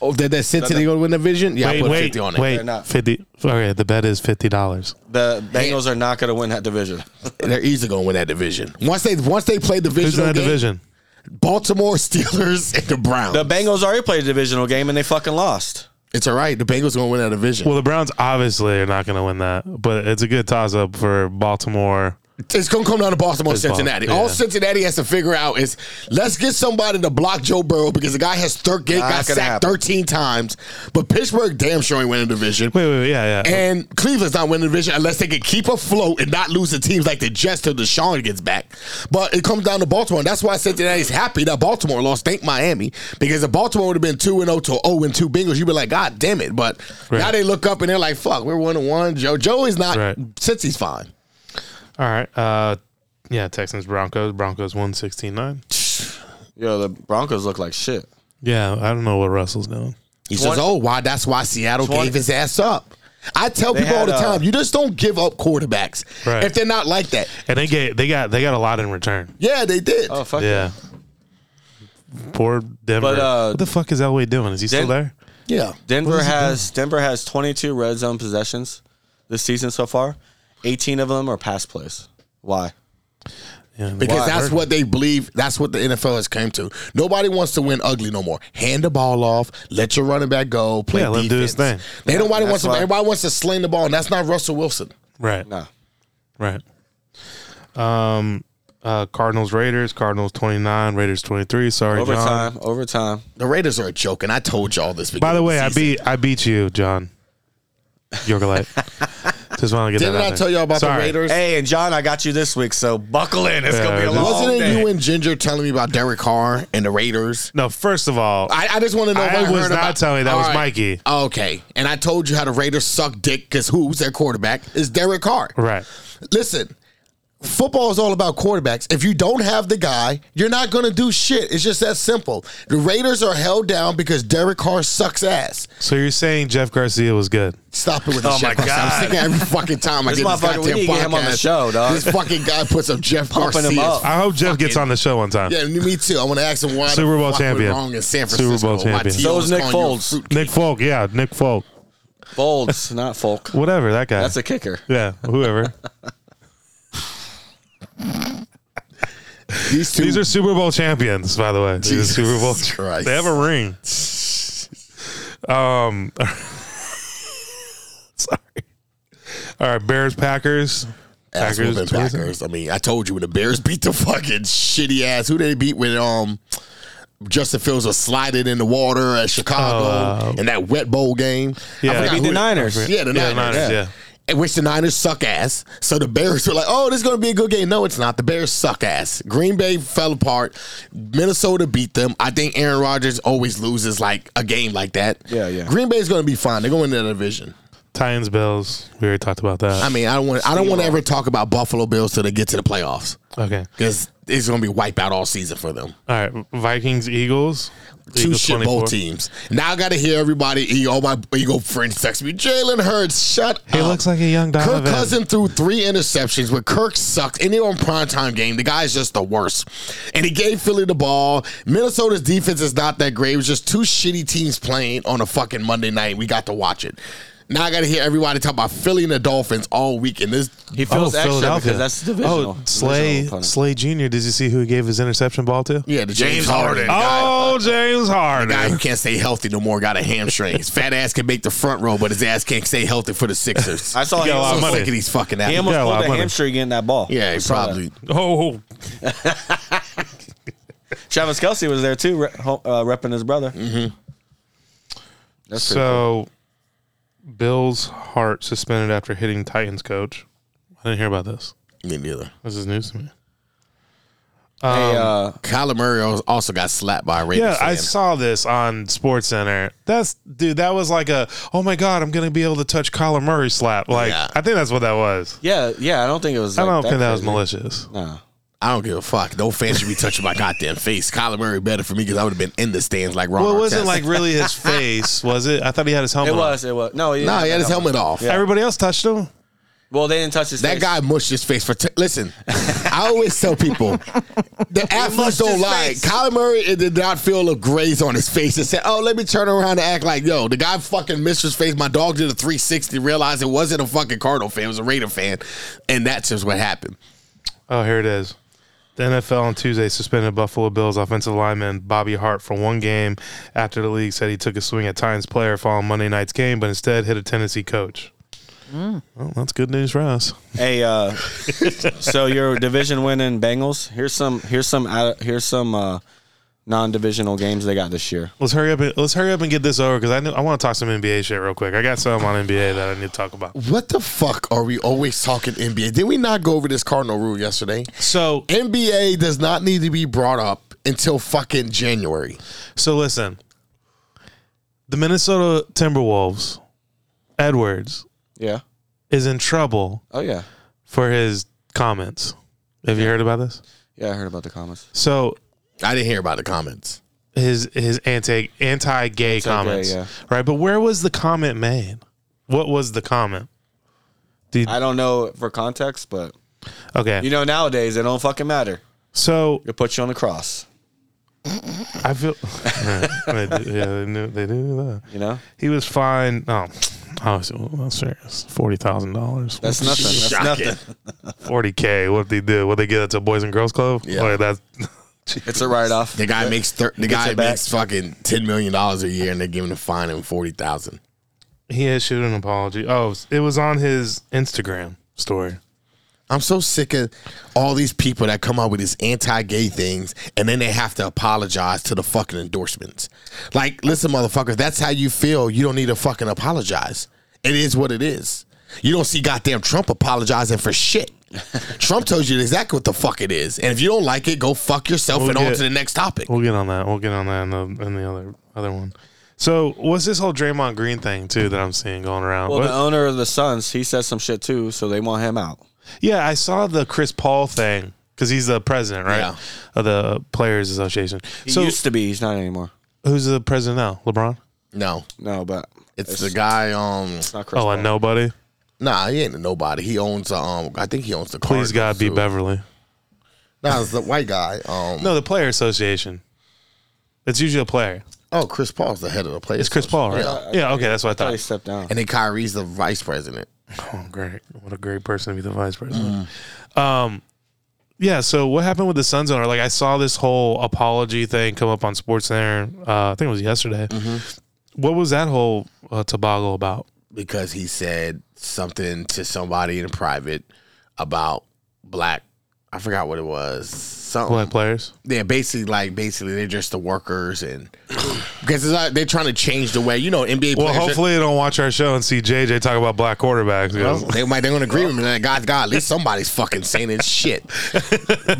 [SPEAKER 3] oh, that that Cincinnati going to win the division? Yeah, I
[SPEAKER 1] wait,
[SPEAKER 3] put
[SPEAKER 1] wait,
[SPEAKER 3] fifty on it.
[SPEAKER 1] wait,
[SPEAKER 2] They're not.
[SPEAKER 1] fifty. Okay, the bet is fifty dollars.
[SPEAKER 2] The Bengals are not going to win that division.
[SPEAKER 3] They're easily going to win that division once they once they play division.
[SPEAKER 1] Who's in that division?
[SPEAKER 3] Baltimore Steelers and the Browns.
[SPEAKER 2] The Bengals already played a divisional game and they fucking lost.
[SPEAKER 3] it's all right. The Bengals going to win that division.
[SPEAKER 1] Well, the Browns obviously are not going to win that, but it's a good toss up for Baltimore.
[SPEAKER 3] it's going to come down to Baltimore,
[SPEAKER 1] It's Bal-
[SPEAKER 3] Cincinnati.
[SPEAKER 1] yeah.
[SPEAKER 3] All Cincinnati has to figure out is let's get somebody to block Joe Burrow because the guy has thir- got
[SPEAKER 2] gonna
[SPEAKER 3] sacked
[SPEAKER 2] happen.
[SPEAKER 3] thirteen times. But Pittsburgh damn sure ain't winning the division.
[SPEAKER 1] Wait, wait, wait yeah, yeah.
[SPEAKER 3] And Cleveland's not winning the division unless they can keep afloat and not lose to teams like the Jets till Deshaun gets back. But it comes down to Baltimore, and that's why Cincinnati's happy that Baltimore lost. Thank Miami, because if Baltimore would have been two and zero to zero and two Bengals, you'd be like, God damn it! But now
[SPEAKER 1] Right.
[SPEAKER 3] they look up and they're like, Fuck, we're one and one. Joe Joe is not.
[SPEAKER 1] Right.
[SPEAKER 3] Cincy's fine.
[SPEAKER 1] All right. Uh, yeah, Texans Broncos. Broncos one sixteen nine.
[SPEAKER 2] Yo, the Broncos look like shit.
[SPEAKER 1] Yeah, I don't know what Russell's doing.
[SPEAKER 3] He says,
[SPEAKER 2] Twenty-
[SPEAKER 3] Oh, why? That's why Seattle
[SPEAKER 2] Twenty-
[SPEAKER 3] gave his ass up. I tell
[SPEAKER 2] They
[SPEAKER 3] people all
[SPEAKER 2] had,
[SPEAKER 3] the
[SPEAKER 2] uh,
[SPEAKER 3] time, you just don't give up quarterbacks
[SPEAKER 1] Right.
[SPEAKER 3] if they're not like that.
[SPEAKER 1] And they get they got they got a lot in return.
[SPEAKER 3] Yeah, they did.
[SPEAKER 2] Oh fuck
[SPEAKER 1] Yeah. Poor Denver.
[SPEAKER 2] But, uh,
[SPEAKER 1] what the fuck is Elway doing? Is he still
[SPEAKER 2] Den-
[SPEAKER 1] there?
[SPEAKER 3] yeah.
[SPEAKER 2] Denver has Denver has 22 red zone possessions this season so far. 18 of them are pass plays. Why?
[SPEAKER 1] Yeah,
[SPEAKER 3] Because
[SPEAKER 2] Why?
[SPEAKER 3] that's what they believe. That's what the NFL has came to. Nobody wants to win ugly no more. Hand the ball off. Let your running back go. Play
[SPEAKER 1] Yeah, let him do his
[SPEAKER 3] defense.
[SPEAKER 1] thing.
[SPEAKER 3] They nobody
[SPEAKER 2] That's
[SPEAKER 3] wants to.
[SPEAKER 2] why-
[SPEAKER 3] Everybody wants to sling the ball, and that's not Russell Wilson.
[SPEAKER 1] right.
[SPEAKER 2] No.
[SPEAKER 1] Right. Um uh Cardinals Raiders, Cardinals 29, Raiders 23. Sorry, John.
[SPEAKER 2] Overtime, overtime.
[SPEAKER 3] The Raiders are a joke, and I told y'all this.
[SPEAKER 1] By the
[SPEAKER 3] beginning
[SPEAKER 1] way, I
[SPEAKER 3] of season.
[SPEAKER 1] beat I beat you, John. Yorgalite. Just want to get that
[SPEAKER 3] Didn't
[SPEAKER 1] out
[SPEAKER 3] I
[SPEAKER 1] there.
[SPEAKER 3] tell y'all about
[SPEAKER 1] Sorry.
[SPEAKER 3] the Raiders?
[SPEAKER 2] Hey, and John, I got you this week, so buckle in. It's gonna be
[SPEAKER 1] Yeah,
[SPEAKER 2] a long
[SPEAKER 3] Wasn't it
[SPEAKER 2] day.
[SPEAKER 3] you and Ginger telling me about Derek Carr and the Raiders?
[SPEAKER 1] No, first of all,
[SPEAKER 3] I, I just want to know. if
[SPEAKER 1] I
[SPEAKER 3] I
[SPEAKER 1] was
[SPEAKER 3] heard
[SPEAKER 1] not
[SPEAKER 3] about-
[SPEAKER 1] telling you. That
[SPEAKER 3] All
[SPEAKER 1] was Mikey.
[SPEAKER 3] Okay, and I told you how the Raiders suck dick because who's their quarterback is Derek Carr.
[SPEAKER 1] right.
[SPEAKER 3] Listen, football is all about quarterbacks. If you don't have the guy, you're not going to do shit. It's just that simple. The Raiders are held down because Derek Carr sucks ass.
[SPEAKER 1] So you're saying Jeff Garcia was good.
[SPEAKER 3] Stop it with the
[SPEAKER 2] Oh,
[SPEAKER 3] Jeff
[SPEAKER 2] my
[SPEAKER 3] Garcia. I'm
[SPEAKER 2] God.
[SPEAKER 3] sticking every fucking time I
[SPEAKER 2] This
[SPEAKER 3] get this
[SPEAKER 2] motherfucker,
[SPEAKER 3] goddamn
[SPEAKER 2] we need to get him on the
[SPEAKER 3] podcast.
[SPEAKER 2] show, dog.
[SPEAKER 3] This fucking guy puts up Jeff
[SPEAKER 2] Pumping him
[SPEAKER 3] Garcia.
[SPEAKER 2] up.
[SPEAKER 1] I hope Jeff gets
[SPEAKER 3] Fucking-
[SPEAKER 1] on the show one time.
[SPEAKER 3] Yeah, me too. I want to ask him why
[SPEAKER 1] Super
[SPEAKER 3] the
[SPEAKER 1] Bowl
[SPEAKER 3] fuck went
[SPEAKER 1] champion.
[SPEAKER 3] wrong in San
[SPEAKER 1] Super
[SPEAKER 3] Francisco.
[SPEAKER 1] Bowl
[SPEAKER 3] Why
[SPEAKER 1] champion.
[SPEAKER 3] T.O.
[SPEAKER 2] So is Nick
[SPEAKER 3] calling you a
[SPEAKER 2] Foles.
[SPEAKER 3] fruit-
[SPEAKER 1] Nick Folk, yeah, Nick Folk.
[SPEAKER 2] Folds, not folk.
[SPEAKER 1] Whatever, that guy.
[SPEAKER 2] That's a kicker.
[SPEAKER 1] yeah, whoever.
[SPEAKER 3] These two.
[SPEAKER 1] These are Super Bowl champions, by the way. These are
[SPEAKER 3] Jesus
[SPEAKER 1] Super Bowl.
[SPEAKER 3] Christ.
[SPEAKER 1] They have a ring. Um, sorry. All right, Bears Packers.
[SPEAKER 3] ass
[SPEAKER 1] Packers,
[SPEAKER 3] whooping
[SPEAKER 1] 27.
[SPEAKER 3] Packers. I mean, I told you when the Bears beat the fucking shitty ass. Who they beat when um Justin Fields was sliding in the water at Chicago
[SPEAKER 1] Uh,
[SPEAKER 3] in that wet bowl game. I
[SPEAKER 1] Yeah.
[SPEAKER 3] forgot
[SPEAKER 1] They beat
[SPEAKER 3] who
[SPEAKER 2] the
[SPEAKER 3] it-
[SPEAKER 2] Niners.
[SPEAKER 3] Yeah, the
[SPEAKER 1] Yeah,
[SPEAKER 3] Niners.
[SPEAKER 1] the Niners,
[SPEAKER 3] yeah.
[SPEAKER 1] yeah.
[SPEAKER 3] In Which the Niners suck ass. So the Bears were like, oh, this is going to be a good game. No, it's not. The Bears suck ass. Green Bay fell apart. Minnesota beat them. I think Aaron Rodgers always loses like a game like that.
[SPEAKER 2] Yeah, yeah.
[SPEAKER 3] Green Bay's going to be fine. They're going to win the division.
[SPEAKER 1] Titans Bills. We already talked about that.
[SPEAKER 3] I mean, I don't want I don't want to ever talk about Buffalo Bills till they get to the playoffs
[SPEAKER 1] okay.
[SPEAKER 3] because it's going to be wipeout all season for them.
[SPEAKER 1] All right, Vikings Eagles.
[SPEAKER 3] Two
[SPEAKER 1] Eagles
[SPEAKER 3] shit bowl
[SPEAKER 1] 24.
[SPEAKER 3] teams. Now I got to hear everybody. e- All my Eagle friends text me. Jalen Hurts, shut
[SPEAKER 1] He
[SPEAKER 3] up.
[SPEAKER 1] looks like a young
[SPEAKER 3] Uh, Kirk
[SPEAKER 1] Donovan.
[SPEAKER 3] Cousin threw three interceptions, but Kirk sucks. Any on primetime game, the guy's just the worst. And he gave Philly the ball. Minnesota's defense is not that great. It was just two shitty teams playing on a fucking Monday night. We got to watch it. Now I got to hear everybody talk about Philly and the Dolphins all week. And this
[SPEAKER 2] He feels extra because that's
[SPEAKER 1] Oh,
[SPEAKER 2] divisional.
[SPEAKER 1] Slay
[SPEAKER 2] divisional opponent.
[SPEAKER 1] Slay Junior. Did you see who he gave his interception ball to?
[SPEAKER 3] Yeah, the James, Harden. guy,
[SPEAKER 1] Oh, James Harden.
[SPEAKER 3] guy who can't stay healthy no more got a hamstring. His fat ass can make the front row, but his ass can't stay healthy for the Sixers.
[SPEAKER 2] I saw
[SPEAKER 1] He
[SPEAKER 2] he
[SPEAKER 1] got a lot of
[SPEAKER 3] I'm
[SPEAKER 2] almost,
[SPEAKER 1] money.
[SPEAKER 3] sick of these fucking
[SPEAKER 2] he
[SPEAKER 3] athletes.
[SPEAKER 2] almost
[SPEAKER 1] got a lot
[SPEAKER 2] pulled
[SPEAKER 1] of
[SPEAKER 2] a
[SPEAKER 1] money.
[SPEAKER 2] hamstring getting that ball.
[SPEAKER 3] Yeah,
[SPEAKER 2] I
[SPEAKER 3] he
[SPEAKER 2] saw that.
[SPEAKER 3] probably.
[SPEAKER 1] Oh,
[SPEAKER 2] Travis Kelsey was there too, Mm-hmm. re- ho- uh, repping his brother.
[SPEAKER 1] so Bill's heart suspended after hitting Titans coach. I didn't hear about this.
[SPEAKER 3] Me neither.
[SPEAKER 1] This is news to me.
[SPEAKER 2] Hey, uh,
[SPEAKER 3] Kyler Murray al- also got slapped by a Ravens
[SPEAKER 1] Yeah, I
[SPEAKER 3] fan.
[SPEAKER 1] saw this on Sports Center. That's dude, that was like a oh my god, I'm gonna be able to touch Kyler Murray slap. Like
[SPEAKER 3] Yeah.
[SPEAKER 1] I think that's what that was.
[SPEAKER 2] yeah, yeah. I don't think it was.
[SPEAKER 1] I
[SPEAKER 2] like,
[SPEAKER 1] don't think that was
[SPEAKER 2] crazy.
[SPEAKER 1] malicious.
[SPEAKER 2] No.
[SPEAKER 3] I don't give a fuck. No fan should be touching my goddamn face. Kyler Murray better for me because I would have been in the stands like Ron.
[SPEAKER 1] Well, it wasn't
[SPEAKER 3] Artest.
[SPEAKER 1] like really his face, was it? I thought he had his helmet.
[SPEAKER 2] It
[SPEAKER 1] on.
[SPEAKER 2] was. It was. No.
[SPEAKER 3] no, he
[SPEAKER 2] yeah.
[SPEAKER 3] had his helmet off.
[SPEAKER 1] Everybody else touched him.
[SPEAKER 2] Well, they didn't touch his.
[SPEAKER 3] That
[SPEAKER 2] face.
[SPEAKER 3] guy mushed his face for. T- Listen, I always tell people the athletes
[SPEAKER 2] mushed
[SPEAKER 3] don't
[SPEAKER 2] his
[SPEAKER 3] lie.
[SPEAKER 2] face.
[SPEAKER 3] Kyler Murray it did not feel a graze on his face and said, "Oh, let me turn around and act like yo." The guy fucking missed his face. My dog did a three sixty. Realized it wasn't a fucking Cardinal fan. It was a Raider fan, and that's just what happened.
[SPEAKER 1] Oh, here it is. The NFL on Tuesday suspended Buffalo Bills offensive lineman Bobby Hart for one game after the league said he took a swing at Titans player following Monday night's game, but instead hit a Tennessee coach. Well, that's good news for us.
[SPEAKER 2] Hey, uh, so your division winning Bengals. Here's some. Here's some. out- Here's some uh, non-divisional games they got this year.
[SPEAKER 1] Let's hurry up. And, let's hurry up and get this over because I know, I want to talk some NBA shit real quick. I got some on NBA that I need to talk about.
[SPEAKER 3] What the fuck are we always talking NBA? Did we not go over this Cardinal rule yesterday?
[SPEAKER 1] So
[SPEAKER 3] NBA does not need to be brought up until fucking January.
[SPEAKER 1] So listen, the Minnesota Timberwolves, Edwards
[SPEAKER 2] Yeah.
[SPEAKER 1] is in trouble
[SPEAKER 2] Oh yeah.
[SPEAKER 1] for his comments. Have you heard about this?
[SPEAKER 2] Yeah, I heard about the comments.
[SPEAKER 1] So
[SPEAKER 3] I didn't hear about the comments.
[SPEAKER 1] his his anti anti gay comments,
[SPEAKER 2] yeah.
[SPEAKER 1] right? But where was the comment made? What was the comment? Did,
[SPEAKER 2] I don't know for context, but
[SPEAKER 1] okay,
[SPEAKER 2] you know nowadays it don't fucking matter.
[SPEAKER 1] so
[SPEAKER 2] It put you on the cross.
[SPEAKER 1] I feel yeah, they knew they do that.
[SPEAKER 2] You know
[SPEAKER 1] He was fined. Oh, oh, so- well, serious. Forty thousand dollars.
[SPEAKER 2] that's nothing. That's
[SPEAKER 3] Shocking.
[SPEAKER 2] nothing.
[SPEAKER 1] forty k. What did they do? What they get at the Boys and Girls Club?
[SPEAKER 3] Yeah.
[SPEAKER 1] Like that's
[SPEAKER 2] It's a write-off.
[SPEAKER 3] The guy makes thir- the guy
[SPEAKER 2] it back.
[SPEAKER 3] makes fucking ten million dollars a year, and they're giving a fine of forty thousand.
[SPEAKER 1] he issued an apology. Oh, it was on his Instagram story.
[SPEAKER 3] I'm so sick of all these people that come out with these anti-gay things, and then they have to apologize to the fucking endorsements. Like, listen, motherfuckers, that's how you feel. You don't need to fucking apologize. It is what it is. You don't see goddamn Trump apologizing for shit. Trump tells you exactly what the fuck it is, and if you don't like it, go fuck yourself
[SPEAKER 1] We'll
[SPEAKER 3] and on
[SPEAKER 1] get-
[SPEAKER 3] to the next topic.
[SPEAKER 1] We'll get on that. We'll get on that in the, in the other other one. So what's this whole Draymond Green thing too that I'm seeing going around?
[SPEAKER 2] Well,
[SPEAKER 1] What-
[SPEAKER 2] the owner of the Suns, he said some shit too, so they want him out.
[SPEAKER 1] yeah, I saw the Chris Paul thing because he's the president, right,
[SPEAKER 3] Yeah.
[SPEAKER 1] of the Players Association.
[SPEAKER 2] He
[SPEAKER 1] so
[SPEAKER 2] used to be. He's not anymore.
[SPEAKER 1] who's the president now? LeBron?
[SPEAKER 3] No,
[SPEAKER 2] No, but
[SPEAKER 3] it's, the guy. Um,
[SPEAKER 2] it's not Chris.
[SPEAKER 1] Oh,
[SPEAKER 2] Paul.
[SPEAKER 1] and nobody.
[SPEAKER 3] nah, he ain't a nobody. He owns. Um, I think he owns the.
[SPEAKER 1] Please God, be
[SPEAKER 3] Cardinals, too.
[SPEAKER 1] Beverly.
[SPEAKER 3] Nah, it's the white guy. Um,
[SPEAKER 1] No, the Player Association. It's usually a player.
[SPEAKER 3] Oh, Chris Paul's the head of the players.
[SPEAKER 1] It's Chris Paul, right?
[SPEAKER 3] Yeah.
[SPEAKER 1] Yeah. okay, that's what I
[SPEAKER 2] Probably
[SPEAKER 1] thought.
[SPEAKER 2] stepped down.
[SPEAKER 3] And then Kyrie's the vice president.
[SPEAKER 1] Oh, great. What a great person to be the vice president.
[SPEAKER 2] Mm.
[SPEAKER 1] Um, yeah, so what happened with the Suns owner? Like, I saw this whole apology thing come up on SportsCenter. Uh, I think it was yesterday.
[SPEAKER 2] Mm-hmm.
[SPEAKER 1] What was that whole uh, toboggle about?
[SPEAKER 3] because he said something to somebody in private about black. I forgot what it was. Something.
[SPEAKER 2] Um,
[SPEAKER 1] Black players?
[SPEAKER 3] Yeah, basically, like basically, they're just the workers, and because it's like, they're trying to change the way you know NBA.
[SPEAKER 1] Well,
[SPEAKER 3] players,
[SPEAKER 1] hopefully they don't watch our show and see JJ talk about black quarterbacks.
[SPEAKER 3] Well,
[SPEAKER 1] 'cause-
[SPEAKER 3] they might they're gonna agree with me. Like, God, God, at least somebody's fucking saying this shit.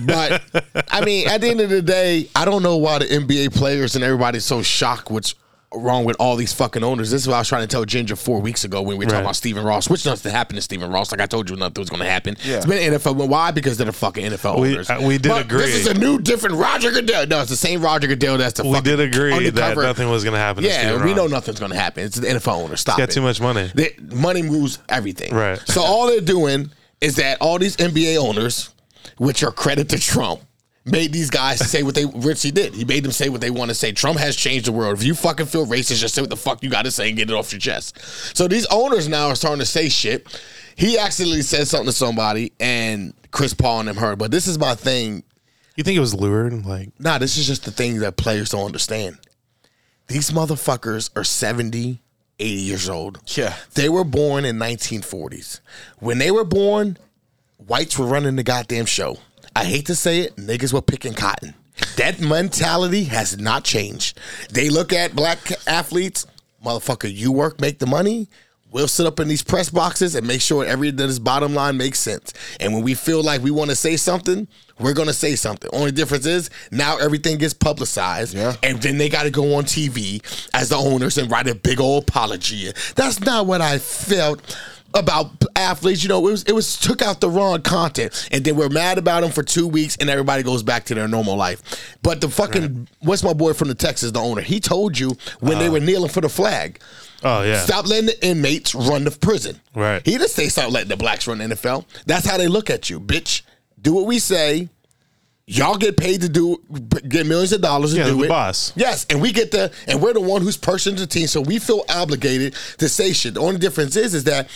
[SPEAKER 3] But I mean, at the end of the day, I don't know why the NBA players and everybody's so shocked. What's wrong with all these fucking owners? This is what I was trying to tell Ginger four weeks ago when we were
[SPEAKER 1] Right.
[SPEAKER 3] talking about Stephen Ross, which nothing happened to Stephen Ross. Like I told you, nothing was gonna happen.
[SPEAKER 2] Yeah.
[SPEAKER 3] It's been NFL. Why? Because they're the fucking NFL
[SPEAKER 1] We-
[SPEAKER 3] owners.
[SPEAKER 1] uh, we did
[SPEAKER 3] But
[SPEAKER 1] agree.
[SPEAKER 3] This is a new, different Roger Goodell. No, it's the same Roger Goodell. That's the
[SPEAKER 1] we
[SPEAKER 3] fucking
[SPEAKER 1] did agree that
[SPEAKER 3] undercover.
[SPEAKER 1] nothing was going to happen. to Steve
[SPEAKER 3] Yeah, we
[SPEAKER 1] Ross.
[SPEAKER 3] know nothing's gonna happen. It's the NFL owner. Stop.
[SPEAKER 1] Got
[SPEAKER 3] it.
[SPEAKER 1] too much money.
[SPEAKER 3] They, money moves everything.
[SPEAKER 1] Right.
[SPEAKER 3] So all they're doing is that all these NBA owners, which are credit to Trump, made these guys say what they which he did. He made them say what they want to say. Trump has changed the world. If you fucking feel racist, just say what the fuck you gotta say and get it off your chest. So these owners now are starting to say shit. He accidentally said something to somebody and Chris Paul and them heard. But this is my thing
[SPEAKER 1] You think it was lured? Like,
[SPEAKER 3] Nah, this is just the thing that players don't understand. These motherfuckers are 70, 80 years old.
[SPEAKER 2] Yeah.
[SPEAKER 3] They were born in 1940s. When they were born, whites were running the goddamn show. I hate to say it, niggas were picking cotton. That mentality has not changed. They look at black athletes, motherfucker, you work, make the money. We'll sit up in these press boxes and make sure every that this bottom line makes sense. And when we feel like we want to say something, we're gonna say something. Only difference is now everything gets publicized,
[SPEAKER 2] Yeah.
[SPEAKER 3] and then they got to go on TV as the owners and write a big old apology. That's not what I felt about athletes. You know, it was it was took out the wrong content, and then we're mad about them for two weeks, and everybody goes back to their normal life. But the fucking what's my boy from the Texas, the owner, he told you when they were kneeling for the flag.
[SPEAKER 1] Oh yeah.
[SPEAKER 3] Stop letting the inmates run the prison.
[SPEAKER 1] Right.
[SPEAKER 3] He didn't say stop letting the blacks run the NFL. That's how they look at you, bitch. Do what we say. Y'all get paid to do, get millions of dollars to
[SPEAKER 1] Yeah,
[SPEAKER 3] do
[SPEAKER 1] the
[SPEAKER 3] it.
[SPEAKER 1] boss.
[SPEAKER 3] Yes, and we get the, and we're the one who's person the team, so we feel obligated to say shit. The only difference is, is that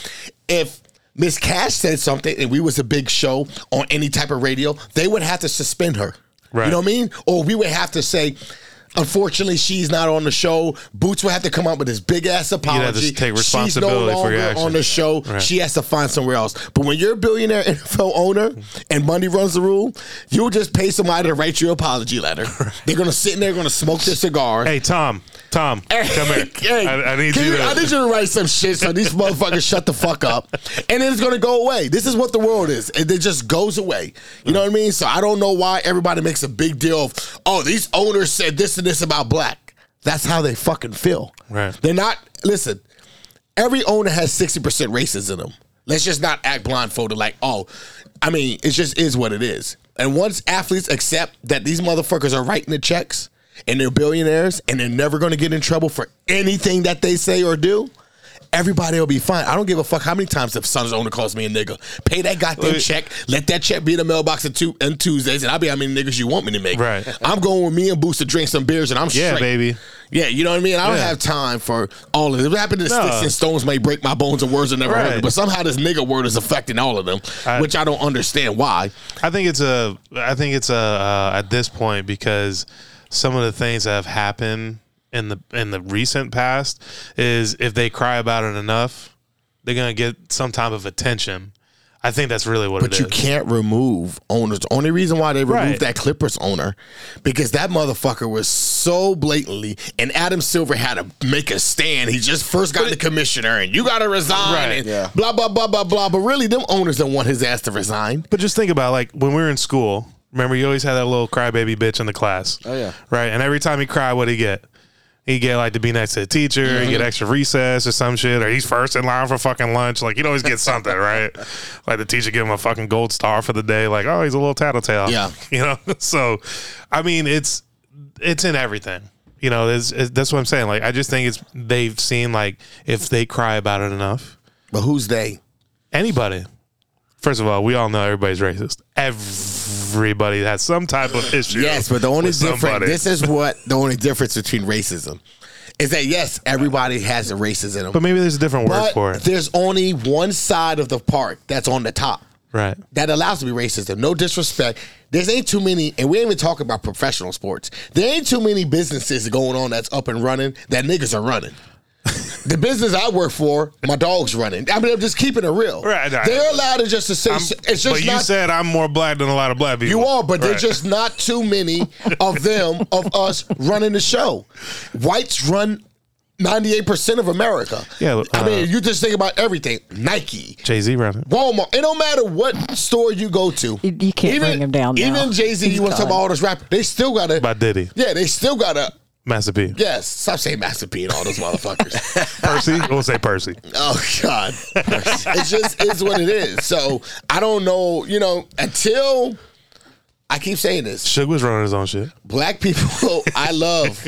[SPEAKER 3] if Miss Cash said something and we was a big show on any type of radio, they would have to suspend her.
[SPEAKER 1] Right.
[SPEAKER 3] You know what I mean? Or we would have to say. Unfortunately, she's not on the show. Boots would have to come up with this big ass apology
[SPEAKER 1] have to
[SPEAKER 3] apology.
[SPEAKER 1] take
[SPEAKER 3] She's no
[SPEAKER 1] responsibility for
[SPEAKER 3] longer
[SPEAKER 1] your
[SPEAKER 3] on
[SPEAKER 1] actions.
[SPEAKER 3] the show.
[SPEAKER 1] Right.
[SPEAKER 3] She has to find somewhere else. But when you're a billionaire NFL owner and money runs the rule, you'll just pay somebody to write you an apology letter. They're gonna sit in there, gonna smoke their cigar.
[SPEAKER 1] Hey Tom, Tom, come here.
[SPEAKER 3] Hey,
[SPEAKER 1] I, I need
[SPEAKER 3] can
[SPEAKER 1] you to.
[SPEAKER 3] I need you to write some shit so these motherfuckers shut the fuck up, and then it's gonna go away. This is what the world is. It, it just goes away. You know what I mean? So I don't know why everybody makes a big deal of oh these owners said this and this about black. That's how they fucking feel.
[SPEAKER 1] Right.
[SPEAKER 3] They're not. Listen, every owner has sixty percent racism in them. Let's just not act blindfolded like oh, I mean it just is what it is. And once athletes accept that these motherfuckers are writing the checks and they're billionaires and they're never going to get in trouble for anything that they say or do, everybody will be fine. I don't give a fuck how many times the Suns owner calls me a nigga. Pay that goddamn
[SPEAKER 1] Look-
[SPEAKER 3] check. Let that check be in the mailbox on, two, on Tuesdays, and I'll be how many niggas you want me to make.
[SPEAKER 1] Right.
[SPEAKER 3] I'm going with me and Boots to drink some beers, and I'm
[SPEAKER 1] Yeah,
[SPEAKER 3] straight.
[SPEAKER 1] baby.
[SPEAKER 3] Yeah, you know what I mean. I don't
[SPEAKER 1] Yeah.
[SPEAKER 3] have time for all of this. What happened to
[SPEAKER 1] No.
[SPEAKER 3] sticks and stones may break my bones, and words are never
[SPEAKER 1] Right.
[SPEAKER 3] heard. But somehow this nigga word is affecting all of them,
[SPEAKER 1] I-
[SPEAKER 3] which I don't understand why.
[SPEAKER 1] I think it's a. I think it's a uh, at this point because some of the things that have happened in the in the recent past is if they cry about it enough, they're gonna get some type of attention. I think that's really what it
[SPEAKER 3] But
[SPEAKER 1] is.
[SPEAKER 3] you can't remove owners. The only reason why they removed
[SPEAKER 1] Right.
[SPEAKER 3] that Clippers owner, because that motherfucker was so blatantly, and Adam Silver had to make a stand. He just first got the commissioner, and you got to resign,
[SPEAKER 1] Right.
[SPEAKER 3] and
[SPEAKER 2] Yeah.
[SPEAKER 3] blah, blah, blah, blah, blah. But really, them owners don't want his ass to resign.
[SPEAKER 1] But just think about like when we were in school. Remember, you always had that little crybaby bitch in the class.
[SPEAKER 2] Oh, yeah.
[SPEAKER 1] right. And every time he cried, what would he get? He get like to be next to the teacher, he get extra recess or some shit, or he's first in line for fucking lunch. Like he'd always get something, right? Like the teacher give him a fucking gold star for the day. Like oh, he's a little tattletale.
[SPEAKER 3] Yeah.
[SPEAKER 1] you know. So, I mean, it's it's in everything. You know, it's, it's, that's what I'm saying. Like I just think it's they've seen like if they cry about it enough,
[SPEAKER 3] But who's they?
[SPEAKER 1] anybody. First of all, we all know everybody's racist. Everybody has some type of issue.
[SPEAKER 3] Yes, but the only
[SPEAKER 1] with
[SPEAKER 3] difference
[SPEAKER 1] somebody.
[SPEAKER 3] this is what the only difference between racism is that yes, everybody has a racism.
[SPEAKER 1] but maybe there's a different word
[SPEAKER 3] but
[SPEAKER 1] for it,
[SPEAKER 3] there's only one side of the park that's on the top.
[SPEAKER 1] right?
[SPEAKER 3] that allows to be racism. No disrespect. There's ain't too many, and we ain't even talking about professional sports. There ain't too many businesses going on that's up and running that niggas are running. the business I work for, my dog's running. I mean, I'm just keeping it real.
[SPEAKER 1] Right, I-
[SPEAKER 3] They're allowed to just to say.
[SPEAKER 1] I'm-
[SPEAKER 3] shit. it's just
[SPEAKER 1] but you
[SPEAKER 3] not
[SPEAKER 1] said I'm more black than a lot of black people.
[SPEAKER 3] you are, but
[SPEAKER 1] Right.
[SPEAKER 3] there's just not too many of them, of us running the show. Whites run 98% of America.
[SPEAKER 1] Yeah, but,
[SPEAKER 3] I mean,
[SPEAKER 1] uh,
[SPEAKER 3] you just think about everything Nike,
[SPEAKER 1] Jay Z running.
[SPEAKER 3] Walmart. It don't matter what store you go to.
[SPEAKER 4] You- you can't bring him down now.
[SPEAKER 3] Even Jay Z,
[SPEAKER 4] He's
[SPEAKER 3] you want to talk
[SPEAKER 4] gone.
[SPEAKER 3] about all this rapping? They still got
[SPEAKER 1] By
[SPEAKER 3] to.
[SPEAKER 1] Diddy,
[SPEAKER 3] Yeah, they still got to.
[SPEAKER 1] Master P,
[SPEAKER 3] Yes, stop saying Master P and all those motherfuckers.
[SPEAKER 1] Percy. We'll say Percy.
[SPEAKER 3] oh God, it just is what it is. So I don't know. You know, until I keep saying this,
[SPEAKER 1] Suge was running his own shit.
[SPEAKER 3] black people i love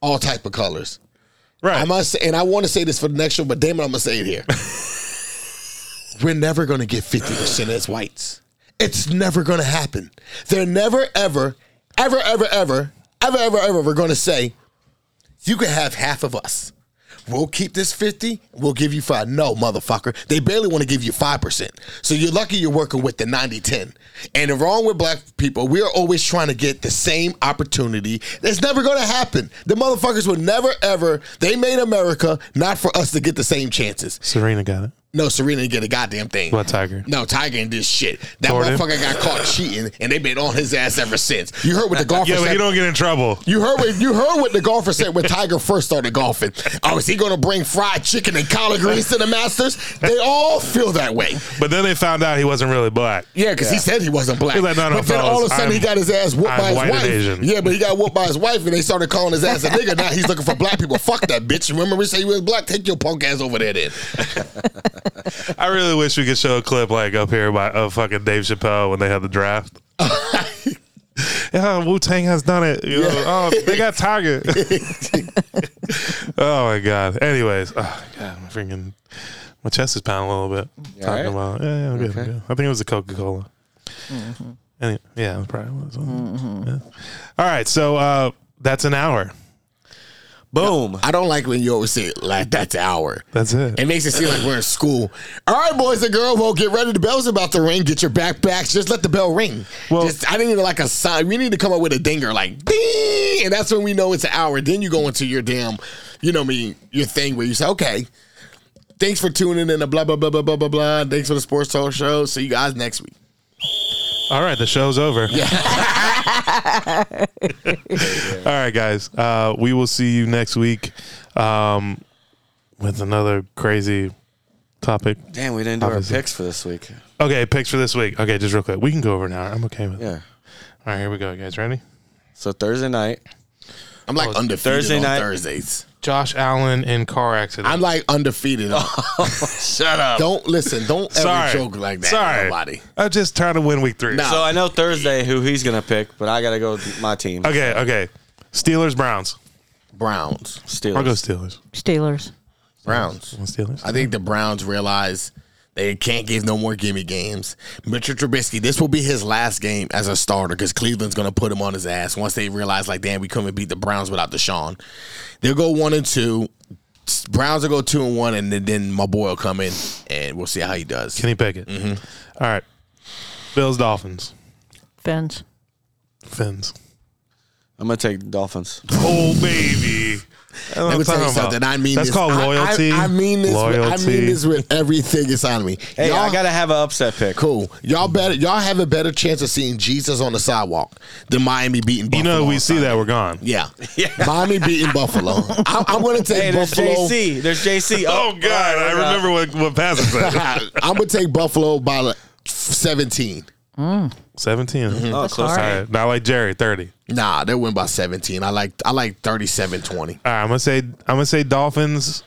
[SPEAKER 3] all type of colors
[SPEAKER 1] Right.
[SPEAKER 3] i must say and i want to say this for the next show but damn it i'm gonna say it here we're never gonna get 50% as whites it's never gonna happen they're never ever ever ever ever ever ever ever we're gonna say you can have half of us We'll keep this 50, we'll give you five. No, motherfucker. They barely want to give you 5%. So you're lucky you're working with the 90 10. And the wrong with black people, we are always trying to get the same opportunity. It's never going to happen. The motherfuckers will never, ever, they made America not for us to get the same chances.
[SPEAKER 1] Serena got it.
[SPEAKER 3] No, Serena didn't get a goddamn thing.
[SPEAKER 1] What Tiger?
[SPEAKER 3] No, Tiger ain't did shit. That
[SPEAKER 1] Jordan?
[SPEAKER 3] motherfucker got caught cheating, and they've been on his ass ever since. You heard what the golfer
[SPEAKER 1] Yeah,
[SPEAKER 3] said.
[SPEAKER 1] but you don't get in trouble.
[SPEAKER 3] You heard what you heard what the golfer said when Tiger first started golfing. Oh, is he going to bring fried chicken and collard greens to the Masters? They all feel that way.
[SPEAKER 1] But then they found out he wasn't really black.
[SPEAKER 3] Yeah, because he said he wasn't black.
[SPEAKER 1] He's like, no, no,
[SPEAKER 3] but then
[SPEAKER 1] fellas,
[SPEAKER 3] all of a sudden he
[SPEAKER 1] I'm-
[SPEAKER 3] got his ass whooped
[SPEAKER 1] I'm
[SPEAKER 3] by his
[SPEAKER 1] white and
[SPEAKER 3] wife.
[SPEAKER 1] Asian.
[SPEAKER 3] Yeah, but he got whooped by his wife, and they started calling his ass a nigga. Now he's looking for black people. Fuck that bitch. Remember we say you was black? Take your punk ass over there then.
[SPEAKER 1] I really wish we could show a clip like up here by of fucking Dave Chappelle when they had the draft. yeah, Wu Tang has done it. You know, Oh, they got Tiger. oh my god. Anyways, oh god, my freaking my chest is pounding a little bit.
[SPEAKER 2] You
[SPEAKER 1] Talking
[SPEAKER 2] all
[SPEAKER 1] about yeah, yeah, I'm good, I'm good. I think it was a Coca Cola. Any Yeah, it probably was. Yeah. All right, so uh, that's an hour.
[SPEAKER 2] Boom.
[SPEAKER 3] I don't like when you always say like that's our.
[SPEAKER 1] That's it.
[SPEAKER 3] It makes it seem like we're in school. All right, boys and girls, well, get ready. The bell's about to ring. Get your backpacks. Just let the bell ring.
[SPEAKER 1] Well-
[SPEAKER 3] Just, I need like a sign. We need to come up with a dinger, like ding, and that's when we know it's an hour. Then you go into your damn, you know me, your thing where you say, okay, thanks for tuning in. To blah blah blah blah blah blah blah. Thanks for the sports talk show. See you guys next week.
[SPEAKER 1] All right, the show's over. All right, guys. Uh, we will see you next week um, with another crazy topic.
[SPEAKER 2] Damn, we didn't do
[SPEAKER 1] Obviously.
[SPEAKER 2] our picks for this week.
[SPEAKER 1] Okay, picks for this week. Okay, just real quick. We can go over an hour. I'm okay with it.
[SPEAKER 2] Yeah.
[SPEAKER 1] All right, here we go, guys. Ready?
[SPEAKER 2] So Thursday night,
[SPEAKER 3] I'm like undefeated
[SPEAKER 2] Oh, Thursday
[SPEAKER 3] on
[SPEAKER 2] night-
[SPEAKER 3] Thursdays.
[SPEAKER 1] Josh Allen in car accident.
[SPEAKER 3] I'm like undefeated. on-
[SPEAKER 2] Oh, Shut up.
[SPEAKER 3] don't listen. Don't ever
[SPEAKER 1] Sorry.
[SPEAKER 3] joke like that.
[SPEAKER 1] Sorry.
[SPEAKER 3] Sorry, nobody.
[SPEAKER 1] I'm just trying to win week three.
[SPEAKER 3] Nah.
[SPEAKER 2] So I know Thursday who he's gonna pick, but I gotta go with my team.
[SPEAKER 1] Okay, okay. Steelers, Browns.
[SPEAKER 3] Browns.
[SPEAKER 2] Steelers.
[SPEAKER 1] I'll go Steelers.
[SPEAKER 4] Steelers.
[SPEAKER 3] Browns.
[SPEAKER 1] I'll Steelers.
[SPEAKER 3] I think the Browns realize they can't give no more gimme games. Mitchell Trubisky, this will be his last game as a starter because Cleveland's going to put him on his ass once they realize, like, damn, we couldn't beat the Browns without Deshaun. They'll go one and two. Browns will go two and one, and then, then my boy will come in, and we'll see how he does.
[SPEAKER 1] Kenny Pickett.
[SPEAKER 3] Mm-hmm.
[SPEAKER 1] All right. Bills, Dolphins.
[SPEAKER 4] Fins.
[SPEAKER 1] Fins.
[SPEAKER 2] I'm gonna take the Dolphins.
[SPEAKER 1] Oh baby.
[SPEAKER 3] Let me tell you something. I mean,
[SPEAKER 1] that's
[SPEAKER 3] this.
[SPEAKER 1] called
[SPEAKER 3] I- I-
[SPEAKER 1] loyalty.
[SPEAKER 3] I, mean this. with- I
[SPEAKER 1] Loyalty.
[SPEAKER 3] mean this with everything inside of me.
[SPEAKER 2] Hey,
[SPEAKER 3] Y'all-
[SPEAKER 2] I gotta have an upset pick.
[SPEAKER 3] Cool. Y'all better. Y'all have a better chance of seeing Jesus on the sidewalk than Miami beating.
[SPEAKER 1] You
[SPEAKER 3] Buffalo
[SPEAKER 1] know, we
[SPEAKER 3] on
[SPEAKER 1] see
[SPEAKER 3] Sunday.
[SPEAKER 1] that we're gone.
[SPEAKER 3] Yeah. Miami beating Buffalo. I, I'm going to take
[SPEAKER 2] Hey, there's
[SPEAKER 3] Buffalo.
[SPEAKER 2] JC. There's JC.
[SPEAKER 1] Oh God, I remember what what pass it said.
[SPEAKER 3] I'm going to take Buffalo by like 17.
[SPEAKER 1] 17
[SPEAKER 3] Mm-hmm.
[SPEAKER 2] Oh, close.
[SPEAKER 1] All right, not like Jerry, thirty.
[SPEAKER 3] Nah, they win by 17. I like I like 37-20.
[SPEAKER 1] All right, I'm gonna say I'm gonna say Dolphins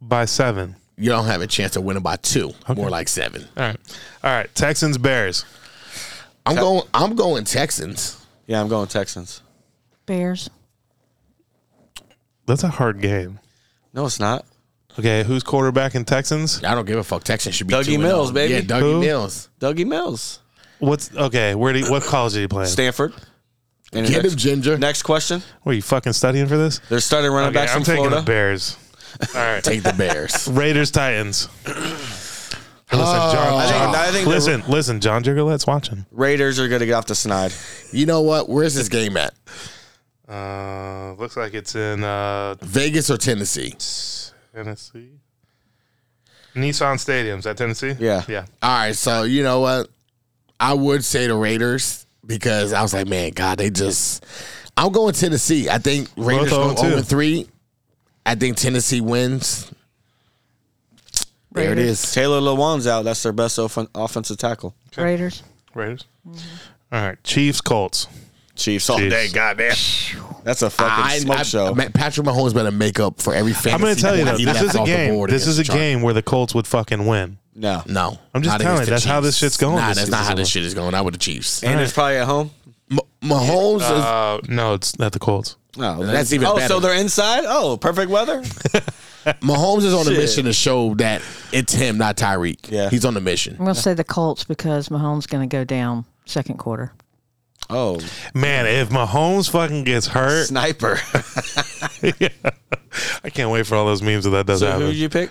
[SPEAKER 1] by seven.
[SPEAKER 3] You don't have a chance of winning by two. More like seven.
[SPEAKER 1] All right, all right. Texans Bears.
[SPEAKER 3] I'm going. I'm going Texans.
[SPEAKER 2] Yeah, I'm going Texans.
[SPEAKER 4] Bears.
[SPEAKER 1] That's a hard game.
[SPEAKER 2] No, it's not.
[SPEAKER 1] Okay, who's quarterback in Texans?
[SPEAKER 3] I don't give a fuck. Texans should be
[SPEAKER 2] Dougie
[SPEAKER 3] 2 and
[SPEAKER 2] Mills,
[SPEAKER 3] oh.
[SPEAKER 2] baby.
[SPEAKER 3] Yeah, Dougie
[SPEAKER 1] Who?
[SPEAKER 3] Mills.
[SPEAKER 2] Dougie Mills,
[SPEAKER 1] What's okay? Where do you, what college did you play?
[SPEAKER 2] Stanford. And
[SPEAKER 3] Get him,
[SPEAKER 2] next,
[SPEAKER 3] Ginger.
[SPEAKER 2] next question.
[SPEAKER 1] Were you fucking studying for this?
[SPEAKER 2] They're starting running
[SPEAKER 1] Okay,
[SPEAKER 2] backs
[SPEAKER 1] I'm
[SPEAKER 2] from
[SPEAKER 1] taking
[SPEAKER 2] Florida.
[SPEAKER 1] the Bears. All right,
[SPEAKER 3] Take the Bears.
[SPEAKER 1] Raiders Titans. Listen, John,
[SPEAKER 2] I think,
[SPEAKER 1] John-
[SPEAKER 2] I think the
[SPEAKER 1] listen, listen, John Jurgelette's watching.
[SPEAKER 2] Raiders are gonna get off the snide.
[SPEAKER 3] you know what? Where's this game at?
[SPEAKER 1] Uh, looks like it's in uh,
[SPEAKER 3] Vegas or Tennessee?
[SPEAKER 1] Tennessee. Nissan Stadium's at Tennessee.
[SPEAKER 2] Yeah.
[SPEAKER 1] yeah.
[SPEAKER 3] All right, so you know what? I would say the Raiders because I was like, man, God, they just. I'm going Tennessee. I think Raiders
[SPEAKER 1] of
[SPEAKER 3] go
[SPEAKER 1] them, too.
[SPEAKER 3] over three. I think Tennessee wins. There it
[SPEAKER 4] Raiders.
[SPEAKER 3] is.
[SPEAKER 2] Taylor Lewan's out. That's their best offen- offensive tackle.
[SPEAKER 4] Raiders.
[SPEAKER 1] Raiders. Mm-hmm. All right, Chiefs, Colts.
[SPEAKER 2] Chiefs all
[SPEAKER 1] day,
[SPEAKER 2] goddamn. That's a fucking
[SPEAKER 3] I,
[SPEAKER 2] smoke
[SPEAKER 3] I-
[SPEAKER 2] show.
[SPEAKER 3] I- Patrick Mahomes better make up for every fantasy.
[SPEAKER 1] I'm going to tell you
[SPEAKER 3] point
[SPEAKER 1] though,
[SPEAKER 3] he
[SPEAKER 1] this
[SPEAKER 3] left
[SPEAKER 1] is a
[SPEAKER 3] off the
[SPEAKER 1] game.
[SPEAKER 3] board
[SPEAKER 1] This is
[SPEAKER 3] against
[SPEAKER 1] a
[SPEAKER 3] Chargers.
[SPEAKER 1] game where the Colts would fucking win.
[SPEAKER 2] no. And
[SPEAKER 3] No,
[SPEAKER 1] I'm just
[SPEAKER 3] not
[SPEAKER 1] telling
[SPEAKER 3] against
[SPEAKER 1] you,
[SPEAKER 3] the
[SPEAKER 1] that's how this
[SPEAKER 3] Chiefs.
[SPEAKER 1] shit's going
[SPEAKER 3] Nah,
[SPEAKER 1] this
[SPEAKER 3] that's not how
[SPEAKER 1] season.
[SPEAKER 3] this shit is going. Not with the Chiefs.
[SPEAKER 2] it's probably at home.
[SPEAKER 3] M- Mahomes is
[SPEAKER 1] Uh, no, it's not the Colts.
[SPEAKER 2] No,
[SPEAKER 3] That's even
[SPEAKER 2] Oh,
[SPEAKER 3] better.
[SPEAKER 2] so they're inside? Oh, perfect weather?
[SPEAKER 3] Mahomes is on a
[SPEAKER 2] Shit.
[SPEAKER 3] mission to show that it's him, not Tyreek.
[SPEAKER 2] Yeah.
[SPEAKER 3] he's on the mission.
[SPEAKER 4] I'm going to say the Colts because Mahomes going to go down second quarter.
[SPEAKER 2] Oh,
[SPEAKER 1] Man, if Mahomes fucking gets hurt,
[SPEAKER 2] sniper.
[SPEAKER 1] I can't wait for all those memes if that does
[SPEAKER 2] so
[SPEAKER 1] happen.
[SPEAKER 2] who'd you pick?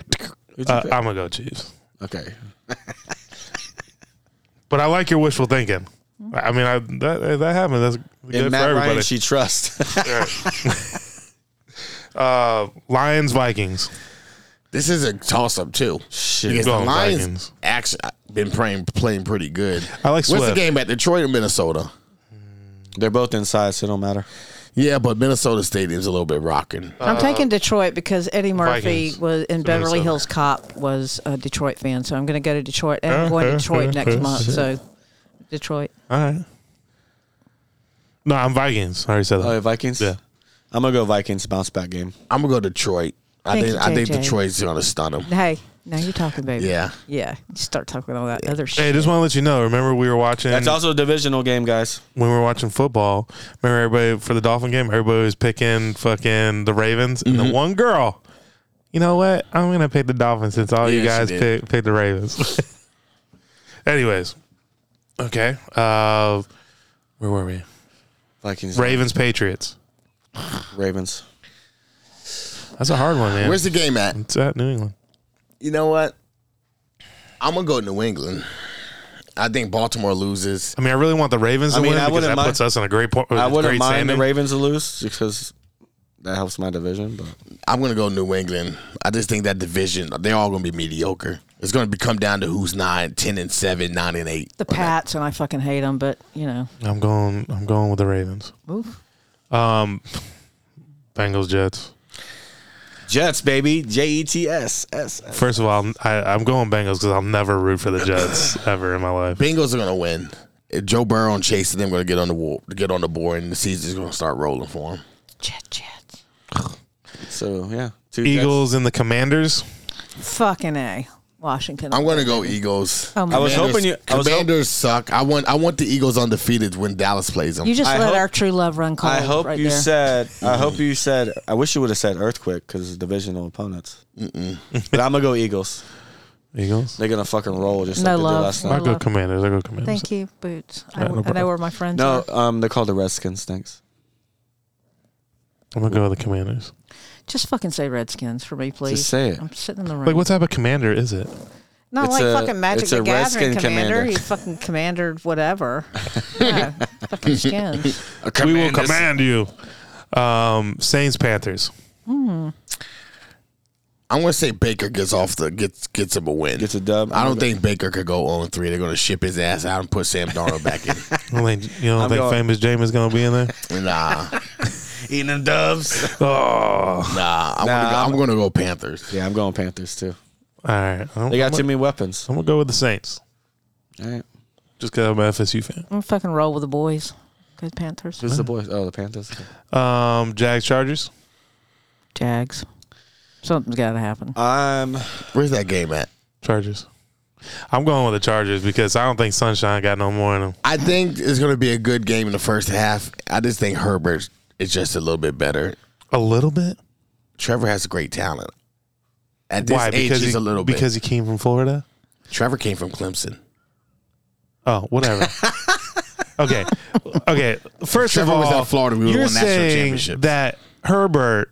[SPEAKER 2] Who'd you
[SPEAKER 1] uh,
[SPEAKER 2] pick?
[SPEAKER 1] I'm gonna go Chiefs.
[SPEAKER 2] Okay.
[SPEAKER 1] But I like your wishful thinking. I mean, I, that if that happened. That's good
[SPEAKER 2] And
[SPEAKER 1] for
[SPEAKER 2] Matt
[SPEAKER 1] everybody.
[SPEAKER 2] Ryan, she trusts.
[SPEAKER 1] uh, Lions, Vikings.
[SPEAKER 3] This is a toss up too.
[SPEAKER 2] Shit.
[SPEAKER 3] because the
[SPEAKER 1] Go on,
[SPEAKER 3] Lions
[SPEAKER 1] Vikings.
[SPEAKER 3] actually uh, been playing playing pretty good.
[SPEAKER 1] I like
[SPEAKER 3] What's the
[SPEAKER 1] Swift.
[SPEAKER 3] game at Detroit or Minnesota?
[SPEAKER 2] They're both inside, so it don't matter.
[SPEAKER 3] Yeah, but Minnesota Stadium's a little bit rocking.
[SPEAKER 4] I'm taking Detroit because Eddie Murphy
[SPEAKER 1] Uh, Vikings.
[SPEAKER 4] was in Beverly
[SPEAKER 1] Minnesota.
[SPEAKER 4] Hills Cop was a Detroit fan, so I'm going to go to Detroit. And I'm going to Detroit next month, so Detroit.
[SPEAKER 1] All right. No, I'm Vikings. I already said that.
[SPEAKER 2] Oh, Vikings.
[SPEAKER 1] Yeah.
[SPEAKER 2] I'm gonna go Vikings bounce back game.
[SPEAKER 3] I'm gonna go Detroit. I
[SPEAKER 4] Thank
[SPEAKER 3] think
[SPEAKER 4] you,
[SPEAKER 3] I think
[SPEAKER 4] JJ.
[SPEAKER 3] Detroit's gonna stun them.
[SPEAKER 4] Hey, now you're talking, baby.
[SPEAKER 3] Yeah.
[SPEAKER 4] yeah. You start talking all that other shit.
[SPEAKER 1] Hey, just want to let you know. Remember, we were watching.
[SPEAKER 2] That's also a divisional game, guys.
[SPEAKER 1] when we were watching football. Remember, everybody for the Dolphin game, everybody was picking fucking the Ravens, and
[SPEAKER 2] Mm-hmm.
[SPEAKER 1] the one girl. You know what? I'm gonna pick the Dolphins since all you
[SPEAKER 3] Yeah, she
[SPEAKER 1] guys
[SPEAKER 3] did.
[SPEAKER 1] pick pick the Ravens. Anyways, okay. Uh, where were we?
[SPEAKER 2] Vikings.
[SPEAKER 1] Ravens Patriots.
[SPEAKER 2] Ravens.
[SPEAKER 1] That's a hard one, man.
[SPEAKER 3] Where's the game at?
[SPEAKER 1] it's at New England.
[SPEAKER 3] You know what? I'm gonna go New England. I think Baltimore loses.
[SPEAKER 1] I mean, I really want the Ravens to
[SPEAKER 2] I mean,
[SPEAKER 1] win
[SPEAKER 2] I
[SPEAKER 1] because
[SPEAKER 2] wouldn't
[SPEAKER 1] that
[SPEAKER 2] mind-
[SPEAKER 1] puts us in a great point.
[SPEAKER 2] I wouldn't
[SPEAKER 1] great
[SPEAKER 2] mind
[SPEAKER 1] standing.
[SPEAKER 2] the Ravens to lose because that helps my division. But
[SPEAKER 3] I'm gonna go New England. I just think that division they're all gonna be mediocre. It's gonna be come down to who's nine, ten and seven, nine and eight.
[SPEAKER 4] the Pats, and I fucking hate them, but you know,
[SPEAKER 1] I'm going. I'm going with the Ravens.
[SPEAKER 4] Oof.
[SPEAKER 1] Um, Bengals Jets.
[SPEAKER 2] Jets, baby, J E T S S.
[SPEAKER 1] First of all, I'm- I, I'm going Bengals because I'll never root for the Jets ever in my life.
[SPEAKER 3] Bengals are gonna win. If Joe Burrow and Chase and them gonna get on the wall, get on the board, and the season's gonna start rolling for them.
[SPEAKER 4] Jet Jets.
[SPEAKER 2] So yeah, two Jets.
[SPEAKER 1] Eagles and the Commanders.
[SPEAKER 4] Fucking a Washington.
[SPEAKER 3] I'm gonna go Eagles.
[SPEAKER 4] Oh my
[SPEAKER 2] I was
[SPEAKER 4] God.
[SPEAKER 2] hoping you. I was, hoping,
[SPEAKER 3] Commanders suck. I want I want the Eagles undefeated when Dallas plays them.
[SPEAKER 4] You just
[SPEAKER 2] I
[SPEAKER 4] let
[SPEAKER 2] hope-
[SPEAKER 4] our true love run cold.
[SPEAKER 2] I hope
[SPEAKER 4] right
[SPEAKER 2] you
[SPEAKER 4] there.
[SPEAKER 2] said. I hope you said. I wish you would have said earthquake because divisional opponents. but I'm gonna go Eagles.
[SPEAKER 1] Eagles.
[SPEAKER 2] They're gonna fucking roll just
[SPEAKER 4] No
[SPEAKER 2] like they
[SPEAKER 4] love.
[SPEAKER 2] did last
[SPEAKER 1] I
[SPEAKER 2] night.
[SPEAKER 4] No.
[SPEAKER 1] go Commanders. I go Commanders.
[SPEAKER 4] Thank you, Boots. I,
[SPEAKER 1] Yeah, no
[SPEAKER 4] I know
[SPEAKER 1] problem.
[SPEAKER 4] where my friends
[SPEAKER 2] No,
[SPEAKER 4] are.
[SPEAKER 2] um, they're called the Redskins. Thanks.
[SPEAKER 1] I'm gonna go with the Commanders.
[SPEAKER 4] Just fucking say Redskins for me, please.
[SPEAKER 2] say it.
[SPEAKER 4] I'm sitting in the room.
[SPEAKER 1] Like, what type of commander is it?
[SPEAKER 4] Not
[SPEAKER 2] It's
[SPEAKER 4] like
[SPEAKER 2] a-
[SPEAKER 4] fucking Magic
[SPEAKER 2] it's
[SPEAKER 4] the
[SPEAKER 2] a
[SPEAKER 4] Gathering
[SPEAKER 2] Redskin
[SPEAKER 4] commander.
[SPEAKER 2] commander.
[SPEAKER 4] He fucking commandered whatever. Yeah, fucking skins.
[SPEAKER 1] We will command you. Um, Saints Panthers.
[SPEAKER 3] I'm gonna say Baker gets off the gets gets him a win.
[SPEAKER 2] Gets a dub.
[SPEAKER 3] I don't think Baker could go on three. They're gonna ship his ass out and put Sam Darnold back in.
[SPEAKER 1] I don't think- you don't
[SPEAKER 2] I'm
[SPEAKER 1] think
[SPEAKER 2] going-
[SPEAKER 1] famous James is gonna be in there?
[SPEAKER 3] Nah,
[SPEAKER 2] eating them dubs.
[SPEAKER 1] Oh,
[SPEAKER 3] nah. I'm, gonna
[SPEAKER 2] Nah,
[SPEAKER 3] go, I'm
[SPEAKER 2] I'm-
[SPEAKER 3] gonna go Panthers.
[SPEAKER 2] Yeah, I'm going Panthers too.
[SPEAKER 1] all right. I'm,
[SPEAKER 2] They got
[SPEAKER 1] I'm
[SPEAKER 2] too
[SPEAKER 1] gonna,
[SPEAKER 2] many weapons.
[SPEAKER 1] I'm gonna go with the Saints.
[SPEAKER 2] All right.
[SPEAKER 1] Just because I'm an FSU fan.
[SPEAKER 4] I'm fucking roll with the boys. Good Panthers.
[SPEAKER 2] Who's the boys? Oh, the Panthers. Okay.
[SPEAKER 1] Um, Jags Chargers.
[SPEAKER 4] Jags. Something's got to happen.
[SPEAKER 2] I'm
[SPEAKER 3] Where's that game at?
[SPEAKER 1] Chargers. I'm going with the Chargers because I don't think Sunshine got no more in him.
[SPEAKER 3] I think it's gonna be a good game in the first half. I just think Herbert is just a little bit better.
[SPEAKER 1] A little bit.
[SPEAKER 3] Trevor has great talent. At this
[SPEAKER 1] Why?
[SPEAKER 3] age,
[SPEAKER 1] Because
[SPEAKER 3] he's
[SPEAKER 1] he,
[SPEAKER 3] a little bit.
[SPEAKER 1] because he came from Florida.
[SPEAKER 3] Trevor came from Clemson.
[SPEAKER 1] Oh, whatever. okay, okay. First
[SPEAKER 3] Trevor
[SPEAKER 1] of all,
[SPEAKER 3] was at Florida, we would've
[SPEAKER 1] you're
[SPEAKER 3] won national
[SPEAKER 1] saying
[SPEAKER 3] championships.
[SPEAKER 1] that Herbert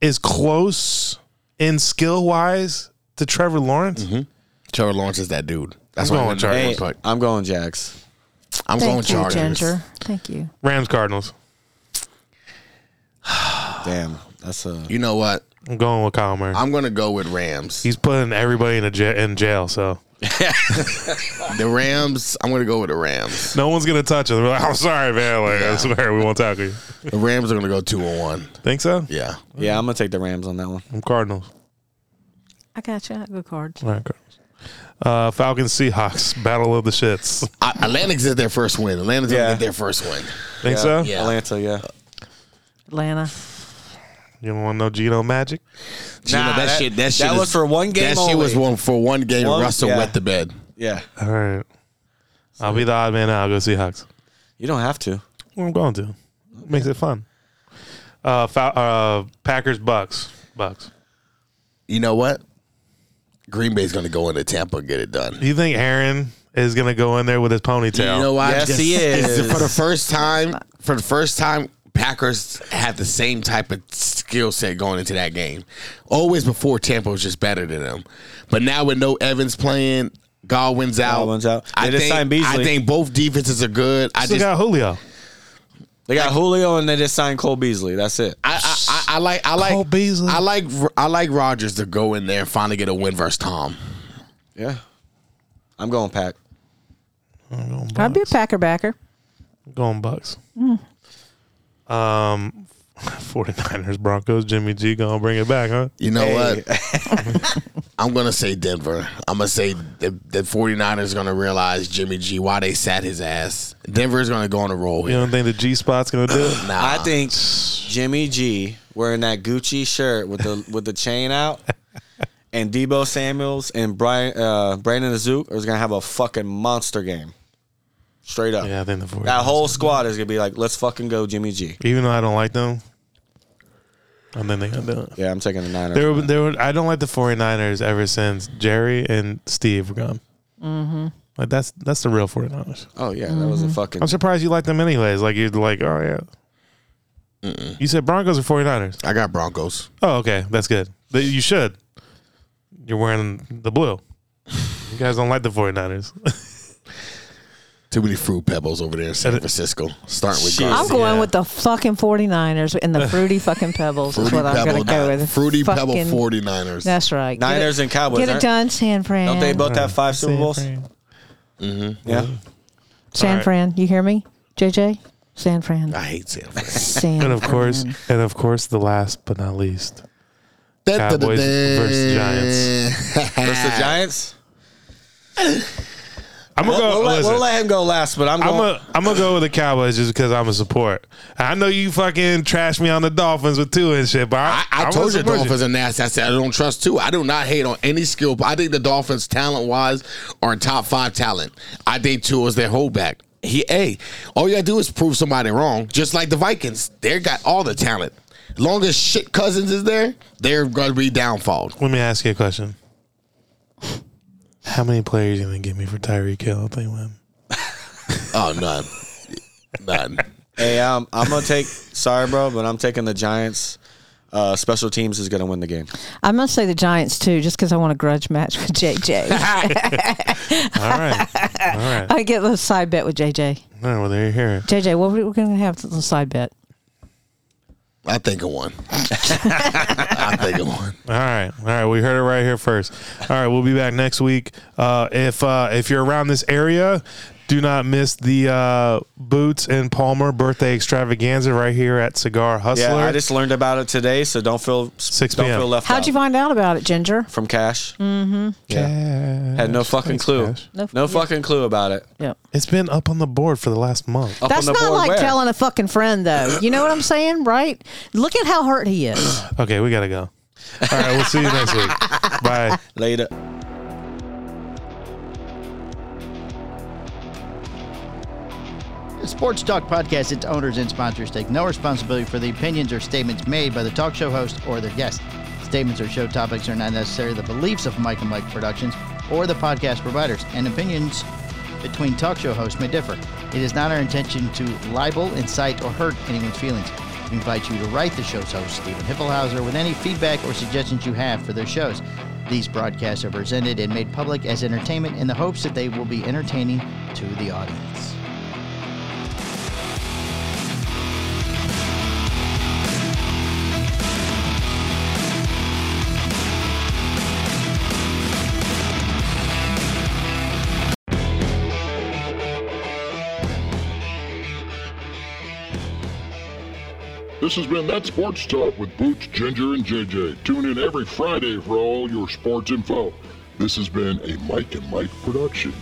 [SPEAKER 1] is close in skill wise to Trevor Lawrence.
[SPEAKER 3] Mm-hmm. Trevor Lawrence is that dude. That's
[SPEAKER 1] I'm
[SPEAKER 3] why
[SPEAKER 1] going
[SPEAKER 3] I'm
[SPEAKER 1] with
[SPEAKER 3] Chargers.
[SPEAKER 2] hey,
[SPEAKER 3] But
[SPEAKER 2] I'm going Jags.
[SPEAKER 3] I'm going
[SPEAKER 4] Thank you,
[SPEAKER 3] Chargers.
[SPEAKER 4] Ginger. Thank you.
[SPEAKER 1] Rams Cardinals.
[SPEAKER 2] Damn, that's a
[SPEAKER 3] You know what?
[SPEAKER 1] I'm going with Kyle Murray.
[SPEAKER 3] I'm gonna go with Rams.
[SPEAKER 1] He's putting everybody in a ja- in jail, so
[SPEAKER 3] The Rams. I'm gonna go with the Rams.
[SPEAKER 1] no one's gonna touch him. They're like, I'm sorry, man. Like, I swear we won't tackle you.
[SPEAKER 3] The Rams are gonna go two and one.
[SPEAKER 1] Think so?
[SPEAKER 3] Yeah.
[SPEAKER 2] yeah. I'm gonna take the Rams on that one.
[SPEAKER 1] I'm Cardinals.
[SPEAKER 4] I got you. I got cards.
[SPEAKER 1] All right, Cardinals. Uh, Falcons Seahawks battle of the shits.
[SPEAKER 3] I, Atlantic's is their first win. Atlantic's
[SPEAKER 2] Yeah.
[SPEAKER 3] gonna get their first win.
[SPEAKER 1] Think so?
[SPEAKER 3] Yeah.
[SPEAKER 2] Atlanta. Yeah.
[SPEAKER 4] Atlanta.
[SPEAKER 1] You don't want no Geno Magic?
[SPEAKER 3] Gino,
[SPEAKER 2] Nah, that- that
[SPEAKER 3] is-
[SPEAKER 2] was for one game
[SPEAKER 3] That shit was
[SPEAKER 2] only.
[SPEAKER 3] one for one game.
[SPEAKER 2] One-
[SPEAKER 3] Russell
[SPEAKER 2] yeah.
[SPEAKER 3] wet the bed.
[SPEAKER 2] Yeah.
[SPEAKER 1] All right. I'll be the odd man out. I'll go Seahawks.
[SPEAKER 2] You don't have to.
[SPEAKER 1] Well, I'm going to. Makes it fun. Uh, Fal- uh, Packers, Bucks, Bucks.
[SPEAKER 3] You know what? Green Bay's gonna go into Tampa and get it done.
[SPEAKER 1] Do you think Aaron is going to go in there with his ponytail?
[SPEAKER 3] You know why?
[SPEAKER 2] Yes, he is.
[SPEAKER 3] For the first time, for the first time, Packers had the same type of skill set going into that game. Always before Tampa was just better than them, but now with no Evans playing, Godwin's out.
[SPEAKER 2] Godwin's out. They
[SPEAKER 3] I
[SPEAKER 2] just
[SPEAKER 3] think,
[SPEAKER 2] signed Beasley.
[SPEAKER 3] I think both defenses are good. I
[SPEAKER 1] Still
[SPEAKER 3] just
[SPEAKER 1] got Julio.
[SPEAKER 2] They got Julio and they just signed Cole Beasley. That's it.
[SPEAKER 3] I, I, I like I like
[SPEAKER 1] Cole Beasley.
[SPEAKER 3] I like I like Rogers to go in there and finally get a win versus Tom.
[SPEAKER 2] Yeah. I'm going pack.
[SPEAKER 1] I'm going
[SPEAKER 4] I'd be a
[SPEAKER 1] Bucks.
[SPEAKER 4] packer backer.
[SPEAKER 1] Going Bucks. Um, 49ers, Broncos, Jimmy G gonna bring it back, huh?
[SPEAKER 3] You know
[SPEAKER 2] Hey.
[SPEAKER 3] what? I'm going to say Denver. I'm going to say the, the 49ers going to realize Jimmy G why they sat his ass. Denver's going to go on a roll
[SPEAKER 1] You
[SPEAKER 3] here.
[SPEAKER 1] don't think the G spot's gonna do it?
[SPEAKER 3] Nah.
[SPEAKER 2] I think Jimmy G wearing that Gucci shirt with the with the chain out, and Debo Samuel's and Brian uh, Brandon Azouk is gonna have a fucking monster game, straight up.
[SPEAKER 1] Yeah, I think the 49ers.
[SPEAKER 2] That whole squad is gonna be like, let's fucking go, Jimmy G.
[SPEAKER 1] even though I don't like them, I think they're gonna do it.
[SPEAKER 2] Yeah, I'm taking the Niners.
[SPEAKER 1] There, were- there. were- I don't like the 49ers ever since Jerry and Steve were gone. Mm-hmm. Like that's that's the real 49ers.
[SPEAKER 2] oh yeah, that was a fucking.
[SPEAKER 1] I'm surprised you like them anyways. Like you're like, oh yeah. You said Broncos or 49ers.
[SPEAKER 3] I got Broncos.
[SPEAKER 1] Oh, okay, that's good. Th- You should. You're wearing the blue. You guys don't like the 49ers.
[SPEAKER 3] Too many fruit pebbles over there in San Francisco. Starting with
[SPEAKER 2] Shit.
[SPEAKER 3] Gar-
[SPEAKER 4] I'm going
[SPEAKER 1] Yeah.
[SPEAKER 4] with the fucking 49ers and the fruity fucking pebbles is what I'm going to go with.
[SPEAKER 3] Fruity Pebble
[SPEAKER 4] Fucking-
[SPEAKER 3] 49ers.
[SPEAKER 4] That's right. Get
[SPEAKER 2] Niners
[SPEAKER 4] it,
[SPEAKER 2] and Cowboys,
[SPEAKER 4] Get it
[SPEAKER 2] aren't-
[SPEAKER 4] done, San Fran.
[SPEAKER 2] don't they both have five Super Bowls? Yeah.
[SPEAKER 4] San
[SPEAKER 1] Alright.
[SPEAKER 4] Fran, you hear me? JJ? San Fran.
[SPEAKER 3] I hate San Francisco.
[SPEAKER 4] San
[SPEAKER 1] And of course,
[SPEAKER 4] Fran.
[SPEAKER 1] and of course, the last but not least, Cowboys versus Giants.
[SPEAKER 2] Versus the Giants.
[SPEAKER 1] I'm gonna
[SPEAKER 2] We'll,
[SPEAKER 1] go.
[SPEAKER 2] we'll let,
[SPEAKER 1] listen.
[SPEAKER 2] we'll let him go last, but I'm
[SPEAKER 1] I'm
[SPEAKER 2] going.
[SPEAKER 1] gonna I'm gonna go with the Cowboys just because I'm a support. I know you fucking trashed me on the Dolphins with two and shit, but I,
[SPEAKER 3] I, I
[SPEAKER 1] I'm
[SPEAKER 3] told
[SPEAKER 1] gonna
[SPEAKER 3] you the
[SPEAKER 1] support
[SPEAKER 3] Dolphins are nasty. I said I don't trust two. I do not hate on any skill. I think the Dolphins, talent wise, are top five talent. I think two is their holdback. He a all you gotta do is prove somebody wrong. Just like the Vikings, they got all the talent. As long as shit Cousins is there, they're gonna be downfall.
[SPEAKER 1] Let me ask you a question. How many players you gonna give me for Tyreek Hill if they win?
[SPEAKER 3] Oh none, none.
[SPEAKER 2] Hey, um, I'm gonna take. Sorry, bro, but I'm taking the Giants. Uh, special teams is gonna win the game.
[SPEAKER 4] I must say the Giants, too, just because I want a grudge match with JJ.
[SPEAKER 1] All right, all right. All
[SPEAKER 4] I get a side bet with JJ.
[SPEAKER 1] right well, there you hear it.
[SPEAKER 4] JJ, what are we going to have as a side bet?
[SPEAKER 3] I think of one. I think of one.
[SPEAKER 1] All right, all right. We heard it right here first. All right, we'll be back next week. Uh, if uh, if you're around this area. Do not miss the uh, Boots and Palmer birthday extravaganza right here at Cigar Hustler.
[SPEAKER 2] Yeah, I just learned about it today, so don't feel
[SPEAKER 1] 6
[SPEAKER 2] don't
[SPEAKER 1] p.m..
[SPEAKER 2] feel left
[SPEAKER 4] How'd
[SPEAKER 2] out.
[SPEAKER 4] you find out about it, Ginger?
[SPEAKER 2] from Cash?
[SPEAKER 1] Yeah.
[SPEAKER 2] Had no fucking
[SPEAKER 1] Thanks,
[SPEAKER 2] clue.
[SPEAKER 1] Cash.
[SPEAKER 4] No-
[SPEAKER 2] No,
[SPEAKER 4] yeah.
[SPEAKER 2] fucking clue about it.
[SPEAKER 4] Yep.
[SPEAKER 1] It's been up on the board for the last month.
[SPEAKER 2] Up
[SPEAKER 4] That's
[SPEAKER 2] on the
[SPEAKER 4] not
[SPEAKER 2] board
[SPEAKER 4] like
[SPEAKER 2] where?
[SPEAKER 4] telling a fucking friend, though. You know what I'm saying, right? Look at how hurt he is.
[SPEAKER 1] Okay, we gotta go. All right, we'll see you next week. Bye.
[SPEAKER 2] later.
[SPEAKER 6] The Sports Talk Podcast, its owners and sponsors take no responsibility for the opinions or statements made by the talk show host or their guests. Statements or show topics are not necessarily the beliefs of Mike and Mike Productions or the podcast providers, and opinions between talk show hosts may differ. It is not our intention to libel, incite, or hurt anyone's feelings. We invite you to write the show's host, Stephen Hippelhauser, with any feedback or suggestions you have for their shows. These broadcasts are presented and made public as entertainment in the hopes that they will be entertaining to the audience.
[SPEAKER 7] This has been That Sports Talk with Boots, Ginger, and JJ. Tune in every Friday for all your sports info. This has been a Mike and Mike production.